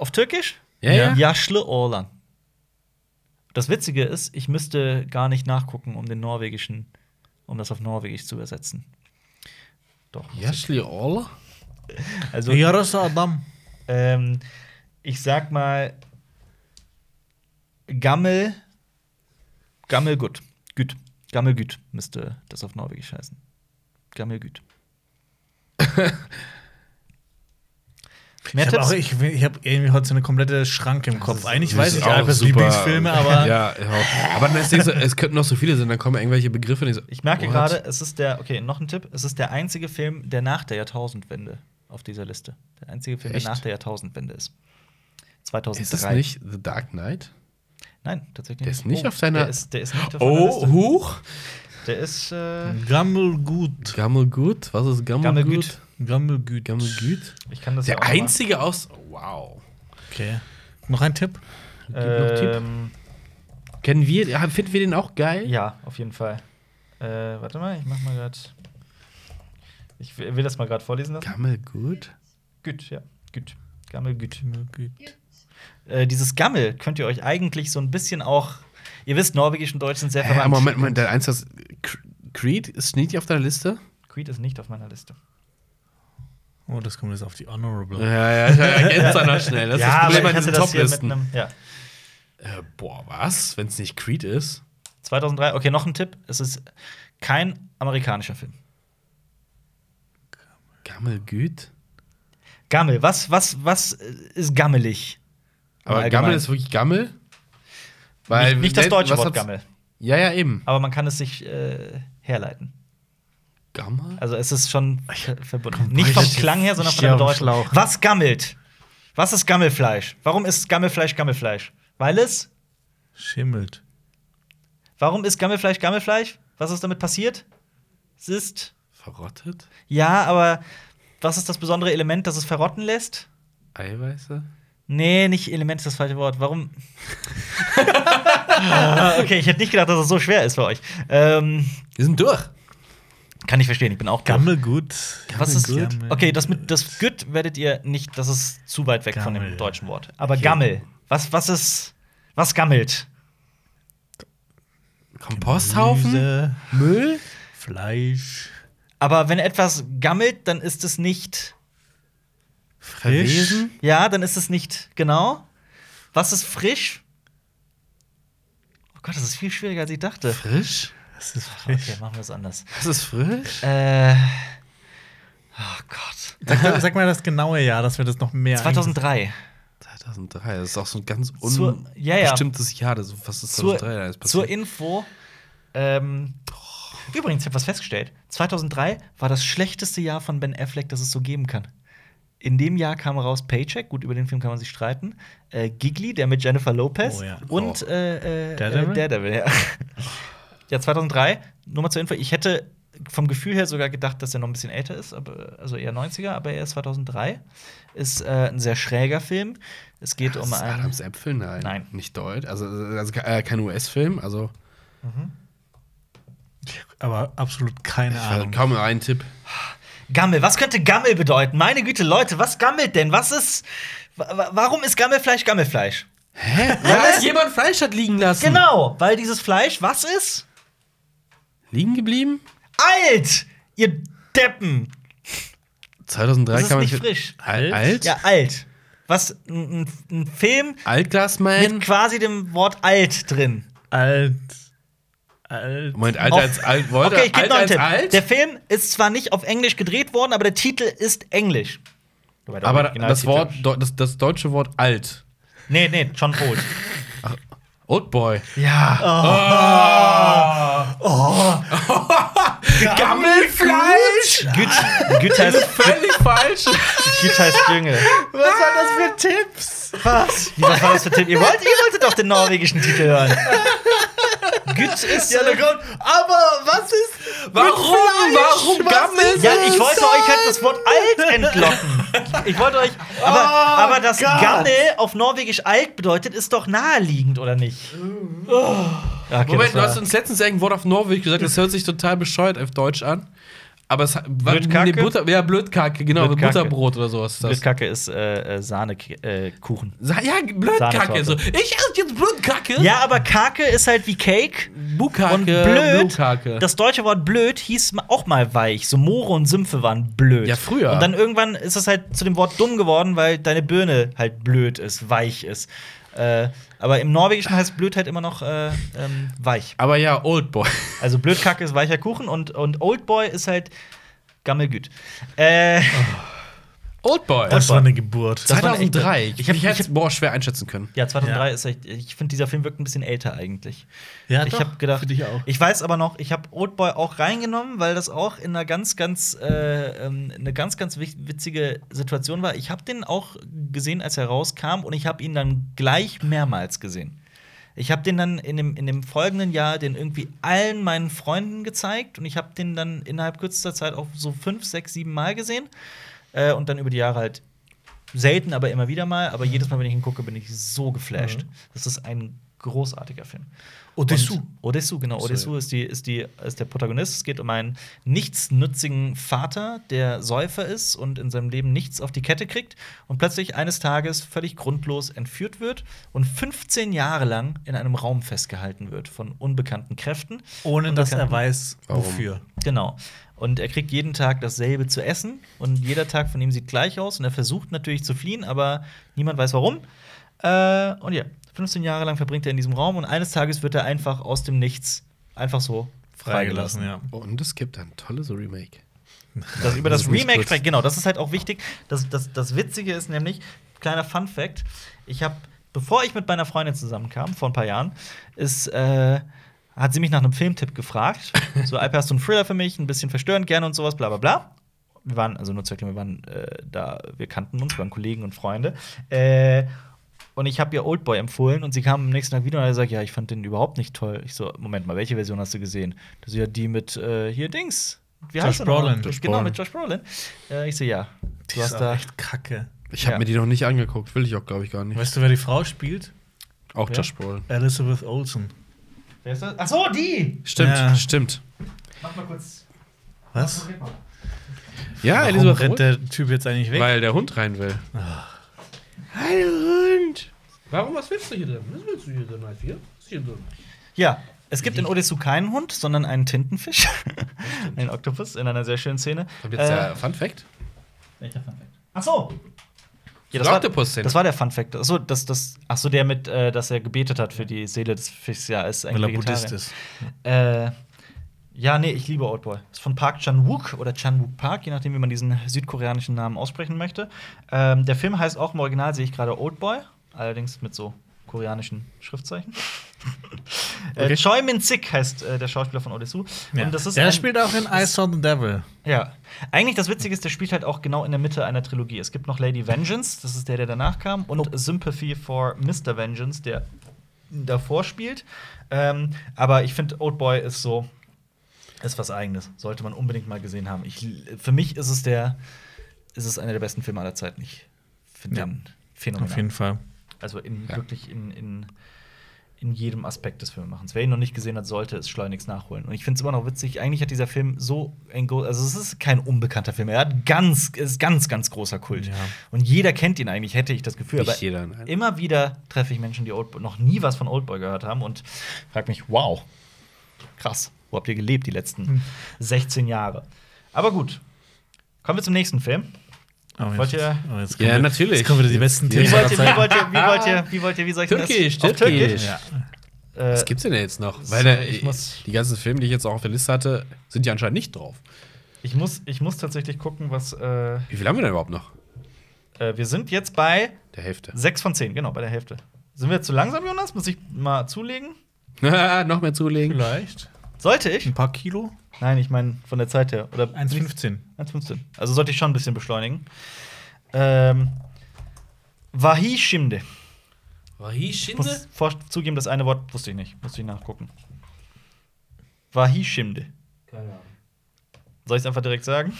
Speaker 1: auf Türkisch?
Speaker 3: Ja, ja.
Speaker 1: Yaşlı Oğlan. Das Witzige ist, ich müsste gar nicht nachgucken, um den norwegischen, um das auf Norwegisch zu übersetzen. Doch. muss ich.
Speaker 3: Yashli All?
Speaker 1: Also,
Speaker 2: Yarosa Adam.
Speaker 1: ähm, ich sag mal, Gammel, Gammel gut, gut, Gammel gut müsste das auf Norwegisch heißen. Gammel gut. Mehr
Speaker 2: ich habe
Speaker 1: Tipps?
Speaker 2: ich, ich hab irgendwie heute so eine komplette Schranke im Kopf. Eigentlich weiß ich
Speaker 3: auch
Speaker 2: Alpers
Speaker 3: super.
Speaker 2: Lieblingsfilme, aber
Speaker 3: Ja, ja. aber dann ist so, es könnten noch so viele sein, dann kommen irgendwelche Begriffe. Und ich, so,
Speaker 1: Ich merke
Speaker 3: what?
Speaker 1: gerade, es ist der, okay, noch ein Tipp, es ist der einzige Film, der nach der Jahrtausendwende auf dieser Liste. Der einzige Film,
Speaker 3: Echt?
Speaker 1: der nach der Jahrtausendwende ist.
Speaker 3: Ist das
Speaker 1: 2003.
Speaker 3: nicht The Dark Knight?
Speaker 1: Nein, tatsächlich Oh,
Speaker 3: Der ist nicht auf seiner-
Speaker 1: Der ist, der ist nicht auf
Speaker 3: Oh,
Speaker 1: meiner Liste.
Speaker 3: huch.
Speaker 1: Der ist äh,
Speaker 2: Gammelgut.
Speaker 3: Gammelgut? Was ist Gammelgut?
Speaker 1: Gammelgut.
Speaker 2: Gammelgut.
Speaker 3: Gammelgut?
Speaker 1: ich kann das ja
Speaker 3: Der
Speaker 1: auch mal-
Speaker 3: einzige aus. Wow.
Speaker 2: Okay. Noch ein Tipp?
Speaker 3: noch Tipp?
Speaker 1: Ähm,
Speaker 3: Kennen wir, ja, finden wir den auch geil?
Speaker 1: ja, auf jeden Fall. Äh, warte mal, ich mach mal gerade Ich will will das mal gerade vorlesen lassen.
Speaker 3: Gammelgut?
Speaker 1: Gut, ja. Gut. Gammel gut.
Speaker 2: Gammelgut.
Speaker 1: Äh, dieses Gammel könnt ihr euch eigentlich so ein bisschen auch Ihr wisst, Norwegisch und Deutsch sind sehr
Speaker 3: Äh,
Speaker 1: verwandt.
Speaker 3: aber Moment, Moment, der eins das Creed ist nicht auf deiner Liste?
Speaker 1: Creed ist nicht auf meiner Liste.
Speaker 2: Oh, das kommt jetzt auf die
Speaker 3: Ja,
Speaker 2: Honorable.
Speaker 3: ja, ich ergänze da noch schnell. Das ist das Problem an diesen Toplisten.
Speaker 1: einem. Ja.
Speaker 3: Äh, boah, was? Wenn es nicht Creed ist?
Speaker 1: 2003, okay, noch ein Tipp. Es ist kein amerikanischer Film.
Speaker 3: Gammelgut?
Speaker 1: Gammel, was, was, was äh, ist gammelig? Im
Speaker 3: Aber
Speaker 1: Allgemeinen.
Speaker 3: Gammel ist wirklich Gammel? Weil
Speaker 1: nicht, nicht das
Speaker 3: wer-
Speaker 1: deutsche
Speaker 3: was
Speaker 1: Wort
Speaker 3: hat's-
Speaker 1: Gammel,
Speaker 3: Ja, ja, eben.
Speaker 1: aber man kann es sich äh, herleiten.
Speaker 3: Gammel?
Speaker 1: Also es ist schon ver- verbunden. Nicht
Speaker 3: boah,
Speaker 1: vom
Speaker 3: ich-
Speaker 1: Klang her, sondern
Speaker 2: ich
Speaker 1: von der
Speaker 2: steh auf dem
Speaker 1: Bedeutung.
Speaker 2: Schlauch.
Speaker 1: Was gammelt? Was ist Gammelfleisch? Warum ist Gammelfleisch Gammelfleisch? Weil es?
Speaker 2: Schimmelt.
Speaker 1: Warum ist Gammelfleisch Gammelfleisch? Was ist damit passiert? Es ist
Speaker 3: Verrottet?
Speaker 1: ja, aber was ist das besondere Element, das es verrotten lässt?
Speaker 3: Eiweiße?
Speaker 1: Nee, nicht Element ist das falsche Wort. Warum? Ah, okay, ich hätte nicht gedacht, dass es so schwer ist für euch. Ähm,
Speaker 3: Wir sind durch.
Speaker 1: kann ich verstehen, ich bin auch doof.
Speaker 2: Gammelgut.
Speaker 1: Was ist
Speaker 2: Gammelgut?
Speaker 1: Okay, das mit das Güt werdet ihr nicht, das ist zu weit weg von
Speaker 2: Gammel.
Speaker 1: dem deutschen Wort. Aber Gammel, was was ist was gammelt?
Speaker 3: Komposthaufen?
Speaker 2: Gemüse,
Speaker 3: Müll?
Speaker 2: Fleisch.
Speaker 1: Aber wenn etwas gammelt, dann ist es nicht
Speaker 3: Verwesen?
Speaker 1: ja, dann ist es nicht genau. Was ist frisch? Oh Gott, das ist viel schwieriger als ich dachte.
Speaker 3: Frisch?
Speaker 2: Das ist frisch.
Speaker 1: Okay, machen wir es anders.
Speaker 3: Was ist frisch?
Speaker 1: Äh Oh Gott.
Speaker 2: Sag, sag mal das genaue Jahr, dass wir das noch mehr.
Speaker 1: 2003.
Speaker 3: 2003, das ist auch so ein ganz
Speaker 1: Zur-
Speaker 3: unbestimmtes
Speaker 1: ja, ja.
Speaker 3: Jahr. Das, was ist
Speaker 1: zur,
Speaker 3: 2003 da ist
Speaker 1: zur
Speaker 3: passiert?
Speaker 1: Info. Ähm, übrigens, ich habe was festgestellt. 2003 war das schlechteste Jahr von Ben Affleck, das es so geben kann. In dem Jahr kam raus Paycheck, gut, über den Film kann man sich streiten. Äh, Gigli, der mit Jennifer Lopez.
Speaker 2: Oh, ja.
Speaker 1: Und äh, äh,
Speaker 2: Daredevil?
Speaker 1: Daredevil? Daredevil, ja. ja, 2003, nur mal zur Info, ich hätte vom Gefühl her sogar gedacht, dass er noch ein bisschen älter ist, aber, also eher 90er, aber er ist 2003. Ist äh, ein sehr schräger Film. Es geht
Speaker 3: Das
Speaker 1: um
Speaker 3: ist
Speaker 1: einen.
Speaker 3: Adams Äpfel? Nein.
Speaker 1: Nein.
Speaker 3: Nicht Deutsch. Also, also äh, kein US-Film. Also,
Speaker 2: Aber absolut keine
Speaker 3: ich hatte
Speaker 2: Ahnung.
Speaker 3: kaum einen Tipp.
Speaker 1: Gammel, was könnte Gammel bedeuten? Meine Güte, Leute, was gammelt denn? Was ist. wa- wa- Warum ist Gammelfleisch Gammelfleisch?
Speaker 3: Hä? Weil jemand Fleisch hat liegen lassen.
Speaker 1: Genau, weil dieses Fleisch, was ist?
Speaker 3: Liegen geblieben?
Speaker 1: Alt! Ihr Deppen!
Speaker 3: 2003
Speaker 1: Das ist
Speaker 3: kann man
Speaker 1: nicht frisch.
Speaker 3: Alt? Alt?
Speaker 1: Ja, alt. Was? Ein, ein- ein Film mit
Speaker 3: Altglasman?
Speaker 1: quasi dem Wort alt drin.
Speaker 2: Alt. Alt.
Speaker 3: Moment, alt
Speaker 1: Auf-
Speaker 3: als alt wollte.
Speaker 1: Oh. Okay, ich gebe
Speaker 3: alt
Speaker 1: noch einen
Speaker 3: als
Speaker 1: Tipp.
Speaker 3: alt?
Speaker 1: Der Film ist zwar nicht auf Englisch gedreht worden, aber der Titel ist Englisch. Wobei der
Speaker 3: Aber das
Speaker 1: Originaltitel-
Speaker 3: Wort, deu- das, das deutsche Wort alt.
Speaker 1: Nee, nee, John Old.
Speaker 3: Oldboy.
Speaker 1: ja.
Speaker 3: Oh.
Speaker 1: Oh.
Speaker 3: Gammelfleisch?
Speaker 1: Güt, Güt heißt,
Speaker 3: Völlig falsch.
Speaker 1: Güt heißt Jüngel.
Speaker 2: Was waren das für Tipps?
Speaker 1: Was? Wie, was war das für Tipp? Ihr, wollt, ihr wolltet doch den norwegischen Titel hören. Güt ist. Ja,
Speaker 2: Aber was ist.
Speaker 3: Warum? Warum Gammel?
Speaker 1: ja, ich wollte euch halt das Wort alt entlocken. Ich wollte euch. Aber, aber dass
Speaker 2: Gott.
Speaker 1: Gammel auf norwegisch alt bedeutet, ist doch naheliegend, oder nicht? Oh. Okay,
Speaker 3: Moment, du
Speaker 1: das
Speaker 3: hast
Speaker 1: war-
Speaker 3: uns letztens irgendein Wort auf Norwegen gesagt, das hört sich total bescheuert auf Deutsch an. Aber es hat.
Speaker 1: Blödkacke?
Speaker 3: Butter, ja, Blödkacke, genau,
Speaker 1: Blödkacke.
Speaker 3: Butterbrot oder sowas. ist Das.
Speaker 1: Blödkacke ist äh, äh, Sahnekuchen.
Speaker 3: Sa- Ja, Blödkacke.
Speaker 1: Sahnetorte.
Speaker 3: So. Ich esse jetzt Blödkacke.
Speaker 1: Ja, aber Kake ist halt wie Cake.
Speaker 3: Bukake.
Speaker 1: Und blöd,
Speaker 3: Blukake.
Speaker 1: das deutsche Wort blöd hieß ma- auch mal weich. So Moore und Sümpfe waren blöd.
Speaker 3: Ja, früher.
Speaker 1: Und dann irgendwann ist es halt zu dem Wort dumm geworden, weil deine Birne halt blöd ist, weich ist. Äh, aber im Norwegischen heißt blöd halt immer noch äh, ähm, weich.
Speaker 3: Aber ja, Oldboy.
Speaker 1: Also Blödkacke ist weicher Kuchen und, und Oldboy ist halt Gammelgüt. Äh,
Speaker 3: Oldboy.
Speaker 2: Das war eine Geburt.
Speaker 1: Das war eine
Speaker 3: 2003.
Speaker 1: echte-
Speaker 3: Ich
Speaker 1: Ich hab-
Speaker 3: hätte
Speaker 1: ich
Speaker 3: jetzt boah, schwer einschätzen können.
Speaker 1: Ja, 2003
Speaker 2: Ja.
Speaker 1: ist echt. Ich finde, dieser Film wirkt ein bisschen älter eigentlich.
Speaker 2: Ja,
Speaker 1: ich
Speaker 2: doch,
Speaker 1: habe gedacht,
Speaker 2: find ich auch.
Speaker 1: ich weiß aber noch, ich habe Oldboy auch reingenommen, weil das auch in einer ganz, ganz, äh, ähm, eine ganz, ganz wich- witzige Situation war. Ich habe den auch gesehen, als er rauskam, und ich habe ihn dann gleich mehrmals gesehen. Ich habe den dann in dem, in dem folgenden Jahr den irgendwie allen meinen Freunden gezeigt und ich habe den dann innerhalb kürzester Zeit auch so fünf, sechs, sieben Mal gesehen äh, und dann über die Jahre halt selten, aber immer wieder mal.
Speaker 2: Mhm.
Speaker 1: Aber jedes Mal, wenn ich ihn gucke, bin ich so geflasht. Das ist ein großartiger Film.
Speaker 2: Odessu.
Speaker 1: Und- Odessu, genau.
Speaker 2: So,
Speaker 1: Odessu ist, die, ist, die, ist der Protagonist. Es geht um einen nichtsnützigen Vater, der Säufer ist und in seinem Leben nichts auf die Kette kriegt und plötzlich eines Tages völlig grundlos entführt wird und 15 Jahre lang in einem Raum festgehalten wird von unbekannten Kräften.
Speaker 2: Ohne dass er
Speaker 1: Unbekannten-
Speaker 2: weiß,
Speaker 3: Warum?
Speaker 2: wofür.
Speaker 1: Genau. Und er kriegt jeden Tag dasselbe zu essen und jeder Tag von ihm sieht gleich aus und er versucht natürlich zu fliehen, aber niemand weiß warum. Äh, und ja, 15 Jahre lang verbringt er in diesem Raum und eines Tages wird er einfach aus dem Nichts einfach so freigelassen.
Speaker 2: Freigelassen, ja.
Speaker 3: Und es gibt ein tolles Remake.
Speaker 1: Das, über
Speaker 3: das
Speaker 1: das
Speaker 3: ist nicht
Speaker 1: Remake
Speaker 3: kurz.
Speaker 1: sprechen, genau, das ist halt auch wichtig. Das, das, das Witzige ist nämlich, kleiner Fun Fact, ich habe, bevor ich mit meiner Freundin zusammenkam, vor ein paar Jahren, ist, äh, hat sie mich nach einem Filmtipp gefragt. So, Alper, hast du einen Thriller für mich? Ein bisschen verstörend gerne und sowas, bla bla bla. Wir waren, also nur zur Erklärung, wir waren äh, da, wir kannten uns, wir waren Kollegen und Freunde. Äh, und ich habe ihr Oldboy empfohlen und sie kam am nächsten Tag wieder und hat gesagt, ja, ich fand den überhaupt nicht toll. Ich so, Moment mal, welche Version hast du gesehen? Das ist ja die mit äh, hier Dings. Wie
Speaker 2: Josh
Speaker 1: heißt er noch?
Speaker 2: Brolin.
Speaker 1: Josh
Speaker 2: Josh
Speaker 1: genau,
Speaker 3: Brolin.
Speaker 1: mit Josh Brolin. Äh, ich so, ja.
Speaker 2: Die
Speaker 1: Du
Speaker 2: ist
Speaker 1: hast
Speaker 2: auch
Speaker 1: da.
Speaker 2: echt kacke.
Speaker 3: Ich habe
Speaker 1: Ja.
Speaker 3: mir die noch nicht angeguckt, will ich auch, glaube ich, gar nicht.
Speaker 2: Weißt du, wer die Frau spielt?
Speaker 3: auch
Speaker 1: wer?
Speaker 3: Josh Brolin.
Speaker 2: Elizabeth Olsen.
Speaker 1: Wer ist das? Ach so, die!
Speaker 3: Stimmt,
Speaker 2: Ja.
Speaker 3: stimmt.
Speaker 1: Mach mal kurz.
Speaker 2: Was?
Speaker 3: Ja,
Speaker 2: Warum
Speaker 3: Elisabeth
Speaker 2: rennt
Speaker 3: Roth,
Speaker 2: der Typ jetzt eigentlich weg?
Speaker 3: Weil der Hund rein will. Hallo Hund! Warum, was willst du hier drin? Was willst du hier drin, Alter? hier? Was ist hier drin?
Speaker 1: Ja, es gibt in Odessu keinen Hund, sondern einen Tintenfisch. einen Oktopus in einer sehr schönen Szene. Äh,
Speaker 3: Kommt jetzt der Fun Fact?
Speaker 1: Welcher Funfact? Ach so! Ja,
Speaker 3: Die
Speaker 1: das, war,
Speaker 3: Oktopus-Szene.
Speaker 1: das war der Funfact. Achso, das, das, ach so, der mit, äh, dass er gebetet hat für die Seele des Fischs. Ja, ist
Speaker 2: Weil er
Speaker 1: eigentlich
Speaker 2: Buddhist
Speaker 1: Vegetarier.
Speaker 2: ist.
Speaker 1: Äh, ja, nee, ich liebe Oldboy. Ist von Park Chan-wook oder Chan-wook Park, je nachdem, wie man diesen südkoreanischen Namen aussprechen möchte. Ähm, der Film heißt auch im Original, sehe ich gerade Oldboy, allerdings mit so koreanischen Schriftzeichen. äh,
Speaker 3: Okay.
Speaker 1: Choi Min-sik heißt äh, der Schauspieler von Odessu.
Speaker 2: Ja.
Speaker 1: Und das ist
Speaker 2: der
Speaker 1: ein-
Speaker 2: spielt auch in I Saw the Devil.
Speaker 1: ja, eigentlich das Witzige ist, der spielt halt auch genau in der Mitte einer Trilogie. Es gibt noch Lady Vengeance, das ist der, der danach kam, und
Speaker 2: Oh.
Speaker 1: Sympathy for Mr. Vengeance, der davor spielt. Ähm, aber ich finde, Oldboy ist so, ist was Eigenes. Sollte man unbedingt mal gesehen haben. Ich, für mich ist es der, ist es einer der besten Filme aller Zeiten. Ich finde
Speaker 2: Ja.
Speaker 1: den phänomenal.
Speaker 2: Auf jeden Fall.
Speaker 1: Also in,
Speaker 3: Ja.
Speaker 1: wirklich in, in, in jedem Aspekt des Filmemachens. Wer ihn noch nicht gesehen hat, sollte es schleunigst nachholen. Und ich finde es immer noch witzig, eigentlich hat dieser Film so ein groß, also es ist kein unbekannter Film. Er hat ganz, ist ganz, ganz großer Kult.
Speaker 2: Ja.
Speaker 1: Und jeder kennt ihn eigentlich, hätte ich das Gefühl.
Speaker 3: Nicht
Speaker 1: aber
Speaker 3: jeder, nein.
Speaker 1: immer wieder treffe ich Menschen, die Oldboy, noch nie was von Oldboy gehört haben und frage mich, wow, krass, wo habt ihr gelebt die letzten
Speaker 3: Hm.
Speaker 1: 16 Jahre? Aber gut, kommen wir zum nächsten Film.
Speaker 2: Oh, jetzt-
Speaker 1: Wollt ihr-
Speaker 2: oh, jetzt
Speaker 3: Ja,
Speaker 2: kommen wir-
Speaker 3: natürlich.
Speaker 2: Jetzt kommen wieder die besten
Speaker 3: Ja.
Speaker 1: Wie
Speaker 2: Themen
Speaker 1: wollt ihr,
Speaker 2: aller
Speaker 1: wie
Speaker 2: Zeiten.
Speaker 1: wollt ihr, wie wollt ihr, wie wollt ihr, wie soll ich denn das-
Speaker 3: Türkisch,
Speaker 1: Auf
Speaker 3: Türkisch.
Speaker 2: Ja.
Speaker 1: Äh,
Speaker 3: Was gibt's denn jetzt noch? Weil der,
Speaker 1: ich muss-
Speaker 3: die ganzen Filme, die ich jetzt auch auf der Liste hatte, sind ja anscheinend nicht drauf.
Speaker 1: Ich muss, ich muss tatsächlich gucken, was. Äh,
Speaker 3: Wie viel haben wir denn überhaupt noch?
Speaker 1: äh, wir sind jetzt bei
Speaker 3: Der Hälfte.
Speaker 1: 6 von 10, genau, bei der Hälfte. Sind wir zu langsam, Jonas? Muss ich mal zulegen?
Speaker 3: noch mehr zulegen.
Speaker 2: Vielleicht.
Speaker 1: Sollte ich?
Speaker 2: Ein paar Kilo?
Speaker 1: Nein, ich meine von der Zeit her. Oder
Speaker 2: 1,15.
Speaker 1: 1,15. Also sollte ich schon ein bisschen beschleunigen. Ähm, Wahi Shimde. Muss vor- zugeben, das eine Wort wusste ich nicht. Musste ich nachgucken. Wahi Shimde. Soll ich es einfach direkt sagen?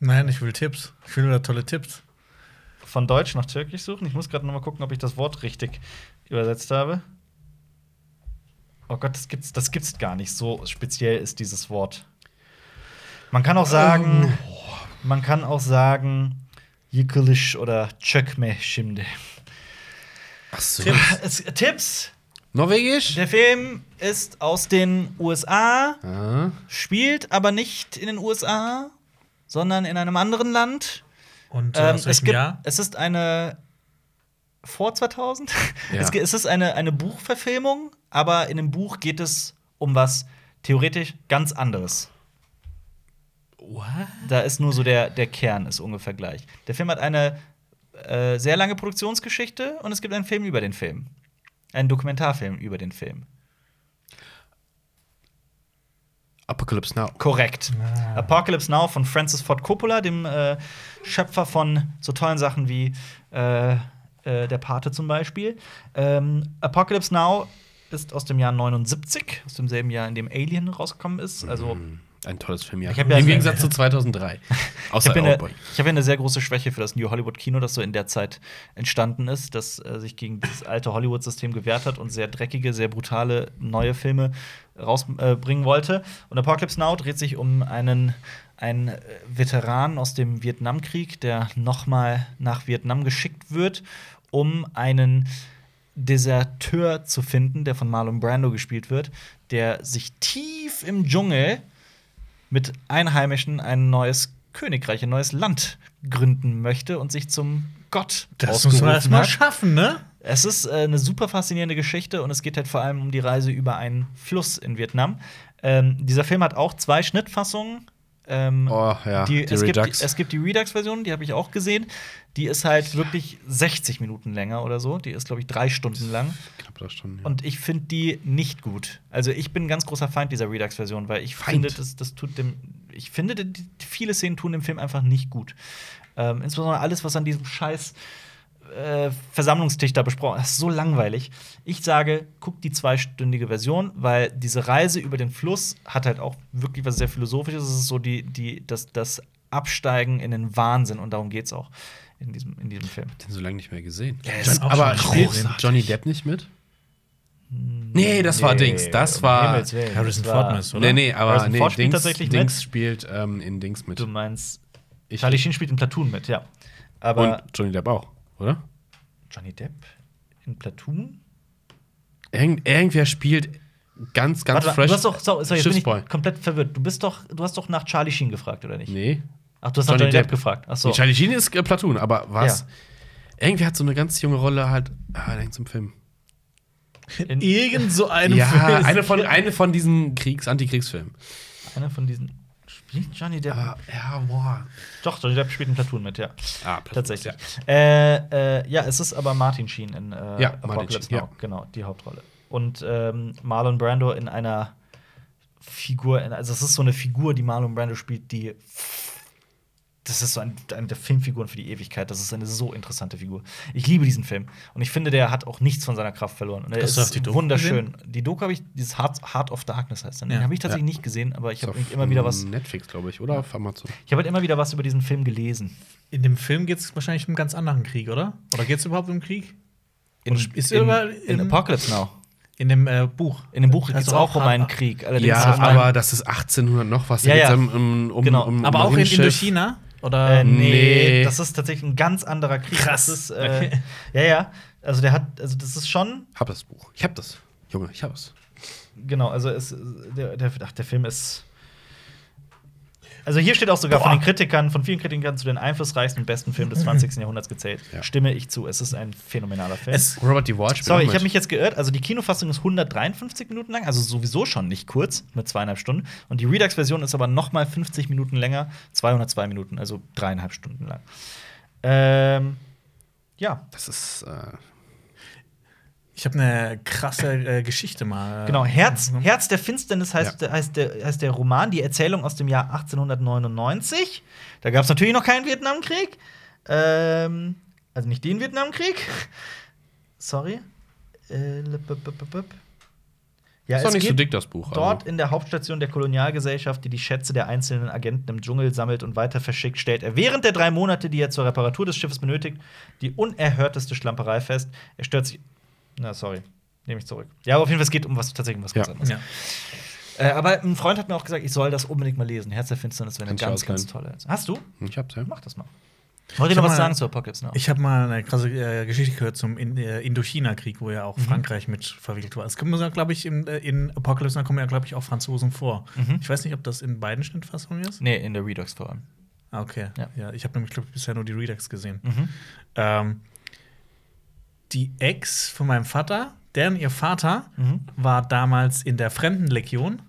Speaker 2: Nein, ich will Tipps. Ich will da tolle Tipps.
Speaker 1: von Deutsch nach Türkisch suchen. Ich muss gerade noch mal gucken, ob ich das Wort richtig übersetzt habe. Oh Gott, das gibt's, das gibt's gar nicht. So speziell ist dieses Wort. Man kann auch sagen, man kann auch sagen, Yıkılış oder Çökme şimdi.
Speaker 3: Ach so.
Speaker 1: Es- Tipps.
Speaker 3: Norwegisch?
Speaker 1: Der Film ist aus den USA,
Speaker 3: Ah.
Speaker 1: spielt aber nicht in den USA, sondern in einem anderen Land.
Speaker 2: Und äh,
Speaker 1: Ähm,
Speaker 2: aus
Speaker 1: es,
Speaker 2: welchem
Speaker 1: gibt,
Speaker 2: Jahr?
Speaker 1: es ist eine vor 2000.
Speaker 3: Ja.
Speaker 1: Es, ge- es ist eine, eine Buchverfilmung, aber in dem Buch geht es um was theoretisch ganz anderes.
Speaker 3: What?
Speaker 1: Da ist nur so der, der Kern, ist ungefähr gleich. Der Film hat eine äh, sehr lange Produktionsgeschichte und es gibt einen Film über den Film. Einen Dokumentarfilm über den Film.
Speaker 3: Apocalypse Now.
Speaker 1: Korrekt. Apocalypse Now von Francis Ford Coppola, dem äh, Schöpfer von so tollen Sachen wie äh, äh, Der Pate zum Beispiel. Ähm, Apocalypse Now ist aus dem Jahr 79, aus demselben Jahr, in dem Alien rausgekommen ist. Also
Speaker 3: Mhm. Hm, Ein tolles Film, ja.
Speaker 1: Ich hab ja-
Speaker 3: Im Gegensatz zu 2003.
Speaker 1: Ich
Speaker 3: Außer
Speaker 1: habe ja eine,
Speaker 3: Outboy.
Speaker 1: ich hab ja eine sehr große Schwäche für das New Hollywood Kino, das so in der Zeit entstanden ist, das äh, sich gegen dieses alte Hollywood-System gewehrt hat und sehr dreckige, sehr brutale neue Filme rausbringen äh, bringen wollte. Und Apocalypse Now dreht sich um einen, einen äh, Veteran aus dem Vietnamkrieg, der nochmal nach Vietnam geschickt wird, um einen Deserteur zu finden, der von Marlon Brando gespielt wird, der sich tief im Dschungel mit Einheimischen ein neues Königreich, ein neues Land gründen möchte und sich zum Gott
Speaker 2: Das muss
Speaker 1: ausgerufen
Speaker 2: man erstmal
Speaker 1: hat.
Speaker 2: schaffen, ne?
Speaker 1: Es ist äh, eine super faszinierende Geschichte und es geht halt vor allem um die Reise über einen Fluss in Vietnam. Ähm, dieser Film hat auch zwei Schnittfassungen. Ähm,
Speaker 3: Oh, ja,
Speaker 1: die,
Speaker 3: die
Speaker 1: es,
Speaker 3: Redux.
Speaker 1: Gibt, es gibt die Redux-Version, die habe ich auch gesehen. Die ist halt wirklich 60 Minuten länger oder so. Die ist, glaube ich, drei Stunden lang.
Speaker 3: Knapp drei Stunden, ja.
Speaker 1: Und ich finde die nicht gut. Also ich bin ein ganz großer Feind dieser Redux-Version, weil ich
Speaker 3: Feind?
Speaker 1: finde, das, das tut dem. Ich finde, die- die- viele Szenen tun dem Film einfach nicht gut. Ähm, insbesondere alles, was an diesem scheiß äh, Versammlungstisch da besprochen Das ist so langweilig. Ich sage, guck die zweistündige Version, weil diese Reise über den Fluss hat halt auch wirklich was sehr Philosophisches. Es ist so die, die, das, das Absteigen in den Wahnsinn und darum geht's auch in diesem, in diesem Film.
Speaker 3: den so lange nicht mehr gesehen.
Speaker 2: Ja,
Speaker 3: John,
Speaker 2: ist auch
Speaker 3: aber
Speaker 2: schon
Speaker 3: spielt
Speaker 2: großartig.
Speaker 3: Johnny Depp nicht mit? Nee, das war Dings. Das
Speaker 1: Hm. um
Speaker 3: war.
Speaker 1: Himmels Willen.
Speaker 2: Harrison
Speaker 1: Das war-
Speaker 2: Ford ist, oder?
Speaker 3: Nee, nee, aber
Speaker 1: Harrison
Speaker 3: nee,
Speaker 1: Ford spielt
Speaker 3: Dings,
Speaker 1: tatsächlich
Speaker 3: Dings
Speaker 1: mit.
Speaker 3: spielt ähm, in Dings mit.
Speaker 1: Du meinst,
Speaker 3: Ich-
Speaker 1: Charlie Sheen spielt in Platoon mit, ja. Aber
Speaker 3: Und Johnny Depp auch, oder?
Speaker 1: Johnny Depp in Platoon?
Speaker 3: Irgend, irgendwer spielt ganz, ganz
Speaker 1: Warte, mal,
Speaker 3: fresh.
Speaker 1: du hast doch, so, so, jetzt bin ich
Speaker 3: Schiffsboy.
Speaker 1: komplett verwirrt. Du bist doch, du hast doch nach Charlie Sheen gefragt, oder nicht?
Speaker 3: Nee.
Speaker 1: Ach, du hast nach
Speaker 3: Johnny
Speaker 1: Johnny Depp,
Speaker 3: Depp.
Speaker 1: gefragt. Ach so.
Speaker 3: Nee, Charlie Sheen ist äh, Platoon, aber was?
Speaker 1: Ja.
Speaker 3: Irgendwer hat so eine ganz junge Rolle halt. Ah, hängt zum Film.
Speaker 1: In-
Speaker 2: Irgend so einem
Speaker 3: ja,
Speaker 2: Film.
Speaker 3: eine von, eine von diesen Kriegs-, Antikriegsfilmen.
Speaker 1: Einer von diesen. Spielt Johnny Depp?
Speaker 3: Ah, ja, boah.
Speaker 1: Doch, Johnny Depp spielt in Platoon mit, ja.
Speaker 3: Ah, Platoon,
Speaker 1: Tatsächlich. Äh, äh, ja, es ist aber Martin Sheen in äh,
Speaker 3: Ja, Martin
Speaker 1: Apocalypse
Speaker 3: Sheen,
Speaker 1: Now.
Speaker 3: ja.
Speaker 1: Genau, die Hauptrolle. Und ähm, Marlon Brando in einer Figur, in, also es ist so eine Figur, die Marlon Brando spielt, die das ist so ein, eine der Filmfiguren für die Ewigkeit. Das ist eine so interessante Figur. Ich liebe diesen Film. Und ich finde, der hat auch nichts von seiner Kraft verloren. Und er
Speaker 2: Hast
Speaker 1: ist
Speaker 2: du auf die Doku
Speaker 1: wunderschön. Die Doku habe ich, dieses Heart, Heart of Darkness heißt er. ne? Den
Speaker 2: Ja.
Speaker 1: habe ich tatsächlich nicht gesehen, aber ich habe immer wieder was.
Speaker 3: Netflix, glaube ich, oder? Auf Amazon.
Speaker 1: Ich habe halt immer wieder was über diesen Film gelesen.
Speaker 2: In dem Film geht es wahrscheinlich um einen ganz anderen Krieg, oder? Oder geht es überhaupt um Krieg?
Speaker 1: In,
Speaker 2: Oder ist
Speaker 1: in,
Speaker 2: er
Speaker 1: in
Speaker 2: im-
Speaker 1: Apocalypse Now.
Speaker 2: In dem äh, Buch.
Speaker 1: In dem Buch geht
Speaker 2: Also
Speaker 1: es auch um einen
Speaker 2: hart-
Speaker 1: Krieg. Allerdings
Speaker 3: Ja,
Speaker 1: auf einem-
Speaker 3: aber das ist 1800 noch was.
Speaker 1: Ja,
Speaker 3: Da geht's
Speaker 1: ja.
Speaker 3: Um, um, um,
Speaker 1: Genau.
Speaker 3: um, um
Speaker 2: Aber auch in
Speaker 3: Marineschiff.
Speaker 2: Indochina? Oder
Speaker 1: Äh, nee,
Speaker 3: Nee.
Speaker 1: das ist tatsächlich ein ganz anderer Krieg.
Speaker 2: Krass.
Speaker 1: Das ist, äh,
Speaker 2: Okay.
Speaker 1: Ja, ja. Also der hat, also das ist schon,
Speaker 3: Hab das Buch. Ich hab das. Junge, ich hab es.
Speaker 1: genau, also es, der, der, ach, der Film ist. Also hier steht auch sogar von den Kritikern, von vielen Kritikern zu den einflussreichsten und besten Filmen des 20. Jahrhunderts gezählt.
Speaker 3: Ja.
Speaker 1: Stimme ich zu, es ist ein phänomenaler Film.
Speaker 2: es,
Speaker 3: Robert D. Ward spielt
Speaker 1: Sorry,
Speaker 3: auch
Speaker 1: ich habe
Speaker 3: mit.
Speaker 1: mich jetzt geirrt. Also die Kinofassung ist 153 Minuten lang, also sowieso schon nicht kurz mit zweieinhalb Stunden. Und die Redux-Version ist aber noch mal 50 Minuten länger, 202 Minuten, also dreieinhalb Stunden lang. Ähm, ja,
Speaker 3: Das ist. Äh,
Speaker 2: ich habe eine krasse äh, Geschichte mal. äh,
Speaker 1: genau. Herz,
Speaker 2: Mhm.
Speaker 1: Herz der Finsternis heißt, heißt, der, heißt der Roman, die Erzählung aus dem Jahr 1899. Da gab es natürlich noch keinen Vietnamkrieg. Ähm, also nicht den Vietnamkrieg. Sorry. Äh, lip, lip, lip, lip. Ja,
Speaker 3: ist doch
Speaker 1: es
Speaker 3: nicht so
Speaker 1: geht-
Speaker 3: dick, das Buch. also.
Speaker 1: Dort in der Hauptstation der Kolonialgesellschaft, die die Schätze der einzelnen Agenten im Dschungel sammelt und weiter verschickt, stellt er während der drei Monate, die er zur Reparatur des Schiffes benötigt, die unerhörteste Schlamperei fest. Er stört sich. Na, sorry. Nehme ich zurück. Ja, aber auf jeden Fall, es geht um was tatsächlich um was ganz
Speaker 3: Ja.
Speaker 1: anderes.
Speaker 2: Ja.
Speaker 1: Äh, aber ein Freund hat mir auch gesagt, ich soll das unbedingt mal lesen. Herz der Finsternis wäre eine
Speaker 3: Kannst du
Speaker 1: ganz,
Speaker 3: ausleihen.
Speaker 1: ganz tolle. Hast du?
Speaker 3: Hm, Ich hab's, ja.
Speaker 1: Mach das mal. Wollt ihr
Speaker 2: Ich
Speaker 1: noch
Speaker 2: hab
Speaker 1: was
Speaker 2: mal-
Speaker 1: sagen zu Apocalypse Now?
Speaker 2: Ich habe mal eine krasse äh, Geschichte gehört zum in äh, Indochina-Krieg, wo ja
Speaker 1: Mhm.
Speaker 2: auch Frankreich mit verwickelt war. Es kommt mir, glaube ich, in, äh, in Apocalypse, da kommen ja, glaube ich, auch Franzosen vor.
Speaker 1: Mhm.
Speaker 2: Ich weiß nicht, ob das in beiden Schnittfassungen ist.
Speaker 1: nee, in der Redux vor allem.
Speaker 2: Ah, okay.
Speaker 1: Ja.
Speaker 2: Ja. ich habe nämlich, glaube ich, bisher nur die Redux gesehen.
Speaker 1: Mhm.
Speaker 2: Ähm, die Ex
Speaker 3: Mhm.
Speaker 2: von meinem Vater, deren ihr Vater war damals in der Fremdenlegion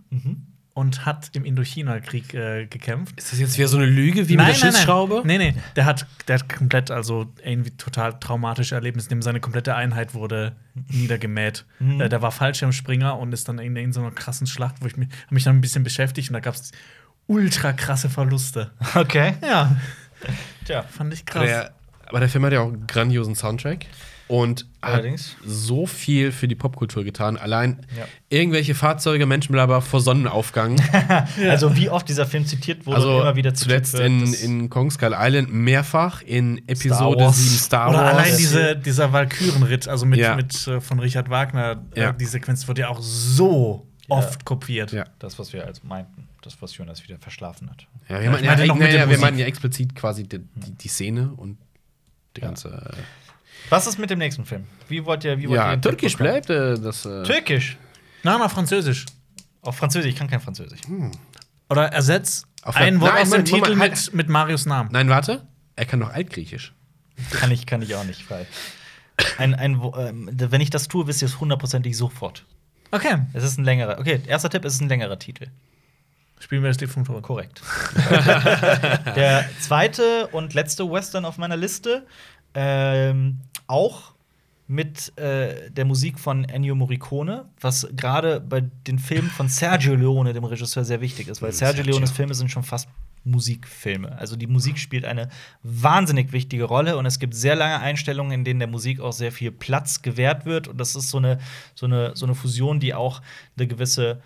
Speaker 2: und hat im Indochina-Krieg äh, gekämpft.
Speaker 3: Ist das jetzt wieder so eine Lüge wie mit der Schiffsschraube?
Speaker 2: Nein, nein, der hat, der hat komplett, also irgendwie total traumatische Erlebnisse, dem seine komplette Einheit wurde niedergemäht.
Speaker 1: Mhm.
Speaker 2: Äh, der war Fallschirmspringer und ist dann in, in so einer krassen Schlacht, wo ich mich, hab mich dann ein bisschen beschäftigt und da gab es ultra krasse Verluste.
Speaker 1: Okay.
Speaker 2: Ja,
Speaker 1: Tja.
Speaker 2: fand ich krass.
Speaker 3: Der, aber der Film hat ja auch einen grandiosen Soundtrack. Und hat
Speaker 1: Allerdings.
Speaker 3: so viel für die Popkultur getan. Allein
Speaker 1: Ja.
Speaker 3: irgendwelche Fahrzeuge, Menschenblabber vor Sonnenaufgang.
Speaker 1: Also, wie oft dieser Film zitiert wurde,
Speaker 3: also
Speaker 1: und immer wieder zitiert
Speaker 3: zuletzt
Speaker 1: wird,
Speaker 3: in,
Speaker 1: das-
Speaker 3: in Kong Skull Island mehrfach, in Episode
Speaker 1: Wars.
Speaker 3: 7 Star
Speaker 2: Oder
Speaker 3: Wars.
Speaker 2: allein diese, dieser Walkürenritt, also mit,
Speaker 3: Ja.
Speaker 2: mit äh, von Richard Wagner,
Speaker 3: Ja.
Speaker 2: äh, die Sequenz wurde ja auch so oft kopiert.
Speaker 3: Ja.
Speaker 1: das, was wir als meinten, das, was Jonas wieder verschlafen hat.
Speaker 3: Ja, wir
Speaker 2: Ich
Speaker 3: meinten ja,
Speaker 2: meinte noch
Speaker 3: nee,
Speaker 2: mit der
Speaker 3: ja, wir
Speaker 2: Musik.
Speaker 3: meinten ja explizit quasi die, die, die Szene und die ganze. äh,
Speaker 1: Was ist mit dem nächsten Film? Wie wollt ihr, wie wollt
Speaker 3: Ja,
Speaker 1: ihr den
Speaker 3: türkisch
Speaker 1: Film
Speaker 3: bleibt äh, das. Äh,
Speaker 1: bekommen? Türkisch?
Speaker 2: Na, na, Französisch.
Speaker 1: Auf Französisch, ich kann kein Französisch.
Speaker 2: Oder ersetz
Speaker 3: Auf-
Speaker 2: ein Wort
Speaker 3: Nein,
Speaker 2: aus dem
Speaker 3: Moment, Moment,
Speaker 2: Titel
Speaker 3: halt.
Speaker 2: mit, mit Marius Namen.
Speaker 3: Nein, warte. Er kann noch Altgriechisch.
Speaker 1: Kann ich, kann ich auch nicht, weil. Ein, ein, Wo- ähm, wenn ich das tue, wisst ihr es hundertprozentig sofort.
Speaker 2: Okay,
Speaker 1: Es ist ein längerer. Okay, erster Tipp, es ist ein längerer Titel.
Speaker 2: spielen wir das Lied vom Tod.
Speaker 1: Korrekt. Der zweite und letzte Western auf meiner Liste, ähm, auch mit äh, der Musik von Ennio Morricone, was gerade bei den Filmen von Sergio Leone, dem Regisseur, sehr wichtig ist, weil Sergio
Speaker 3: Mhm, Sergio.
Speaker 1: Leones Filme sind schon fast Musikfilme. Also die Musik spielt eine wahnsinnig wichtige Rolle und es gibt sehr lange Einstellungen, in denen der Musik auch sehr viel Platz gewährt wird und das ist so eine, so eine, so eine Fusion, die auch eine gewisse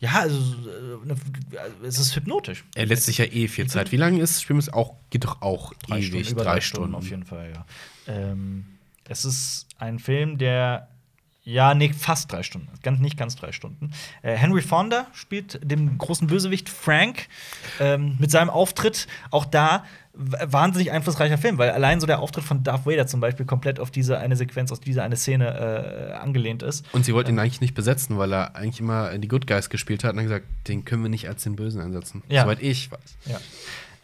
Speaker 1: ja, also, äh, ne, also, es ist hypnotisch.
Speaker 3: Er lässt sich ja eh viel Zeit. Wie lange ist das Spiel? Ist auch, geht doch auch ewig.
Speaker 1: über
Speaker 3: drei Stunden.
Speaker 1: auf jeden Fall, ja. Ähm, es ist ein Film, der ja, nee, fast drei Stunden. Ganz, nicht ganz drei Stunden. Äh, Henry Fonda spielt den großen Bösewicht Frank ähm, mit seinem Auftritt. Auch da w- wahnsinnig einflussreicher Film, weil allein so der Auftritt von Darth Vader zum Beispiel komplett auf diese eine Sequenz, aus dieser eine Szene äh, angelehnt ist.
Speaker 3: Und sie wollten ihn eigentlich nicht besetzen, weil er eigentlich immer die Good Guys gespielt hat und dann gesagt, den können wir nicht als den Bösen einsetzen.
Speaker 1: Ja.
Speaker 3: Soweit ich weiß.
Speaker 1: Ja.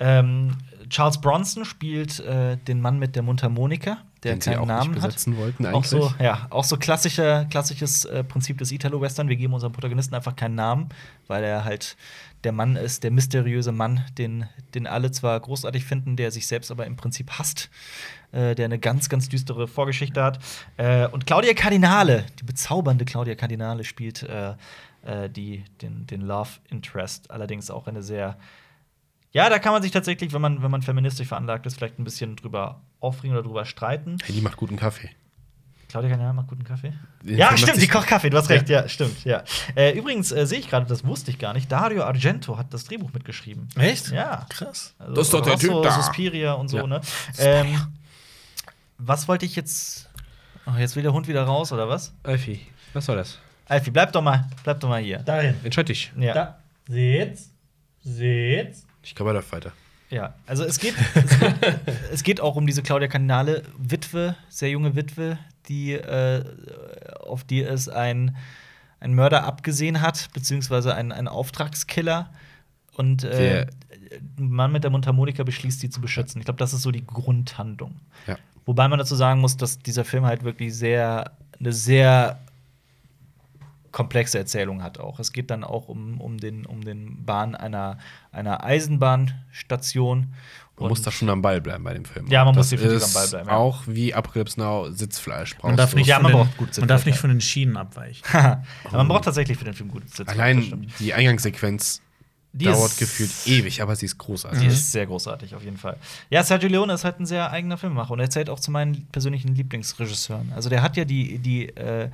Speaker 1: Ähm, Charles Bronson spielt äh, den Mann mit der Mundharmonika, der
Speaker 3: den sie
Speaker 1: keinen
Speaker 3: auch
Speaker 1: Namen
Speaker 3: nicht
Speaker 1: hat.
Speaker 3: besetzen wollten eigentlich.
Speaker 1: Auch so, ja, auch so klassischer, klassisches äh, Prinzip des Italo-Western. Wir geben unserem Protagonisten einfach keinen Namen, weil er halt der Mann ist, der mysteriöse Mann, den, den alle zwar großartig finden, der sich selbst aber im Prinzip hasst, äh, der eine ganz, ganz düstere Vorgeschichte hat. Äh, und Claudia Cardinale, die bezaubernde Claudia Cardinale, spielt äh, äh, die, den, den Love Interest. Allerdings auch eine sehr ja, da kann man sich tatsächlich, wenn man, wenn man feministisch veranlagt ist, vielleicht ein bisschen drüber aufregen oder drüber streiten.
Speaker 3: Hey, die macht guten Kaffee.
Speaker 1: Claudia Kanal macht guten Kaffee.
Speaker 3: Den
Speaker 1: ja,
Speaker 3: macht
Speaker 1: stimmt,
Speaker 3: sich-
Speaker 1: sie kocht Kaffee, du hast recht, ja, stimmt, ja. Äh, übrigens äh, sehe ich gerade, das wusste ich gar nicht, Dario Argento hat das Drehbuch mitgeschrieben.
Speaker 2: Echt?
Speaker 1: Ja.
Speaker 2: Krass.
Speaker 1: Also,
Speaker 3: Das ist doch der
Speaker 1: Rosso,
Speaker 3: Typ da.
Speaker 1: Suspiria und so,
Speaker 3: Ja.
Speaker 1: ne? Ähm, was wollte ich jetzt Ach, jetzt will der Hund wieder raus oder was?
Speaker 3: Alfie, was soll das?
Speaker 1: Alfie, bleib doch mal, bleib doch mal hier.
Speaker 2: Darin.
Speaker 3: Entscheid dich.
Speaker 1: Ja.
Speaker 2: Da. Seht's. Seht's.
Speaker 3: Ich glaube, er läuft weiter.
Speaker 1: Ja, also es geht, es geht, es geht auch um diese Claudia Cardinale, Witwe, sehr junge Witwe, die äh, auf die es ein, ein Mörder abgesehen hat, beziehungsweise ein, ein Auftragskiller. Und äh,
Speaker 3: Der-
Speaker 1: ein Mann mit der Mundharmonika beschließt, sie zu beschützen. Ich glaube, das ist so die Grundhandlung.
Speaker 3: Ja.
Speaker 1: Wobei man dazu sagen muss, dass dieser Film halt wirklich sehr eine sehr komplexe Erzählung hat auch. Es geht dann auch um, um, den, um den Bahn einer, einer Eisenbahnstation.
Speaker 3: Man muss da schon am Ball bleiben bei dem Film.
Speaker 1: Ja, man muss
Speaker 3: das
Speaker 1: definitiv
Speaker 3: ist
Speaker 1: am Ball bleiben, ja.
Speaker 3: Auch wie Apocalypse Now Sitzfleisch brauchst
Speaker 2: Man darf,
Speaker 3: du.
Speaker 2: nicht
Speaker 1: Ja,
Speaker 2: von
Speaker 1: man
Speaker 2: den,
Speaker 1: braucht gut
Speaker 2: man darf
Speaker 1: Sitzfleisch.
Speaker 2: nicht von den Schienen abweichen.
Speaker 1: Aber man braucht tatsächlich für den Film gutes Sitzfleisch. das stimmt.
Speaker 3: Allein die Eingangssequenz
Speaker 1: Die
Speaker 3: dauert
Speaker 1: ist-
Speaker 3: gefühlt ewig, aber sie ist
Speaker 1: Die
Speaker 3: großartig.
Speaker 1: ist sehr großartig, auf jeden Fall. Ja, Sergio Leone ist halt ein sehr eigener Filmemacher und er zählt auch zu meinen persönlichen Lieblingsregisseuren. Also, der hat ja die, die äh,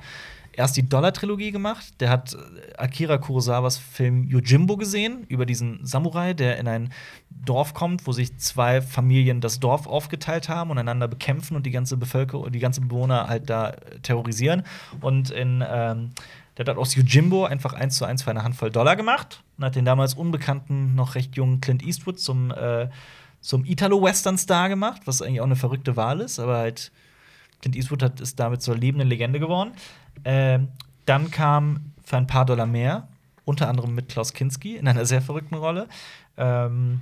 Speaker 1: erst die Dollar-Trilogie gemacht, der hat äh, Akira Kurosawas Film Yojimbo gesehen, über diesen Samurai, der in ein Dorf kommt, wo sich zwei Familien das Dorf aufgeteilt haben und einander bekämpfen und die ganze Bevölkerung, die ganzen Bewohner halt da äh, terrorisieren. Und in. Ähm, der hat aus Yojimbo einfach eins zu eins für eine Handvoll Dollar gemacht und hat den damals unbekannten, noch recht jungen Clint Eastwood zum, äh, zum Italo-Western-Star gemacht, was eigentlich auch eine verrückte Wahl ist, aber halt Clint Eastwood hat, ist damit zur lebenden Legende geworden. Ähm, dann kam für ein paar Dollar mehr, unter anderem mit Klaus Kinski in einer sehr verrückten Rolle. Ähm,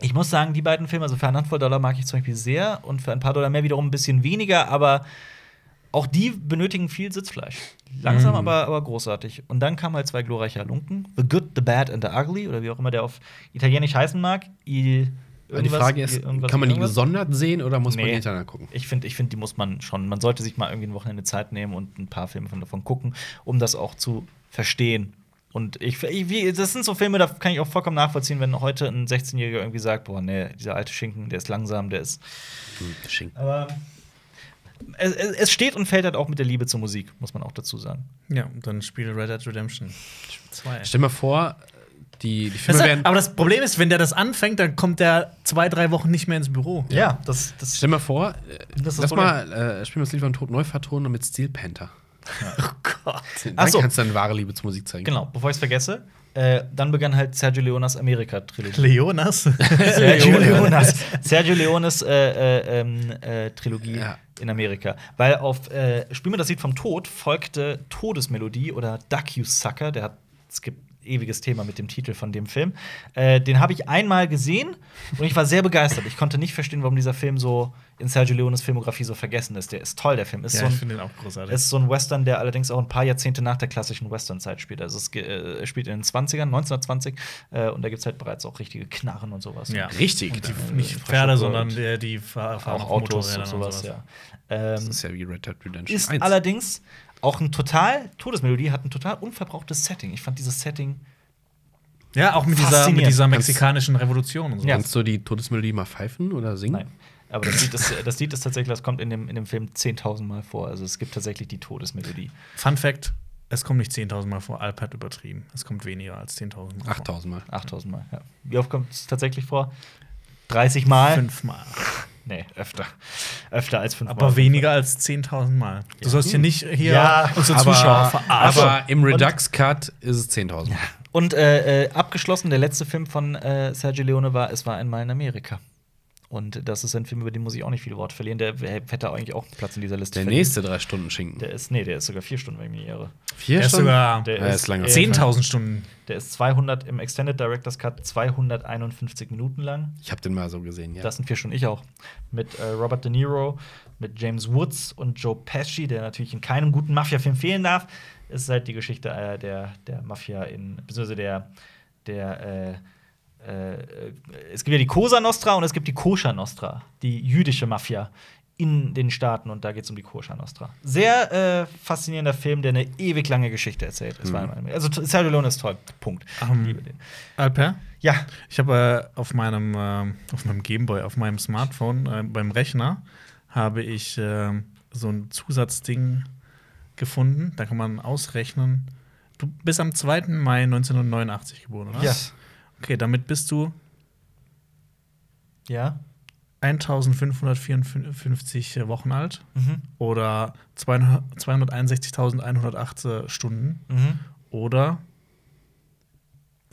Speaker 1: ich muss sagen, die beiden Filme, also für eine Handvoll Dollar mag ich zum Beispiel sehr und für ein paar Dollar mehr wiederum ein bisschen weniger, aber Auch die benötigen viel Sitzfleisch. Langsam,
Speaker 3: Mm.
Speaker 1: aber, aber großartig. Und dann kamen halt zwei glorreiche Halunken. The Good, The Bad and The Ugly, oder wie auch immer der auf Italienisch heißen mag. I,
Speaker 3: Aber die
Speaker 1: irgendwas-
Speaker 3: Frage ist,
Speaker 1: irgendwas-
Speaker 3: kann man die
Speaker 1: irgendwas?
Speaker 3: gesondert sehen oder muss man
Speaker 1: Nee.
Speaker 3: die hintereinander gucken?
Speaker 1: Ich finde, ich find, die muss man schon. Man sollte sich mal irgendwie ein Wochenende Zeit nehmen und ein paar Filme von davon gucken, um das auch zu verstehen. Und ich, ich wie, das sind so Filme, da kann ich auch vollkommen nachvollziehen, wenn heute ein 16-Jähriger irgendwie sagt, boah, nee, dieser alte Schinken, der ist langsam, der ist.
Speaker 3: Schinken.
Speaker 1: Aber es, es es steht und fällt halt auch mit der Liebe zur Musik, muss man auch dazu sagen.
Speaker 2: Ja, und dann spiel Red Dead Redemption 2.
Speaker 3: Stell mal vor, die, die
Speaker 2: Das
Speaker 3: Filme
Speaker 2: ist,
Speaker 3: werden.
Speaker 2: aber das Problem ist, wenn der das anfängt, dann kommt der zwei, drei Wochen nicht mehr ins Büro.
Speaker 1: Ja, das, das
Speaker 3: Stell mal vor, äh,
Speaker 1: Das ist das
Speaker 3: lass mal, äh, spielen wir das Lied von Tod neu vertonen mit Steel Panther.
Speaker 2: Oh Gott.
Speaker 3: Dann
Speaker 1: Ach so.
Speaker 3: kannst du deine wahre Liebe zur Musik zeigen.
Speaker 1: Genau, bevor ich es vergesse, äh, dann begann halt Sergio Leonas Amerika-Trilogie.
Speaker 2: Leonas?
Speaker 1: Sergio Leones. Sergio Leones äh, äh, ähm, äh, Trilogie
Speaker 3: Ja.
Speaker 1: in Amerika. Weil auf äh, Spiel mir das Lied vom Tod folgte Todesmelodie oder Duck You Sucker. Der hat, es gibt ewiges Thema mit dem Titel von dem Film. Äh, den habe ich einmal gesehen und ich war sehr begeistert. Ich konnte nicht verstehen, warum dieser Film so in Sergio Leones Filmografie so vergessen ist. Der ist toll, der Film. Ist
Speaker 2: ja,
Speaker 1: so
Speaker 2: ich
Speaker 1: ein
Speaker 2: finde den auch großartig.
Speaker 1: ist so ein Western, der allerdings auch ein paar Jahrzehnte nach der klassischen Western-Zeit spielt. Also es ge- äh, spielt in den 20ern, 1920, äh, und da gibt es halt bereits auch richtige Knarren und sowas.
Speaker 2: ja.
Speaker 3: Richtig.
Speaker 2: Und Die, nicht Pferde, sondern die, die fahr- fahren
Speaker 1: Auch
Speaker 2: auf
Speaker 1: Autos und
Speaker 2: Motorrädern
Speaker 1: sowas, ja. Ähm,
Speaker 3: Das ist ja wie Red Dead Redemption
Speaker 1: ist
Speaker 3: 1.
Speaker 1: allerdings auch ein total, Todesmelodie hat ein total unverbrauchtes Setting. Ich fand dieses Setting
Speaker 2: Ja, auch mit dieser, mit
Speaker 1: Faszinierend.
Speaker 2: dieser mexikanischen Revolution und so.
Speaker 1: Ja.
Speaker 3: Kannst du die Todesmelodie mal pfeifen oder singen?
Speaker 1: Nein. Aber das Lied, ist, das Lied ist tatsächlich, das kommt in dem, in dem Film 10.000 Mal vor. Also es gibt tatsächlich die Todesmelodie.
Speaker 2: Fun Fact: Es kommt nicht 10.000 Mal vor. Alp hat übertrieben. Es kommt weniger als 10.000 Mal. vor.
Speaker 3: 8000 Mal.
Speaker 1: 8.000 Mal. Ja. Wie oft kommt es tatsächlich vor? 30 Mal?
Speaker 2: Fünfmal.
Speaker 1: Nee, öfter. Öfter als fünf
Speaker 2: Aber weniger als 10.000 Mal. Du sollst hier nicht hier
Speaker 1: Ja,
Speaker 2: unsere
Speaker 3: Aber,
Speaker 2: Zuschauer verarschen.
Speaker 3: aber im Redux-Cut ist es 10.000.
Speaker 1: Und äh, äh, abgeschlossen, der letzte Film von äh, Sergio Leone war Es war einmal in Amerika. Und das ist ein Film, über den muss ich auch nicht viele Worte verlieren. Der w- hätte eigentlich auch Platz in dieser Liste.
Speaker 3: Der
Speaker 1: verdient.
Speaker 3: nächste drei Stunden Schinken.
Speaker 1: Der ist, nee, der ist sogar vier Stunden, wenn ich mich nicht irre.
Speaker 3: Vier
Speaker 2: Der ist sogar
Speaker 1: Der
Speaker 3: Ja, ist lange.
Speaker 1: äh,
Speaker 2: 10.000 Stunden.
Speaker 1: Der ist 200 im Extended Director's Cut 251 Minuten lang.
Speaker 3: Ich habe den mal so gesehen, ja.
Speaker 1: Das sind vier Stunden, ich auch. Mit äh, Robert De Niro, mit James Woods und Joe Pesci, der natürlich in keinem guten Mafia-Film fehlen darf, ist halt die Geschichte äh, der, der Mafia in, beziehungsweise der, der äh, äh, äh, es gibt ja die Cosa Nostra und es gibt die Koscher Nostra, die jüdische Mafia in den Staaten und da geht es um die Koscher Nostra. Sehr äh, faszinierender Film, der eine ewig lange Geschichte erzählt. Es war einmal- Also t- Sergio Leone ist toll. Punkt.
Speaker 2: Ähm,
Speaker 1: Ich liebe den.
Speaker 2: Alper?
Speaker 1: Ja.
Speaker 2: Ich habe äh, auf meinem, ähm, auf meinem Gameboy, auf meinem Smartphone, äh, beim Rechner, habe ich ähm, so ein Zusatzding gefunden. Da kann man ausrechnen. Du bist am 2. Mai 1989 geboren, oder?
Speaker 1: Ja.
Speaker 2: Okay, damit bist du
Speaker 1: Ja.
Speaker 2: 1554 Wochen alt
Speaker 1: Mhm.
Speaker 2: oder 261.108 Stunden
Speaker 1: Mhm.
Speaker 2: oder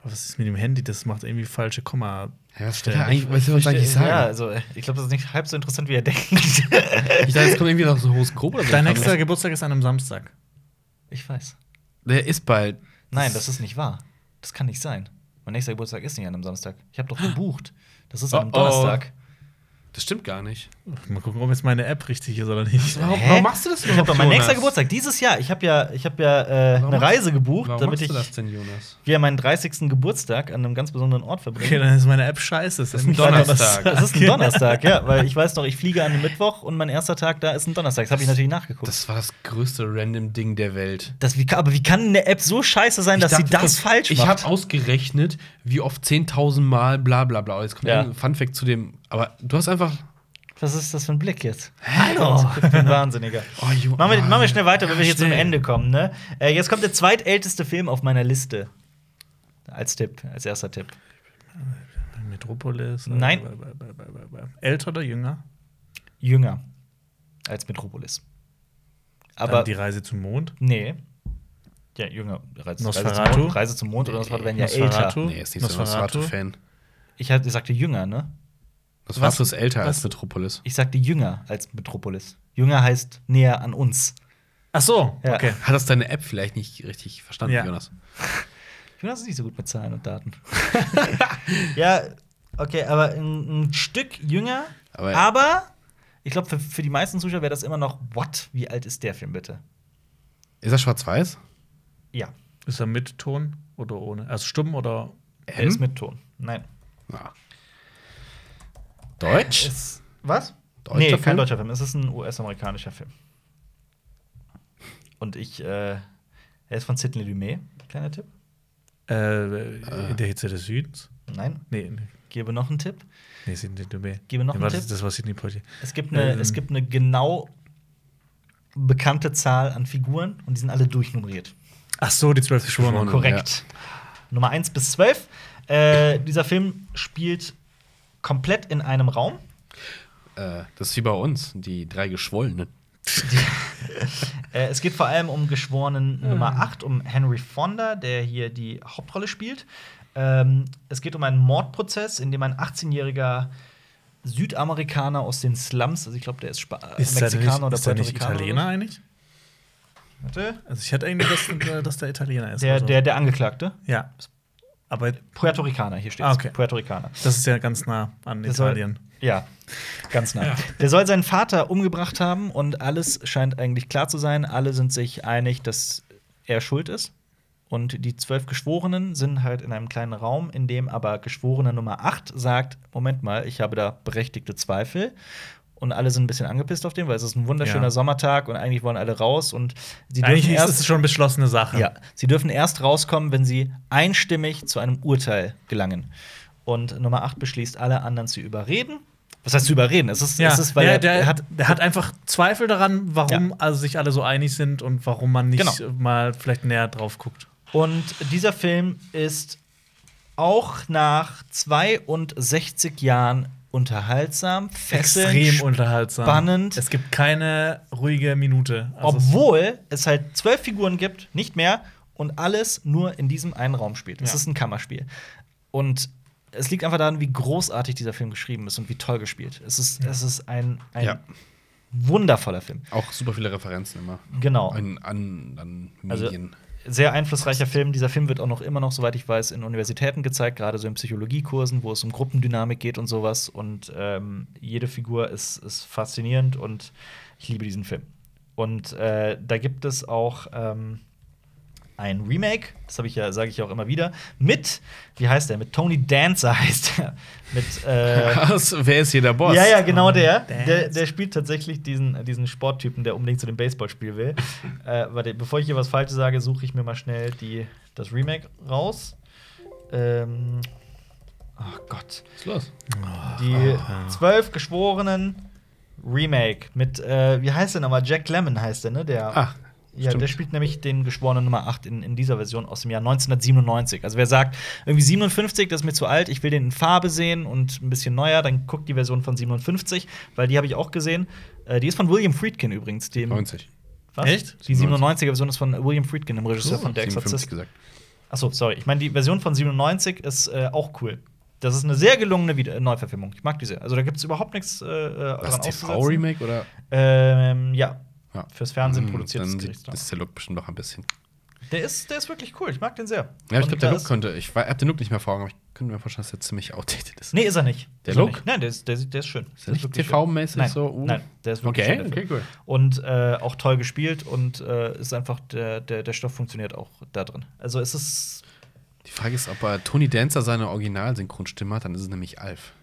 Speaker 2: was ist mit dem Handy? Das macht irgendwie falsche Komma.
Speaker 3: ja was, will er eigentlich, was will er uns eigentlich sagen?
Speaker 1: Ja, also ich glaube, das ist nicht halb so interessant, wie er denkt.
Speaker 3: Ich dachte, jetzt kommt irgendwie noch so ein Horoskop oder so.
Speaker 2: Dein nächster Geburtstag ist an einem Samstag.
Speaker 1: ich weiß.
Speaker 3: Der ist bald.
Speaker 1: Nein, das ist nicht wahr. Das kann nicht sein. Mein nächster Geburtstag ist nicht an einem Samstag. Ich habe doch gebucht. Das ist an einem
Speaker 3: Ah. Oh, oh.
Speaker 1: Donnerstag.
Speaker 3: Das stimmt gar nicht.
Speaker 2: Mal gucken, ob jetzt meine App richtig ist oder nicht.
Speaker 3: Warum,
Speaker 1: Hä?
Speaker 3: warum machst du das
Speaker 1: Ich habe doch mein
Speaker 3: Jonas?
Speaker 1: nächster Geburtstag dieses Jahr. Ich habe ja, ich hab ja äh,
Speaker 3: Warum
Speaker 1: eine
Speaker 3: machst-
Speaker 1: Reise gebucht,
Speaker 3: Warum
Speaker 1: damit
Speaker 3: machst
Speaker 1: ich
Speaker 3: du das denn, Jonas?
Speaker 1: wieder meinen 30. Geburtstag an einem ganz besonderen Ort
Speaker 2: Okay,
Speaker 1: verbringe.
Speaker 2: dann ist meine App scheiße. Das
Speaker 3: ist ein Donnerstag.
Speaker 1: Das ist ein Donnerstag, ja, weil ich weiß noch, ich fliege an einem Mittwoch und mein erster Tag da ist ein Donnerstag. Das habe ich natürlich nachgeguckt.
Speaker 3: Das war das größte random Ding der Welt.
Speaker 1: Das, wie, kann- aber wie kann eine App so scheiße sein, dass sie
Speaker 3: dachte,
Speaker 1: das falsch
Speaker 3: ich
Speaker 1: macht?
Speaker 3: habe ausgerechnet, wie oft 10.000 Mal bla bla bla. Jetzt kommt
Speaker 1: Ja.
Speaker 3: ein Funfact zu dem. Aber du hast einfach.
Speaker 1: Was ist das für ein Blick jetzt? Hallo! Ich bin Wahnsinniger.
Speaker 3: Oh, Jonas.
Speaker 1: Machen wir, machen wir schnell weiter, wenn wir
Speaker 3: Ja,
Speaker 1: hier zum
Speaker 3: schnell.
Speaker 1: Ende kommen. Ne? Äh, jetzt kommt der zweitälteste Film auf meiner Liste. Als Tipp, als erster Tipp.
Speaker 2: Metropolis. ne?
Speaker 1: Nein.
Speaker 2: Älter oder jünger?
Speaker 1: Jünger als Metropolis. Aber
Speaker 2: Dann die Reise zum Mond.
Speaker 1: nee. Ja, jünger. Reise, Reise zum
Speaker 2: Nosferatu?
Speaker 1: Mond, Reise zum Mond oder Nosferatu werden ja
Speaker 2: Nosferatu?
Speaker 1: älter.
Speaker 3: Nee, ist nicht so ein
Speaker 2: Nosferatu?
Speaker 3: Nosferatu-Fan.
Speaker 1: Ich, hab- ich sagte jünger, ne?
Speaker 3: Nosferatu
Speaker 2: Was-
Speaker 3: ist älter
Speaker 2: was-
Speaker 3: als Metropolis.
Speaker 1: Ich sagte jünger als Metropolis. Jünger heißt näher an uns.
Speaker 2: Ach so,
Speaker 1: Ja.
Speaker 2: okay.
Speaker 3: Hat das deine App vielleicht nicht richtig verstanden,
Speaker 2: Ja.
Speaker 3: Jonas?
Speaker 1: Jonas ist nicht so gut mit Zahlen und Daten. ja, okay, aber ein, ein Stück jünger,
Speaker 3: Aber-
Speaker 1: aber Ich glaube, für, für die meisten Zuschauer wäre das immer noch, what? Wie alt ist der Film bitte?
Speaker 3: Ist das schwarz-weiß?
Speaker 1: Ja.
Speaker 2: Ist er mit Ton oder ohne? Also stumm oder
Speaker 1: Er
Speaker 3: Hm?
Speaker 1: ist mit Ton. Nein.
Speaker 3: Ja. Deutsch?
Speaker 1: Ist, was?
Speaker 3: Deutscher
Speaker 1: nee, kein
Speaker 3: Film?
Speaker 1: deutscher Film. Es ist ein US-amerikanischer Film. Und ich, äh, er ist von Sidney Lumet. Kleiner Tipp.
Speaker 2: äh,
Speaker 1: Ah.
Speaker 2: in der Hitze des Südens?
Speaker 1: Nein.
Speaker 2: Nee, nee.
Speaker 1: Gebe noch einen Tipp.
Speaker 2: Nee, Sidney Lumet.
Speaker 1: Gebe noch
Speaker 2: Nee, war
Speaker 1: einen
Speaker 2: das,
Speaker 1: Tipp?
Speaker 2: das war Sidney Poitier.
Speaker 1: Es gibt eine,
Speaker 2: Ähm.
Speaker 1: es gibt eine genau bekannte Zahl an Figuren und die sind alle durchnummeriert.
Speaker 2: Ach so, die zwölf Geschworenen.
Speaker 3: Geschworenen.
Speaker 1: Korrekt. Nummer 1 bis 12. Äh, dieser Film spielt komplett in einem Raum.
Speaker 3: Äh, das ist wie bei uns, die drei Geschwollenen.
Speaker 1: Äh, es geht vor allem um Geschworenen
Speaker 2: Hm.
Speaker 1: Nummer 8, um Henry Fonda, der hier die Hauptrolle spielt. Ähm, es geht um einen Mordprozess, in dem ein 18-jähriger Südamerikaner aus den Slums, also ich glaube, der ist Spa
Speaker 2: Ist der nicht,
Speaker 1: Mexikaner oder
Speaker 2: ist der
Speaker 1: Puerto
Speaker 2: nicht
Speaker 1: Ricaner oder
Speaker 2: Italiener eigentlich?
Speaker 1: so. Warte.
Speaker 2: Also ich hatte eigentlich, dass, äh, dass der Italiener ist.
Speaker 1: Der,
Speaker 2: also.
Speaker 1: der, der Angeklagte.
Speaker 2: ja. Aber
Speaker 1: Puerto Ricaner, hier steht
Speaker 2: Ah, okay.
Speaker 1: Puerto Ricaner.
Speaker 2: das ist ja ganz nah an
Speaker 1: Der soll-
Speaker 2: Italien.
Speaker 1: Ja, ganz nah.
Speaker 2: Ja.
Speaker 1: Der soll seinen Vater umgebracht haben und alles scheint eigentlich klar zu sein. Alle sind sich einig, dass er schuld ist. Und die zwölf Geschworenen sind halt in einem kleinen Raum, in dem aber Geschworene Nummer 8 sagt: Moment mal, ich habe da berechtigte Zweifel. Und alle sind ein bisschen angepisst auf den, weil es ist ein wunderschöner
Speaker 2: Ja.
Speaker 1: Sommertag und eigentlich wollen alle raus. Und sie dürfen
Speaker 2: Eigentlich ist
Speaker 1: erst
Speaker 2: es schon beschlossene Sache.
Speaker 1: ja, sie dürfen erst rauskommen, wenn sie einstimmig zu einem Urteil gelangen. Und Nummer 8 beschließt, alle anderen zu überreden. Was heißt zu überreden? Es ist,
Speaker 2: Ja,
Speaker 1: es ist weil
Speaker 2: der,
Speaker 1: er-
Speaker 2: der,
Speaker 1: er
Speaker 2: hat, der hat einfach Zweifel daran, warum
Speaker 1: Ja.
Speaker 2: also sich alle so einig sind und warum man nicht
Speaker 1: Genau.
Speaker 2: mal vielleicht näher drauf guckt.
Speaker 1: Und dieser Film ist auch nach 62 Jahren unterhaltsam, fesselnd,
Speaker 2: Extrem unterhaltsam.
Speaker 1: spannend.
Speaker 2: Es gibt keine ruhige Minute. Also es-
Speaker 1: obwohl es halt zwölf Figuren gibt, nicht mehr, und alles nur in diesem einen Raum spielt. Es
Speaker 2: Ja.
Speaker 1: ist ein Kammerspiel. Und es liegt einfach daran, wie großartig dieser Film geschrieben ist und wie toll gespielt. Es ist, es ist ein, ein
Speaker 3: Ja.
Speaker 1: wundervoller Film.
Speaker 3: Auch super viele Referenzen immer.
Speaker 1: Genau.
Speaker 3: An, an, an
Speaker 1: Also,
Speaker 3: Medien.
Speaker 1: Sehr einflussreicher Film. Dieser Film wird auch noch immer noch, soweit ich weiß, in Universitäten gezeigt, gerade so in Psychologiekursen, wo es um Gruppendynamik geht und sowas. Und ähm, jede Figur ist, ist faszinierend und ich liebe diesen Film. Und äh, da gibt es auch ähm, ein Remake, das habe ich ja, sage ich ja auch immer wieder, mit, wie heißt der? Mit Tony Dancer heißt er. Mit äh,
Speaker 3: Also, wer ist hier der Boss? Oh,
Speaker 1: Ja, ja, genau der.
Speaker 2: Dance.
Speaker 1: der. Der spielt tatsächlich diesen, äh, diesen Sporttypen, der unbedingt zu dem Baseballspiel will. äh, warte, bevor ich hier was Falsches sage, suche ich mir mal schnell die, das Remake raus. Ähm. Ach Gott.
Speaker 3: Was ist los?
Speaker 1: Die zwölf Geschworenen Remake mit, äh, wie heißt der nochmal? Jack Lemmon heißt der, ne? Der,
Speaker 3: Ach,
Speaker 1: ja,
Speaker 3: stimmt.
Speaker 1: der spielt nämlich den Geschworenen Nummer 8 in, in dieser Version aus dem Jahr 1997. Also wer sagt, irgendwie 57, das ist mir zu alt, ich will den in Farbe sehen und ein bisschen neuer, dann guckt die Version von 57, weil die habe ich auch gesehen. Äh, die ist von William Friedkin übrigens. Dem,
Speaker 3: 90.
Speaker 1: Was?
Speaker 2: Echt?
Speaker 1: Die 97er Version ist von William Friedkin, dem Regisseur von Der
Speaker 3: 57
Speaker 1: Exorzist.
Speaker 3: gesagt.
Speaker 1: Achso, sorry. Ich meine, die Version von 97 ist äh, auch cool. Das ist eine sehr gelungene Wieder äh, Neuverfilmung. Ich mag die sehr. Also da gibt es überhaupt nichts äh, äh,
Speaker 3: Das
Speaker 1: dran auszusetzen.
Speaker 3: TV-Remake oder?
Speaker 1: Ähm, ja.
Speaker 3: Ja.
Speaker 1: Fürs Fernsehen
Speaker 3: Hm,
Speaker 1: produziert
Speaker 3: Dann
Speaker 1: das
Speaker 3: sieht-
Speaker 1: Gerichtsdrama.
Speaker 3: ist der Look bestimmt noch ein bisschen.
Speaker 1: Der ist, der ist wirklich cool. Ich mag den sehr.
Speaker 3: Ja, ich
Speaker 1: Und
Speaker 3: glaube, der
Speaker 1: da
Speaker 3: Look
Speaker 1: ist-
Speaker 3: könnte. Ich war- hab den Look nicht mehr vor Augen, aber ich könnte mir vorstellen, dass der ziemlich outdated ist.
Speaker 1: Nee, ist er nicht.
Speaker 3: Der
Speaker 1: ist er
Speaker 3: Look?
Speaker 1: Nicht. Nein, der ist, der, sieht- der ist schön.
Speaker 3: Ist
Speaker 1: Der
Speaker 3: er nicht
Speaker 1: wirklich
Speaker 3: TV-mäßig
Speaker 1: schön. Nein,
Speaker 3: so, uh?
Speaker 1: Nein, der ist wirklich
Speaker 3: Okay,
Speaker 1: schön, der
Speaker 3: okay,
Speaker 1: Film.
Speaker 3: cool.
Speaker 1: Und äh, auch toll gespielt und äh, ist einfach, der, der, der Stoff funktioniert auch da drin. Also es ist
Speaker 3: Die Frage ist, ob äh, Tony Dancer seine Originalsynchronstimme hat, dann ist es nämlich Alf.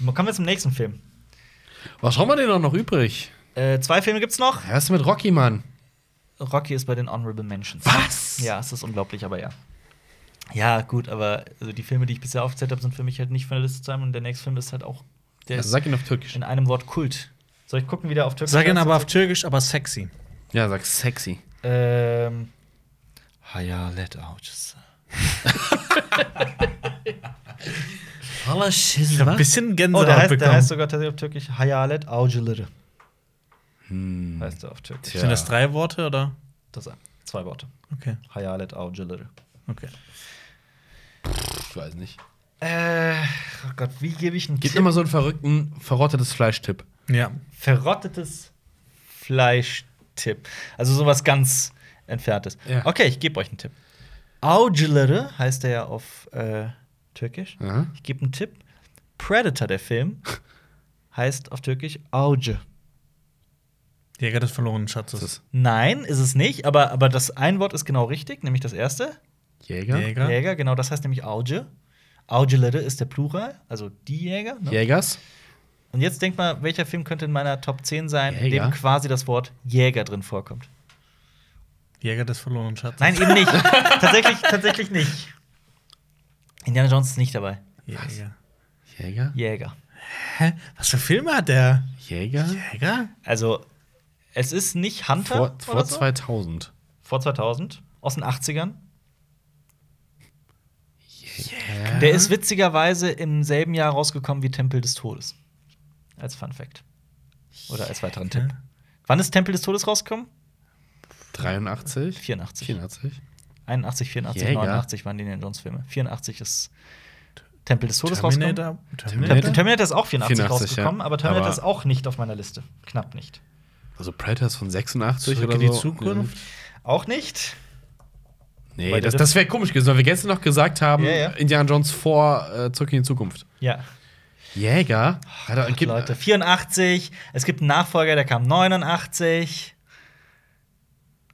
Speaker 1: Man kommen wir zum nächsten Film.
Speaker 3: Was haben wir denn auch noch übrig?
Speaker 1: Äh, zwei Filme gibt's noch.
Speaker 3: Ja, Was ist mit Rocky, Mann?
Speaker 1: Rocky ist bei den Honorable Mentions.
Speaker 3: Was?
Speaker 1: Ja, es ist unglaublich, aber ja. Ja, gut, aber also die Filme, die ich bisher aufgezählt habe, sind für mich halt nicht von der Liste zusammen. Und der nächste Film ist halt auch der
Speaker 3: Also
Speaker 1: ist
Speaker 3: sag ihn auf Türkisch.
Speaker 1: in einem Wort Kult. Soll ich gucken, wie der auf Türkisch
Speaker 2: Sag ihn
Speaker 1: heißt?
Speaker 2: aber auf Türkisch, aber sexy.
Speaker 3: Ja, sag sexy.
Speaker 1: Ähm. Haya let out.
Speaker 2: Ich hab ein bisschen
Speaker 1: Oh,
Speaker 2: Gänsehaut
Speaker 1: der heißt, der
Speaker 2: bekommen.
Speaker 1: heißt sogar tatsächlich auf Türkisch Hayalet Aucilere. Hm. Heißt er auf Türkisch.
Speaker 3: Tja.
Speaker 2: Sind das drei Worte oder?
Speaker 1: Das zwei Worte.
Speaker 2: Okay,
Speaker 1: Hayalet Aucilere.
Speaker 2: okay.
Speaker 3: Ich weiß nicht.
Speaker 1: Äh, oh Gott, wie gebe ich einen
Speaker 3: Gibt
Speaker 1: Tipp?
Speaker 3: immer so einen verrückten, verrottetes Fleischtipp.
Speaker 2: Ja.
Speaker 1: Verrottetes Fleischtipp. Also sowas ganz Entferntes.
Speaker 3: Ja.
Speaker 1: Okay, ich gebe euch einen Tipp. Aucilere heißt er ja auf äh, Türkisch.
Speaker 3: Ja.
Speaker 1: Ich gebe einen Tipp. Predator, der Film, heißt auf Türkisch Auge.
Speaker 2: Jäger des verlorenen Schatzes.
Speaker 1: Nein, ist es nicht, aber, aber das ein Wort ist genau richtig, nämlich das erste.
Speaker 3: Jäger?
Speaker 2: Jäger.
Speaker 1: Jäger, genau, das heißt nämlich Auge. Augelere ist der Plural, also die Jäger. Ne?
Speaker 3: Jägers?
Speaker 1: Und jetzt denk mal, welcher Film könnte in meiner Top 10 sein, in
Speaker 3: Jäger?
Speaker 1: dem quasi das Wort Jäger drin vorkommt?
Speaker 2: Jäger des verlorenen Schatzes.
Speaker 1: Nein, eben nicht. tatsächlich, tatsächlich nicht. Indiana Jones ist nicht dabei.
Speaker 2: Jäger.
Speaker 3: Jäger?
Speaker 1: Jäger.
Speaker 2: Hä? Was für Filme hat der?
Speaker 3: Jäger?
Speaker 2: Jäger?
Speaker 1: Also, es ist nicht Hunter.
Speaker 3: Vor, vor
Speaker 1: oder so?
Speaker 3: 2000.
Speaker 1: vor 2000. Aus den 80ern.
Speaker 3: Jäger?
Speaker 1: Der ist witzigerweise im selben Jahr rausgekommen wie Tempel des Todes. Als Fun Fact. Oder als weiteren Tipp. Wann ist Tempel des Todes rausgekommen?
Speaker 3: 83?
Speaker 1: 84.
Speaker 3: 84?
Speaker 1: 81, 84,
Speaker 3: Jäger.
Speaker 1: 89 waren die Indiana Jones Filme. 84 ist Tempel des Todes rausgekommen.
Speaker 2: Terminator?
Speaker 1: Terminator?
Speaker 3: Terminator?
Speaker 1: Terminator ist auch 84,
Speaker 3: 84,
Speaker 1: rausgekommen,
Speaker 3: ja.
Speaker 1: aber Terminator
Speaker 3: Aber-
Speaker 1: ist auch nicht auf meiner Liste. Knapp nicht.
Speaker 3: Also Predator ist von 86
Speaker 2: Zurück
Speaker 3: oder
Speaker 2: in die
Speaker 3: so.
Speaker 2: Zukunft?
Speaker 1: Auch nicht?
Speaker 3: Nee,
Speaker 1: Weil
Speaker 3: das,
Speaker 1: der-
Speaker 3: das wäre komisch gewesen, weil wir gestern noch gesagt haben,
Speaker 1: Ja, ja.
Speaker 3: Indiana Jones vor äh, Zurück in die Zukunft.
Speaker 1: Ja.
Speaker 3: Jäger? Hat er- gibt-
Speaker 1: Leute, 84. Es gibt einen Nachfolger, der kam 89.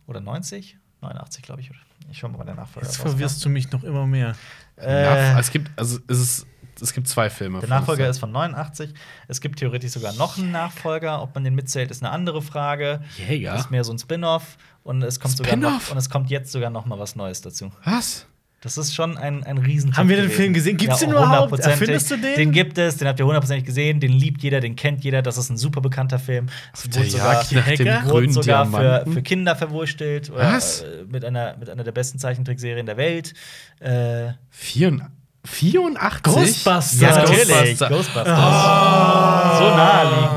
Speaker 1: Oder 90? 89, glaube ich. Ich schau mal, wann der Nachfolger
Speaker 2: Jetzt
Speaker 1: rauskam.
Speaker 2: verwirrst du mich noch immer mehr.
Speaker 3: Nach-
Speaker 1: Äh,
Speaker 3: es gibt, also es ist, es gibt zwei Filme.
Speaker 1: der
Speaker 3: von-
Speaker 1: Nachfolger ist von 89. Es gibt theoretisch sogar noch einen Nachfolger. Ob man den mitzählt, ist eine andere Frage. Das
Speaker 3: Jäger?
Speaker 1: ist mehr so ein Spin-off. Und es kommt sogar noch,
Speaker 3: Spin-off?
Speaker 1: und es kommt jetzt sogar noch mal was Neues dazu.
Speaker 3: Was?
Speaker 1: Das ist schon ein, ein riesen
Speaker 2: Haben wir den Film gesehen? Gibt's den überhaupt? Erfindest du den?
Speaker 1: Den gibt es, den habt ihr hundertprozentig gesehen, den liebt jeder, den kennt jeder, das ist ein super bekannter Film. Es
Speaker 3: Der
Speaker 1: wurde sogar,
Speaker 3: Jagd nach dem
Speaker 2: Jäger?
Speaker 1: wurde
Speaker 3: grünen
Speaker 1: sogar für,
Speaker 3: Diamanten.
Speaker 1: für Kinder verwurstelt. Oder,
Speaker 3: Was?
Speaker 1: Äh, mit, einer, mit einer der besten Zeichentrickserien der Welt. Äh,
Speaker 3: Vier, 84?
Speaker 2: Ghostbusters.
Speaker 1: ja,
Speaker 2: Ja,
Speaker 1: natürlich.
Speaker 3: Ghostbusters.
Speaker 1: Ghostbusters. So naheliegend.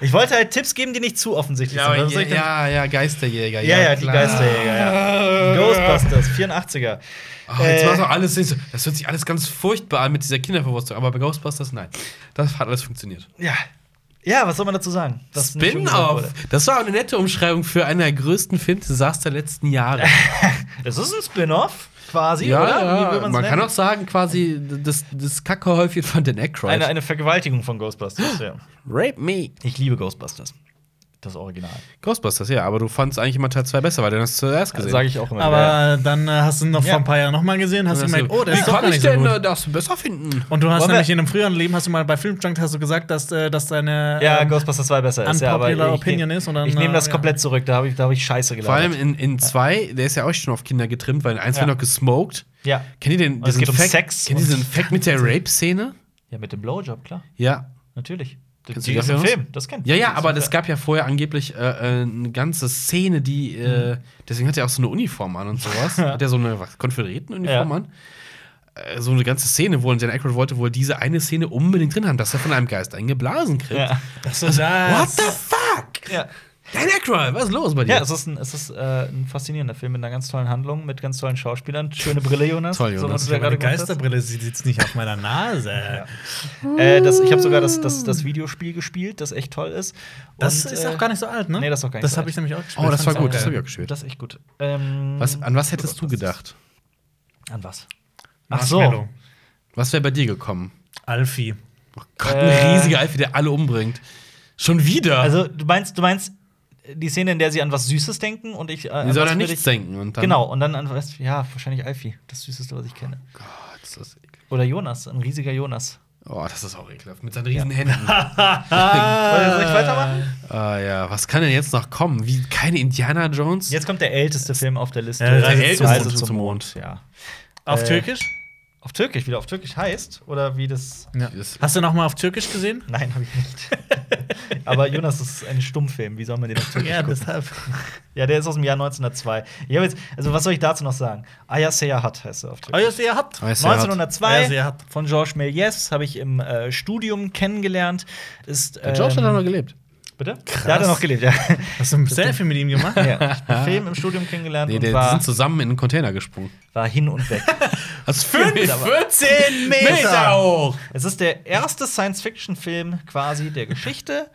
Speaker 1: Ich wollte halt Tipps geben, die nicht zu offensichtlich
Speaker 3: Ja,
Speaker 1: sind.
Speaker 3: aber
Speaker 1: Was soll
Speaker 3: ja,
Speaker 1: ich denn-
Speaker 3: ja, ja, Geisterjäger.
Speaker 1: ja, ja, die
Speaker 3: klar.
Speaker 1: Geisterjäger. Ja. Ghostbusters, 84er.
Speaker 3: Oh, jetzt
Speaker 1: Äh,
Speaker 3: war's auch alles nicht so. Das hört sich alles ganz furchtbar an mit dieser Kinderverwurstung, aber bei Ghostbusters nein. Das hat alles funktioniert.
Speaker 1: Ja. Ja, was soll man dazu sagen? dass nicht schon gesagt
Speaker 3: Spin-off!
Speaker 1: wurde?
Speaker 3: Das war eine nette Umschreibung für einer der größten Filmdesaster der letzten Jahre.
Speaker 1: Es ist ein Spin-off, quasi,
Speaker 3: ja,
Speaker 1: oder?
Speaker 3: ja.
Speaker 1: man's
Speaker 3: man kann
Speaker 1: nennen?
Speaker 3: auch sagen, quasi das, das Kackehäufchen von Dan Aykroyd.
Speaker 1: eine, eine Vergewaltigung von Ghostbusters, ja.
Speaker 3: Rape me.
Speaker 1: Ich liebe Ghostbusters. Das Original.
Speaker 3: Ghostbusters, ja, aber du fandst eigentlich immer Teil 2 besser, weil du hast zuerst
Speaker 1: Das
Speaker 3: gesehen.
Speaker 1: sage ich auch immer. Ja.
Speaker 2: Aber dann äh, hast du ihn noch
Speaker 1: Ja.
Speaker 2: vor ein paar Jahren noch mal gesehen, hast du gemeint, oh, der
Speaker 3: Wie
Speaker 2: ist doch
Speaker 3: kann
Speaker 2: gar
Speaker 3: ich
Speaker 2: nicht so
Speaker 3: denn äh,
Speaker 2: gut.
Speaker 3: das besser finden?
Speaker 2: Und du hast
Speaker 1: Wollen wir-
Speaker 2: nämlich in einem früheren Leben, hast du mal bei Filmjunk hast du gesagt, dass, äh, dass deine
Speaker 1: ja,
Speaker 2: ähm,
Speaker 1: Ghostbusters 2 besser ist. Ja, aber ich,
Speaker 2: unpopular opinion
Speaker 1: ich,
Speaker 2: ist und dann,
Speaker 1: ich nehme das
Speaker 2: äh, ja.
Speaker 1: komplett zurück. Da habe ich, da hab ich Scheiße
Speaker 3: Vor allem
Speaker 1: gelabert.
Speaker 3: in, in zwei, der ist ja auch schon auf Kinder getrimmt, weil in eins
Speaker 1: Ja.
Speaker 3: wird noch gesmoked.
Speaker 1: Ja.
Speaker 3: Kennt ihr den
Speaker 1: Und es gibt
Speaker 3: Fact,
Speaker 1: Sex
Speaker 3: Kennt ihr diesen Fact mit der Rape-Szene?
Speaker 1: ja, mit dem Blowjob, klar.
Speaker 3: Ja.
Speaker 1: Natürlich. Die-
Speaker 3: Kennst
Speaker 1: die
Speaker 3: du
Speaker 1: ist
Speaker 3: die
Speaker 1: im
Speaker 3: Filme?
Speaker 1: Film, das kennt
Speaker 3: Ja, ja,
Speaker 1: ist
Speaker 3: aber
Speaker 1: im
Speaker 3: es
Speaker 1: Film.
Speaker 3: gab ja vorher angeblich äh, äh, eine ganze Szene, die. Äh, deswegen hat er auch so eine Uniform an und sowas. hat er so eine was, Konföderiertenuniform
Speaker 1: Ja.
Speaker 3: an. Äh, So eine ganze Szene, wo Dan Aykroyd wollte wohl diese eine Szene unbedingt drin haben, dass er von einem Geist eingeblasen kriegt.
Speaker 1: Ja.
Speaker 2: Ach so, das.
Speaker 3: fuck?
Speaker 1: Ja.
Speaker 3: Dan Aykroyd, was ist los bei dir?
Speaker 1: Ja, es ist, ein, es ist äh, ein faszinierender Film mit einer ganz tollen Handlung, mit ganz tollen Schauspielern. Schöne Brille, Jonas.
Speaker 3: Toll, Jonas.
Speaker 1: was du ja
Speaker 2: Meine
Speaker 1: gerade gemacht hast.
Speaker 2: Geisterbrille sie sitzt nicht auf meiner Nase.
Speaker 1: Äh, das, ich habe sogar das, das, das Videospiel gespielt, das echt toll ist.
Speaker 2: Das
Speaker 1: Und,
Speaker 2: ist
Speaker 1: äh,
Speaker 2: auch gar nicht so alt, ne?
Speaker 1: nee, das ist auch gar nicht
Speaker 2: Das
Speaker 1: so
Speaker 2: habe
Speaker 1: alt.
Speaker 2: ich nämlich auch gespielt.
Speaker 3: oh, das war
Speaker 2: Fand's auch
Speaker 3: gut, das
Speaker 2: geil.
Speaker 3: habe ich auch gespielt.
Speaker 1: Das ist echt gut. Ähm,
Speaker 3: Was, an was hättest du gedacht?
Speaker 1: An was? Ach so.
Speaker 2: Marshmallow.
Speaker 3: Was wäre bei dir gekommen?
Speaker 2: Alfie.
Speaker 3: Oh Gott,
Speaker 1: Äh.
Speaker 3: ein riesiger Alfie, der alle umbringt. Schon wieder?
Speaker 1: Also du meinst, du meinst die Szene, in der sie an was Süßes denken und ich. Äh, an
Speaker 3: Die soll
Speaker 1: was
Speaker 3: an
Speaker 1: würde
Speaker 3: nichts
Speaker 1: ich,
Speaker 3: denken. Und dann,
Speaker 1: Genau, und dann an was, ja, wahrscheinlich Alfie, das Süßeste, was ich kenne.
Speaker 3: Gott, ist Oh, das ekelhaft.
Speaker 1: Oder Jonas, ein riesiger Jonas.
Speaker 3: Oh, das ist auch ekelhaft. Mit seinen riesen Händen.
Speaker 1: Wollt ihr- Soll ich weitermachen?
Speaker 3: Ah ja, was kann denn jetzt noch kommen? Wie keine Indiana Jones?
Speaker 1: Jetzt kommt der älteste Film auf der Liste.
Speaker 2: Ja, der
Speaker 1: Reise
Speaker 2: älteste
Speaker 1: zum Reise
Speaker 3: Film
Speaker 1: zum
Speaker 3: zum
Speaker 1: Mond.
Speaker 3: Mond.
Speaker 1: Ja.
Speaker 2: Auf
Speaker 1: Äh,
Speaker 2: Türkisch?
Speaker 1: Auf Türkisch, wieder auf Türkisch heißt oder wie das?
Speaker 2: Ja.
Speaker 3: Das-
Speaker 2: Hast du noch mal auf Türkisch gesehen?
Speaker 1: Nein, habe ich nicht. Aber Jonas, das ist ein Stummfilm. Wie soll man den auf Türkisch gucken?
Speaker 2: deshalb.
Speaker 1: Ja, der ist aus dem Jahr 1902. Ich hab jetzt, also was soll ich dazu noch sagen? Ayaseya Hat heißt er auf
Speaker 2: Oh,
Speaker 1: Türkisch.
Speaker 2: ja, ihr habt.
Speaker 3: Ah, ist ja hart.
Speaker 1: 1902
Speaker 2: Ja, sie hat-
Speaker 1: von Georges Méliès habe ich im äh, Studium kennengelernt. Ist,
Speaker 3: Der George hat auch noch gelebt.
Speaker 1: bitte? Der hat er noch gelebt, ja.
Speaker 2: Hast du ein Selfie mit ihm gemacht?
Speaker 1: ja. Ich hab Film im Studium kennengelernt
Speaker 3: Nee,
Speaker 1: und
Speaker 3: der, die
Speaker 1: war,
Speaker 3: sind zusammen in einen Container gesprungen.
Speaker 1: war hin und weg.
Speaker 3: Das 14
Speaker 1: Meter
Speaker 3: hoch!
Speaker 1: es ist der erste Science-Fiction-Film quasi der Geschichte.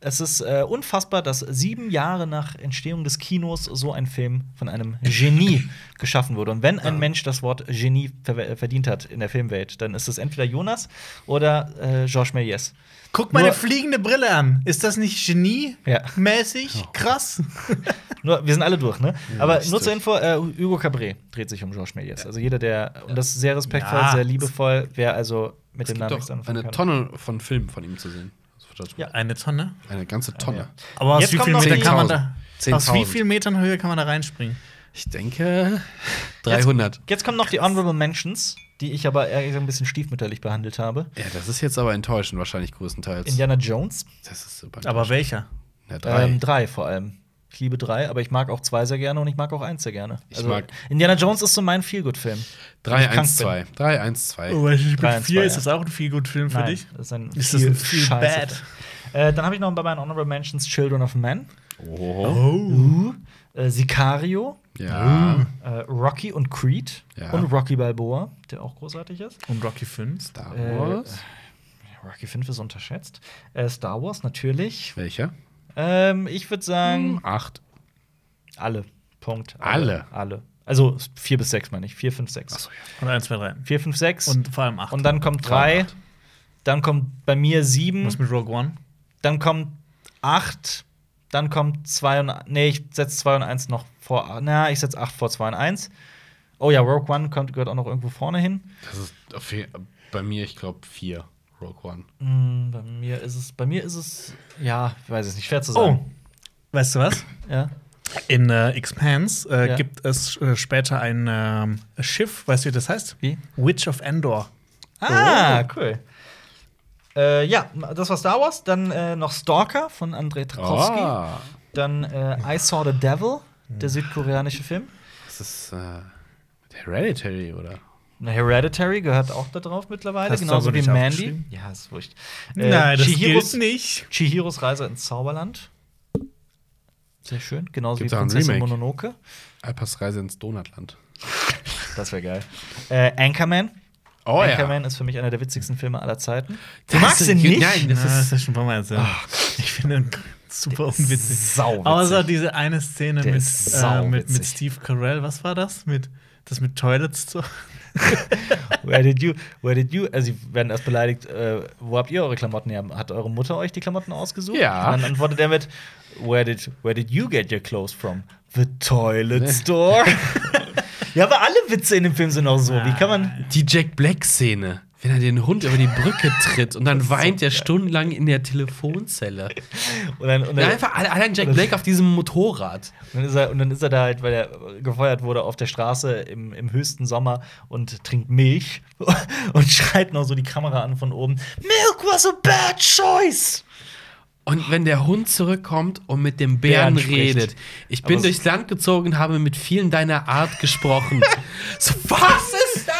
Speaker 1: Es ist äh, unfassbar, dass sieben Jahre nach Entstehung des Kinos so ein Film von einem Genie geschaffen wurde. Und wenn ein Mensch das Wort Genie ver verdient hat in der Filmwelt, dann ist es entweder Jonas oder äh, Georges Méliès.
Speaker 2: Guck meine
Speaker 1: Nur-
Speaker 2: fliegende Brille an. Ist das nicht
Speaker 1: Ja.
Speaker 2: genie-mäßig? Krass.
Speaker 1: Nur, wir sind alle durch, ne? Aber nur
Speaker 3: richtig.
Speaker 1: zur Info, äh, Hugo Cabret dreht sich um Georges Méliès. Also jeder, der, und das ist sehr respektvoll,
Speaker 2: Ja.
Speaker 1: sehr liebevoll, wer also mit dem
Speaker 3: Es gibt
Speaker 1: Namen
Speaker 3: doch
Speaker 1: nichts anfangen
Speaker 3: eine
Speaker 1: kann.
Speaker 3: Tonne von Filmen von ihm zu sehen. Das ist
Speaker 1: Ja. Ah,
Speaker 2: Eine Tonne.
Speaker 3: Eine ganze Tonne.
Speaker 1: Ja.
Speaker 2: Aber aus
Speaker 1: Jetzt
Speaker 2: wie
Speaker 1: kommen noch
Speaker 2: vielen Metern
Speaker 1: die-
Speaker 2: kann man da?
Speaker 3: 10.000.
Speaker 2: Aus wie vielen Metern Höhe kann man da reinspringen?
Speaker 3: Ich denke 300.
Speaker 1: Jetzt kommen noch die Honorable Mentions, die ich aber eher gesagt ein bisschen stiefmütterlich behandelt habe.
Speaker 3: Ja, das ist jetzt aber enttäuschend, wahrscheinlich größtenteils.
Speaker 1: Indiana Jones,
Speaker 3: Das ist super.
Speaker 2: Aber welcher?
Speaker 3: ja, drei.
Speaker 1: ähm, drei vor allem. Ich liebe drei, aber ich mag auch zwei sehr gerne und ich mag auch eins sehr gerne. Also,
Speaker 3: Ich mag-
Speaker 1: Indiana Jones ist so mein Feelgood-Film. wenn
Speaker 3: 3,
Speaker 1: ich krank
Speaker 3: 1, 2. 3, 1, 2.
Speaker 2: Oh, ich
Speaker 1: Drei
Speaker 2: bin
Speaker 1: und
Speaker 2: vier,
Speaker 1: zwei,
Speaker 2: ist das auch ein viel gut Film für
Speaker 1: Nein,
Speaker 2: dich?
Speaker 1: Das ist ein
Speaker 2: Ist das ein
Speaker 1: viel
Speaker 2: Feel
Speaker 1: scheiße
Speaker 2: Bad?
Speaker 1: Film. Äh, dann habe ich noch bei meinen Honorable Mentions Children of Men,
Speaker 3: Oh.
Speaker 2: Oh.
Speaker 1: äh, Sicario,
Speaker 3: Ja.
Speaker 1: äh, Rocky und Creed
Speaker 3: Ja.
Speaker 1: und Rocky Balboa, der auch großartig ist.
Speaker 2: Und Rocky 5?
Speaker 3: Star
Speaker 1: Äh,
Speaker 3: Wars.
Speaker 1: Rocky 5 ist unterschätzt. Äh, Star Wars natürlich.
Speaker 3: Welcher?
Speaker 1: Ähm, ich würde sagen,
Speaker 3: 8.
Speaker 1: alle. Punkt.
Speaker 3: Alle?
Speaker 1: Alle. Also 4 bis 6 meine ich. 4, 5, 6.
Speaker 2: Und 1, 2, 3.
Speaker 1: 4, 5, 6. Und,
Speaker 2: Und vor allem 8.
Speaker 1: dann kommt 3. Dann kommt bei mir 7.
Speaker 2: was mit Rogue One?
Speaker 1: Dann kommt 8. Dann kommt 2 und. Nee, ich setze 2 und 1 noch vor. Na, ich setze 8 vor 2 und 1. Oh ja, Rogue One kommt, gehört auch noch irgendwo vorne hin.
Speaker 3: Das ist auf je- bei mir, ich glaube, 4. Rogue One.
Speaker 1: Hm, bei mir ist es. Bei mir ist es. Ja, ich weiß es nicht. Schwer zu
Speaker 2: Oh.
Speaker 1: sagen.
Speaker 2: Weißt du was?
Speaker 1: Oh. Ja.
Speaker 2: In äh, Expanse äh,
Speaker 1: Ja.
Speaker 2: gibt es äh, später ein ähm, Schiff, weißt du, wie das heißt?
Speaker 1: Wie?
Speaker 2: Witch of Endor.
Speaker 1: Ah, cool. Äh, ja, das war Star Wars. Dann äh, noch Stalker von Andrei Tarkovsky.
Speaker 3: Ah.
Speaker 1: Dann äh, I Saw the Devil, der südkoreanische Film.
Speaker 3: Das ist äh, Hereditary, oder?
Speaker 1: Na, Hereditary gehört auch da drauf mittlerweile,
Speaker 2: Hast du
Speaker 1: genauso
Speaker 2: aber
Speaker 1: wie
Speaker 2: nicht
Speaker 1: Mandy.
Speaker 2: aufgeschrieben?
Speaker 1: Ja, ist wurscht.
Speaker 2: Äh, Chihiros
Speaker 1: Chihiros,
Speaker 2: nicht.
Speaker 1: Chihiros Reise ins Zauberland. Sehr schön, genauso
Speaker 3: Gibt's
Speaker 1: wie
Speaker 3: auch ein
Speaker 1: Prinzessin
Speaker 3: Remake?
Speaker 1: Mononoke.
Speaker 3: Alpas Reise ins Donutland.
Speaker 1: Das wäre geil. Äh, Anchorman.
Speaker 3: Oh
Speaker 1: Anchorman ist für mich einer der witzigsten Filme aller Zeiten.
Speaker 3: Das ist- Nein,
Speaker 2: Das
Speaker 3: das
Speaker 2: ist,
Speaker 3: ist-
Speaker 2: das ist schon ein paar Mal erzählt. ich finde ihn super unwitzig.
Speaker 1: Sau
Speaker 2: Außer diese eine Szene
Speaker 1: Der
Speaker 2: mit,
Speaker 1: ist
Speaker 2: äh, mit, mit
Speaker 1: sauwitzig.
Speaker 2: Steve Carell, was war das? Mit, das mit Toilets zu.
Speaker 1: Where did you, where did you, also sie werden erst beleidigt, äh, wo habt ihr eure Klamotten her? Hat eure Mutter euch die Klamotten ausgesucht?
Speaker 3: Ja.
Speaker 1: Und dann antwortet er mit, where did, where did you get your clothes from? The toilet store. ja, aber alle Witze in dem Film sind auch so. Wie kann man,
Speaker 3: Die Jack Black-Szene, wenn er den Hund über die Brücke tritt und dann weint er stundenlang in der Telefonzelle.
Speaker 1: und dann, und
Speaker 3: Ja,
Speaker 1: dann,
Speaker 3: einfach alle- allein Jack Black auf diesem Motorrad.
Speaker 1: dann ist er, und dann ist er da halt, weil er gefeuert wurde auf der Straße im, im höchsten Sommer und trinkt Milch und schreit noch so die Kamera an von oben, Milk was a bad choice.
Speaker 3: Und wenn der Hund zurückkommt und mit dem Bären
Speaker 1: Bären spricht.
Speaker 3: redet. Ich bin
Speaker 1: Aber so-
Speaker 3: durchs Land gezogen und habe mit vielen deiner Art gesprochen. so, was ist das?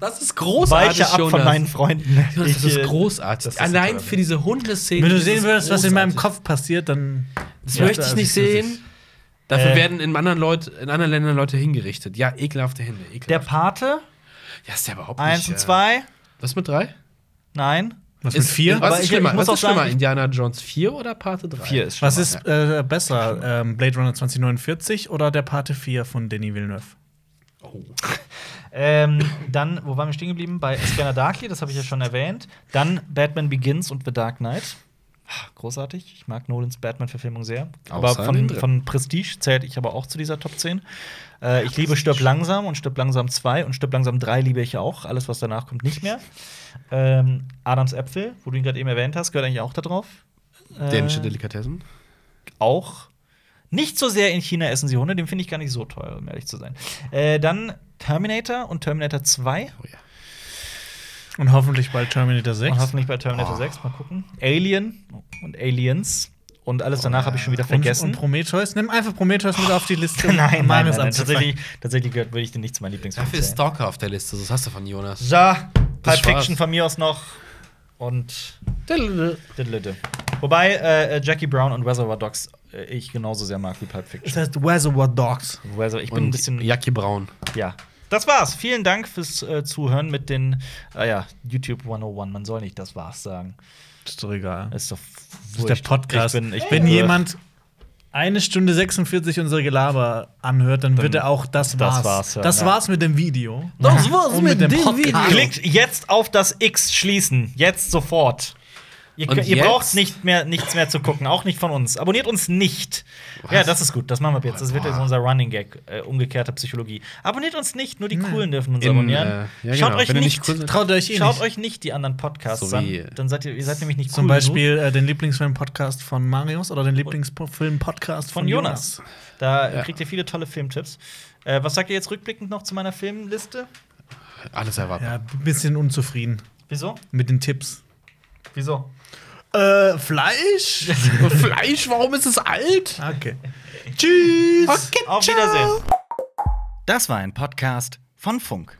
Speaker 3: Das ist großartig,
Speaker 1: Weiche ab von
Speaker 3: Jonas.
Speaker 1: meinen Freunden.
Speaker 3: Jonas, das
Speaker 1: Ich, äh,
Speaker 3: ist großartig.
Speaker 1: das ist
Speaker 3: Allein
Speaker 1: total
Speaker 3: für diese Hundeszene.
Speaker 2: Wenn du
Speaker 3: das
Speaker 2: sehen
Speaker 3: ist
Speaker 2: würdest, was in meinem
Speaker 3: großartig.
Speaker 2: Kopf passiert, dann.
Speaker 3: Das
Speaker 2: Ja,
Speaker 3: möchte ich
Speaker 2: das
Speaker 3: nicht
Speaker 2: ist lustig.
Speaker 3: sehen. Dafür
Speaker 1: Äh.
Speaker 3: werden in anderen, Leut, in anderen Ländern Leute hingerichtet. Ja, ekelhafte Hände.
Speaker 1: Der
Speaker 3: Ekelhaft.
Speaker 1: Pate,
Speaker 3: ja, ist ja überhaupt nicht.
Speaker 1: eins und
Speaker 3: äh,
Speaker 1: zwei.
Speaker 3: Was mit drei?
Speaker 1: Nein.
Speaker 2: Was mit vier?
Speaker 1: Aber
Speaker 3: Was
Speaker 1: ich-
Speaker 3: ist schlimmer?
Speaker 1: ich muss
Speaker 3: Was ist
Speaker 1: auch sagen,
Speaker 3: schlimmer?
Speaker 1: ich-
Speaker 3: Indiana Jones 4 oder Parte 3?
Speaker 1: ist
Speaker 2: Was ist äh, besser? Ähm, Blade Runner 2049 oder der Pate 4 von Denis Villeneuve?
Speaker 3: Oh.
Speaker 1: Ähm, dann, wo waren wir stehen geblieben? Bei Scanner Darkly, das habe ich ja schon erwähnt. Dann Batman Begins und The Dark Knight. Ah, Großartig. Ich mag Nolans Batman-Verfilmung sehr. Aber
Speaker 3: Außer den
Speaker 1: von,
Speaker 3: dritten.
Speaker 1: von Prestige zählt ich aber auch zu dieser Top 10. Äh, ich liebe Stirb langsam und Stirb langsam 2 und Stirb langsam 3 liebe ich auch. Alles, was danach kommt, nicht mehr. Ähm, Adams Äpfel, wo du ihn gerade eben erwähnt hast, gehört eigentlich auch da drauf. Äh,
Speaker 3: Dänische Delikatessen?
Speaker 1: auch. Nicht so sehr in China essen sie Hunde, den finde ich gar nicht so teuer, um ehrlich zu sein. Äh, dann Terminator und Terminator 2.
Speaker 3: Oh ja.
Speaker 2: Und hoffentlich bald Terminator 6.
Speaker 1: Und hoffentlich bei Terminator 6, mal gucken. Alien und Aliens. Und alles danach habe ich schon wieder vergessen.
Speaker 2: Und, und Prometheus. Nimm einfach Prometheus mit auf die Liste. um
Speaker 1: nein, nein, nein,
Speaker 2: meines
Speaker 1: nein,
Speaker 2: anzufangen.
Speaker 1: tatsächlich, tatsächlich gehört, würde ich den nicht zu meinem Lieblingsfilm
Speaker 3: Dafür ist
Speaker 1: zählen.
Speaker 3: Stalker auf der Liste. Das hast du von Jonas.
Speaker 1: So, Pulp
Speaker 3: Das war's.
Speaker 1: Fiction von mir aus noch. Und Diddlediddle. Wobei äh, Jackie Brown und Reservoir Dogs äh, ich genauso sehr mag wie Pulp
Speaker 2: Das
Speaker 1: Fiction.
Speaker 2: heißt Reservoir Dogs.
Speaker 1: Reservoir, ich bin ein
Speaker 3: Und
Speaker 1: bisschen
Speaker 3: Jackie Braun.
Speaker 1: Ja. Das war's. Vielen Dank fürs äh, Zuhören mit den, ah ja, YouTube 101. Man soll nicht das war's sagen.
Speaker 2: Ist doch egal.
Speaker 1: Ist doch
Speaker 2: Das ist
Speaker 1: wurscht.
Speaker 2: der Podcast.
Speaker 1: Ich bin,
Speaker 3: Äh.
Speaker 1: ich
Speaker 2: Wenn
Speaker 1: bin
Speaker 2: jemand eine Stunde 46 unsere Gelaber anhört, dann, wird er auch das,
Speaker 1: das
Speaker 2: war's.
Speaker 1: war's hören,
Speaker 2: das
Speaker 1: ja.
Speaker 2: war's mit dem Video.
Speaker 3: Das war's
Speaker 2: Und
Speaker 3: mit
Speaker 2: dem
Speaker 3: dem
Speaker 2: Podcast.
Speaker 3: Video.
Speaker 1: Klickt jetzt auf das X schließen. Jetzt sofort. Ihr,
Speaker 3: Und
Speaker 1: kö- ihr
Speaker 3: jetzt?
Speaker 1: braucht nicht mehr, nichts mehr zu gucken, auch nicht von uns. Abonniert uns nicht. Ja, das ist gut, das machen wir ab jetzt. Das wird jetzt unser Running Gag, äh, umgekehrte Psychologie. Abonniert uns nicht, nur die Coolen dürfen uns
Speaker 3: Im,
Speaker 1: abonnieren.
Speaker 3: Hm. äh, ja,
Speaker 1: Schaut
Speaker 3: genau.
Speaker 1: euch
Speaker 3: Wenn ihr
Speaker 1: nicht,
Speaker 3: nicht cool seid-
Speaker 2: Traut euch eh
Speaker 1: schaut
Speaker 2: nicht.
Speaker 1: euch nicht die anderen Podcasts
Speaker 3: So
Speaker 1: an.
Speaker 3: wie-
Speaker 1: Dann seid ihr, ihr seid nämlich nicht
Speaker 2: Zum
Speaker 1: cool
Speaker 2: Beispiel äh, den Lieblingsfilm-Podcast von Marius oder den Lieblingsfilm-Podcast
Speaker 1: von Jonas. Da kriegt ihr viele tolle Filmtipps. Äh, was sagt ihr jetzt rückblickend noch zu meiner Filmliste?
Speaker 3: Alles erwartbar.
Speaker 2: Ja, ein bisschen unzufrieden
Speaker 1: Wieso?
Speaker 2: mit den Tipps.
Speaker 1: Wieso?
Speaker 2: Äh, Fleisch?
Speaker 3: Fleisch, warum ist es alt?
Speaker 2: Okay. Tschüss.
Speaker 1: Auf Wiedersehen. Das war ein Podcast von Funk.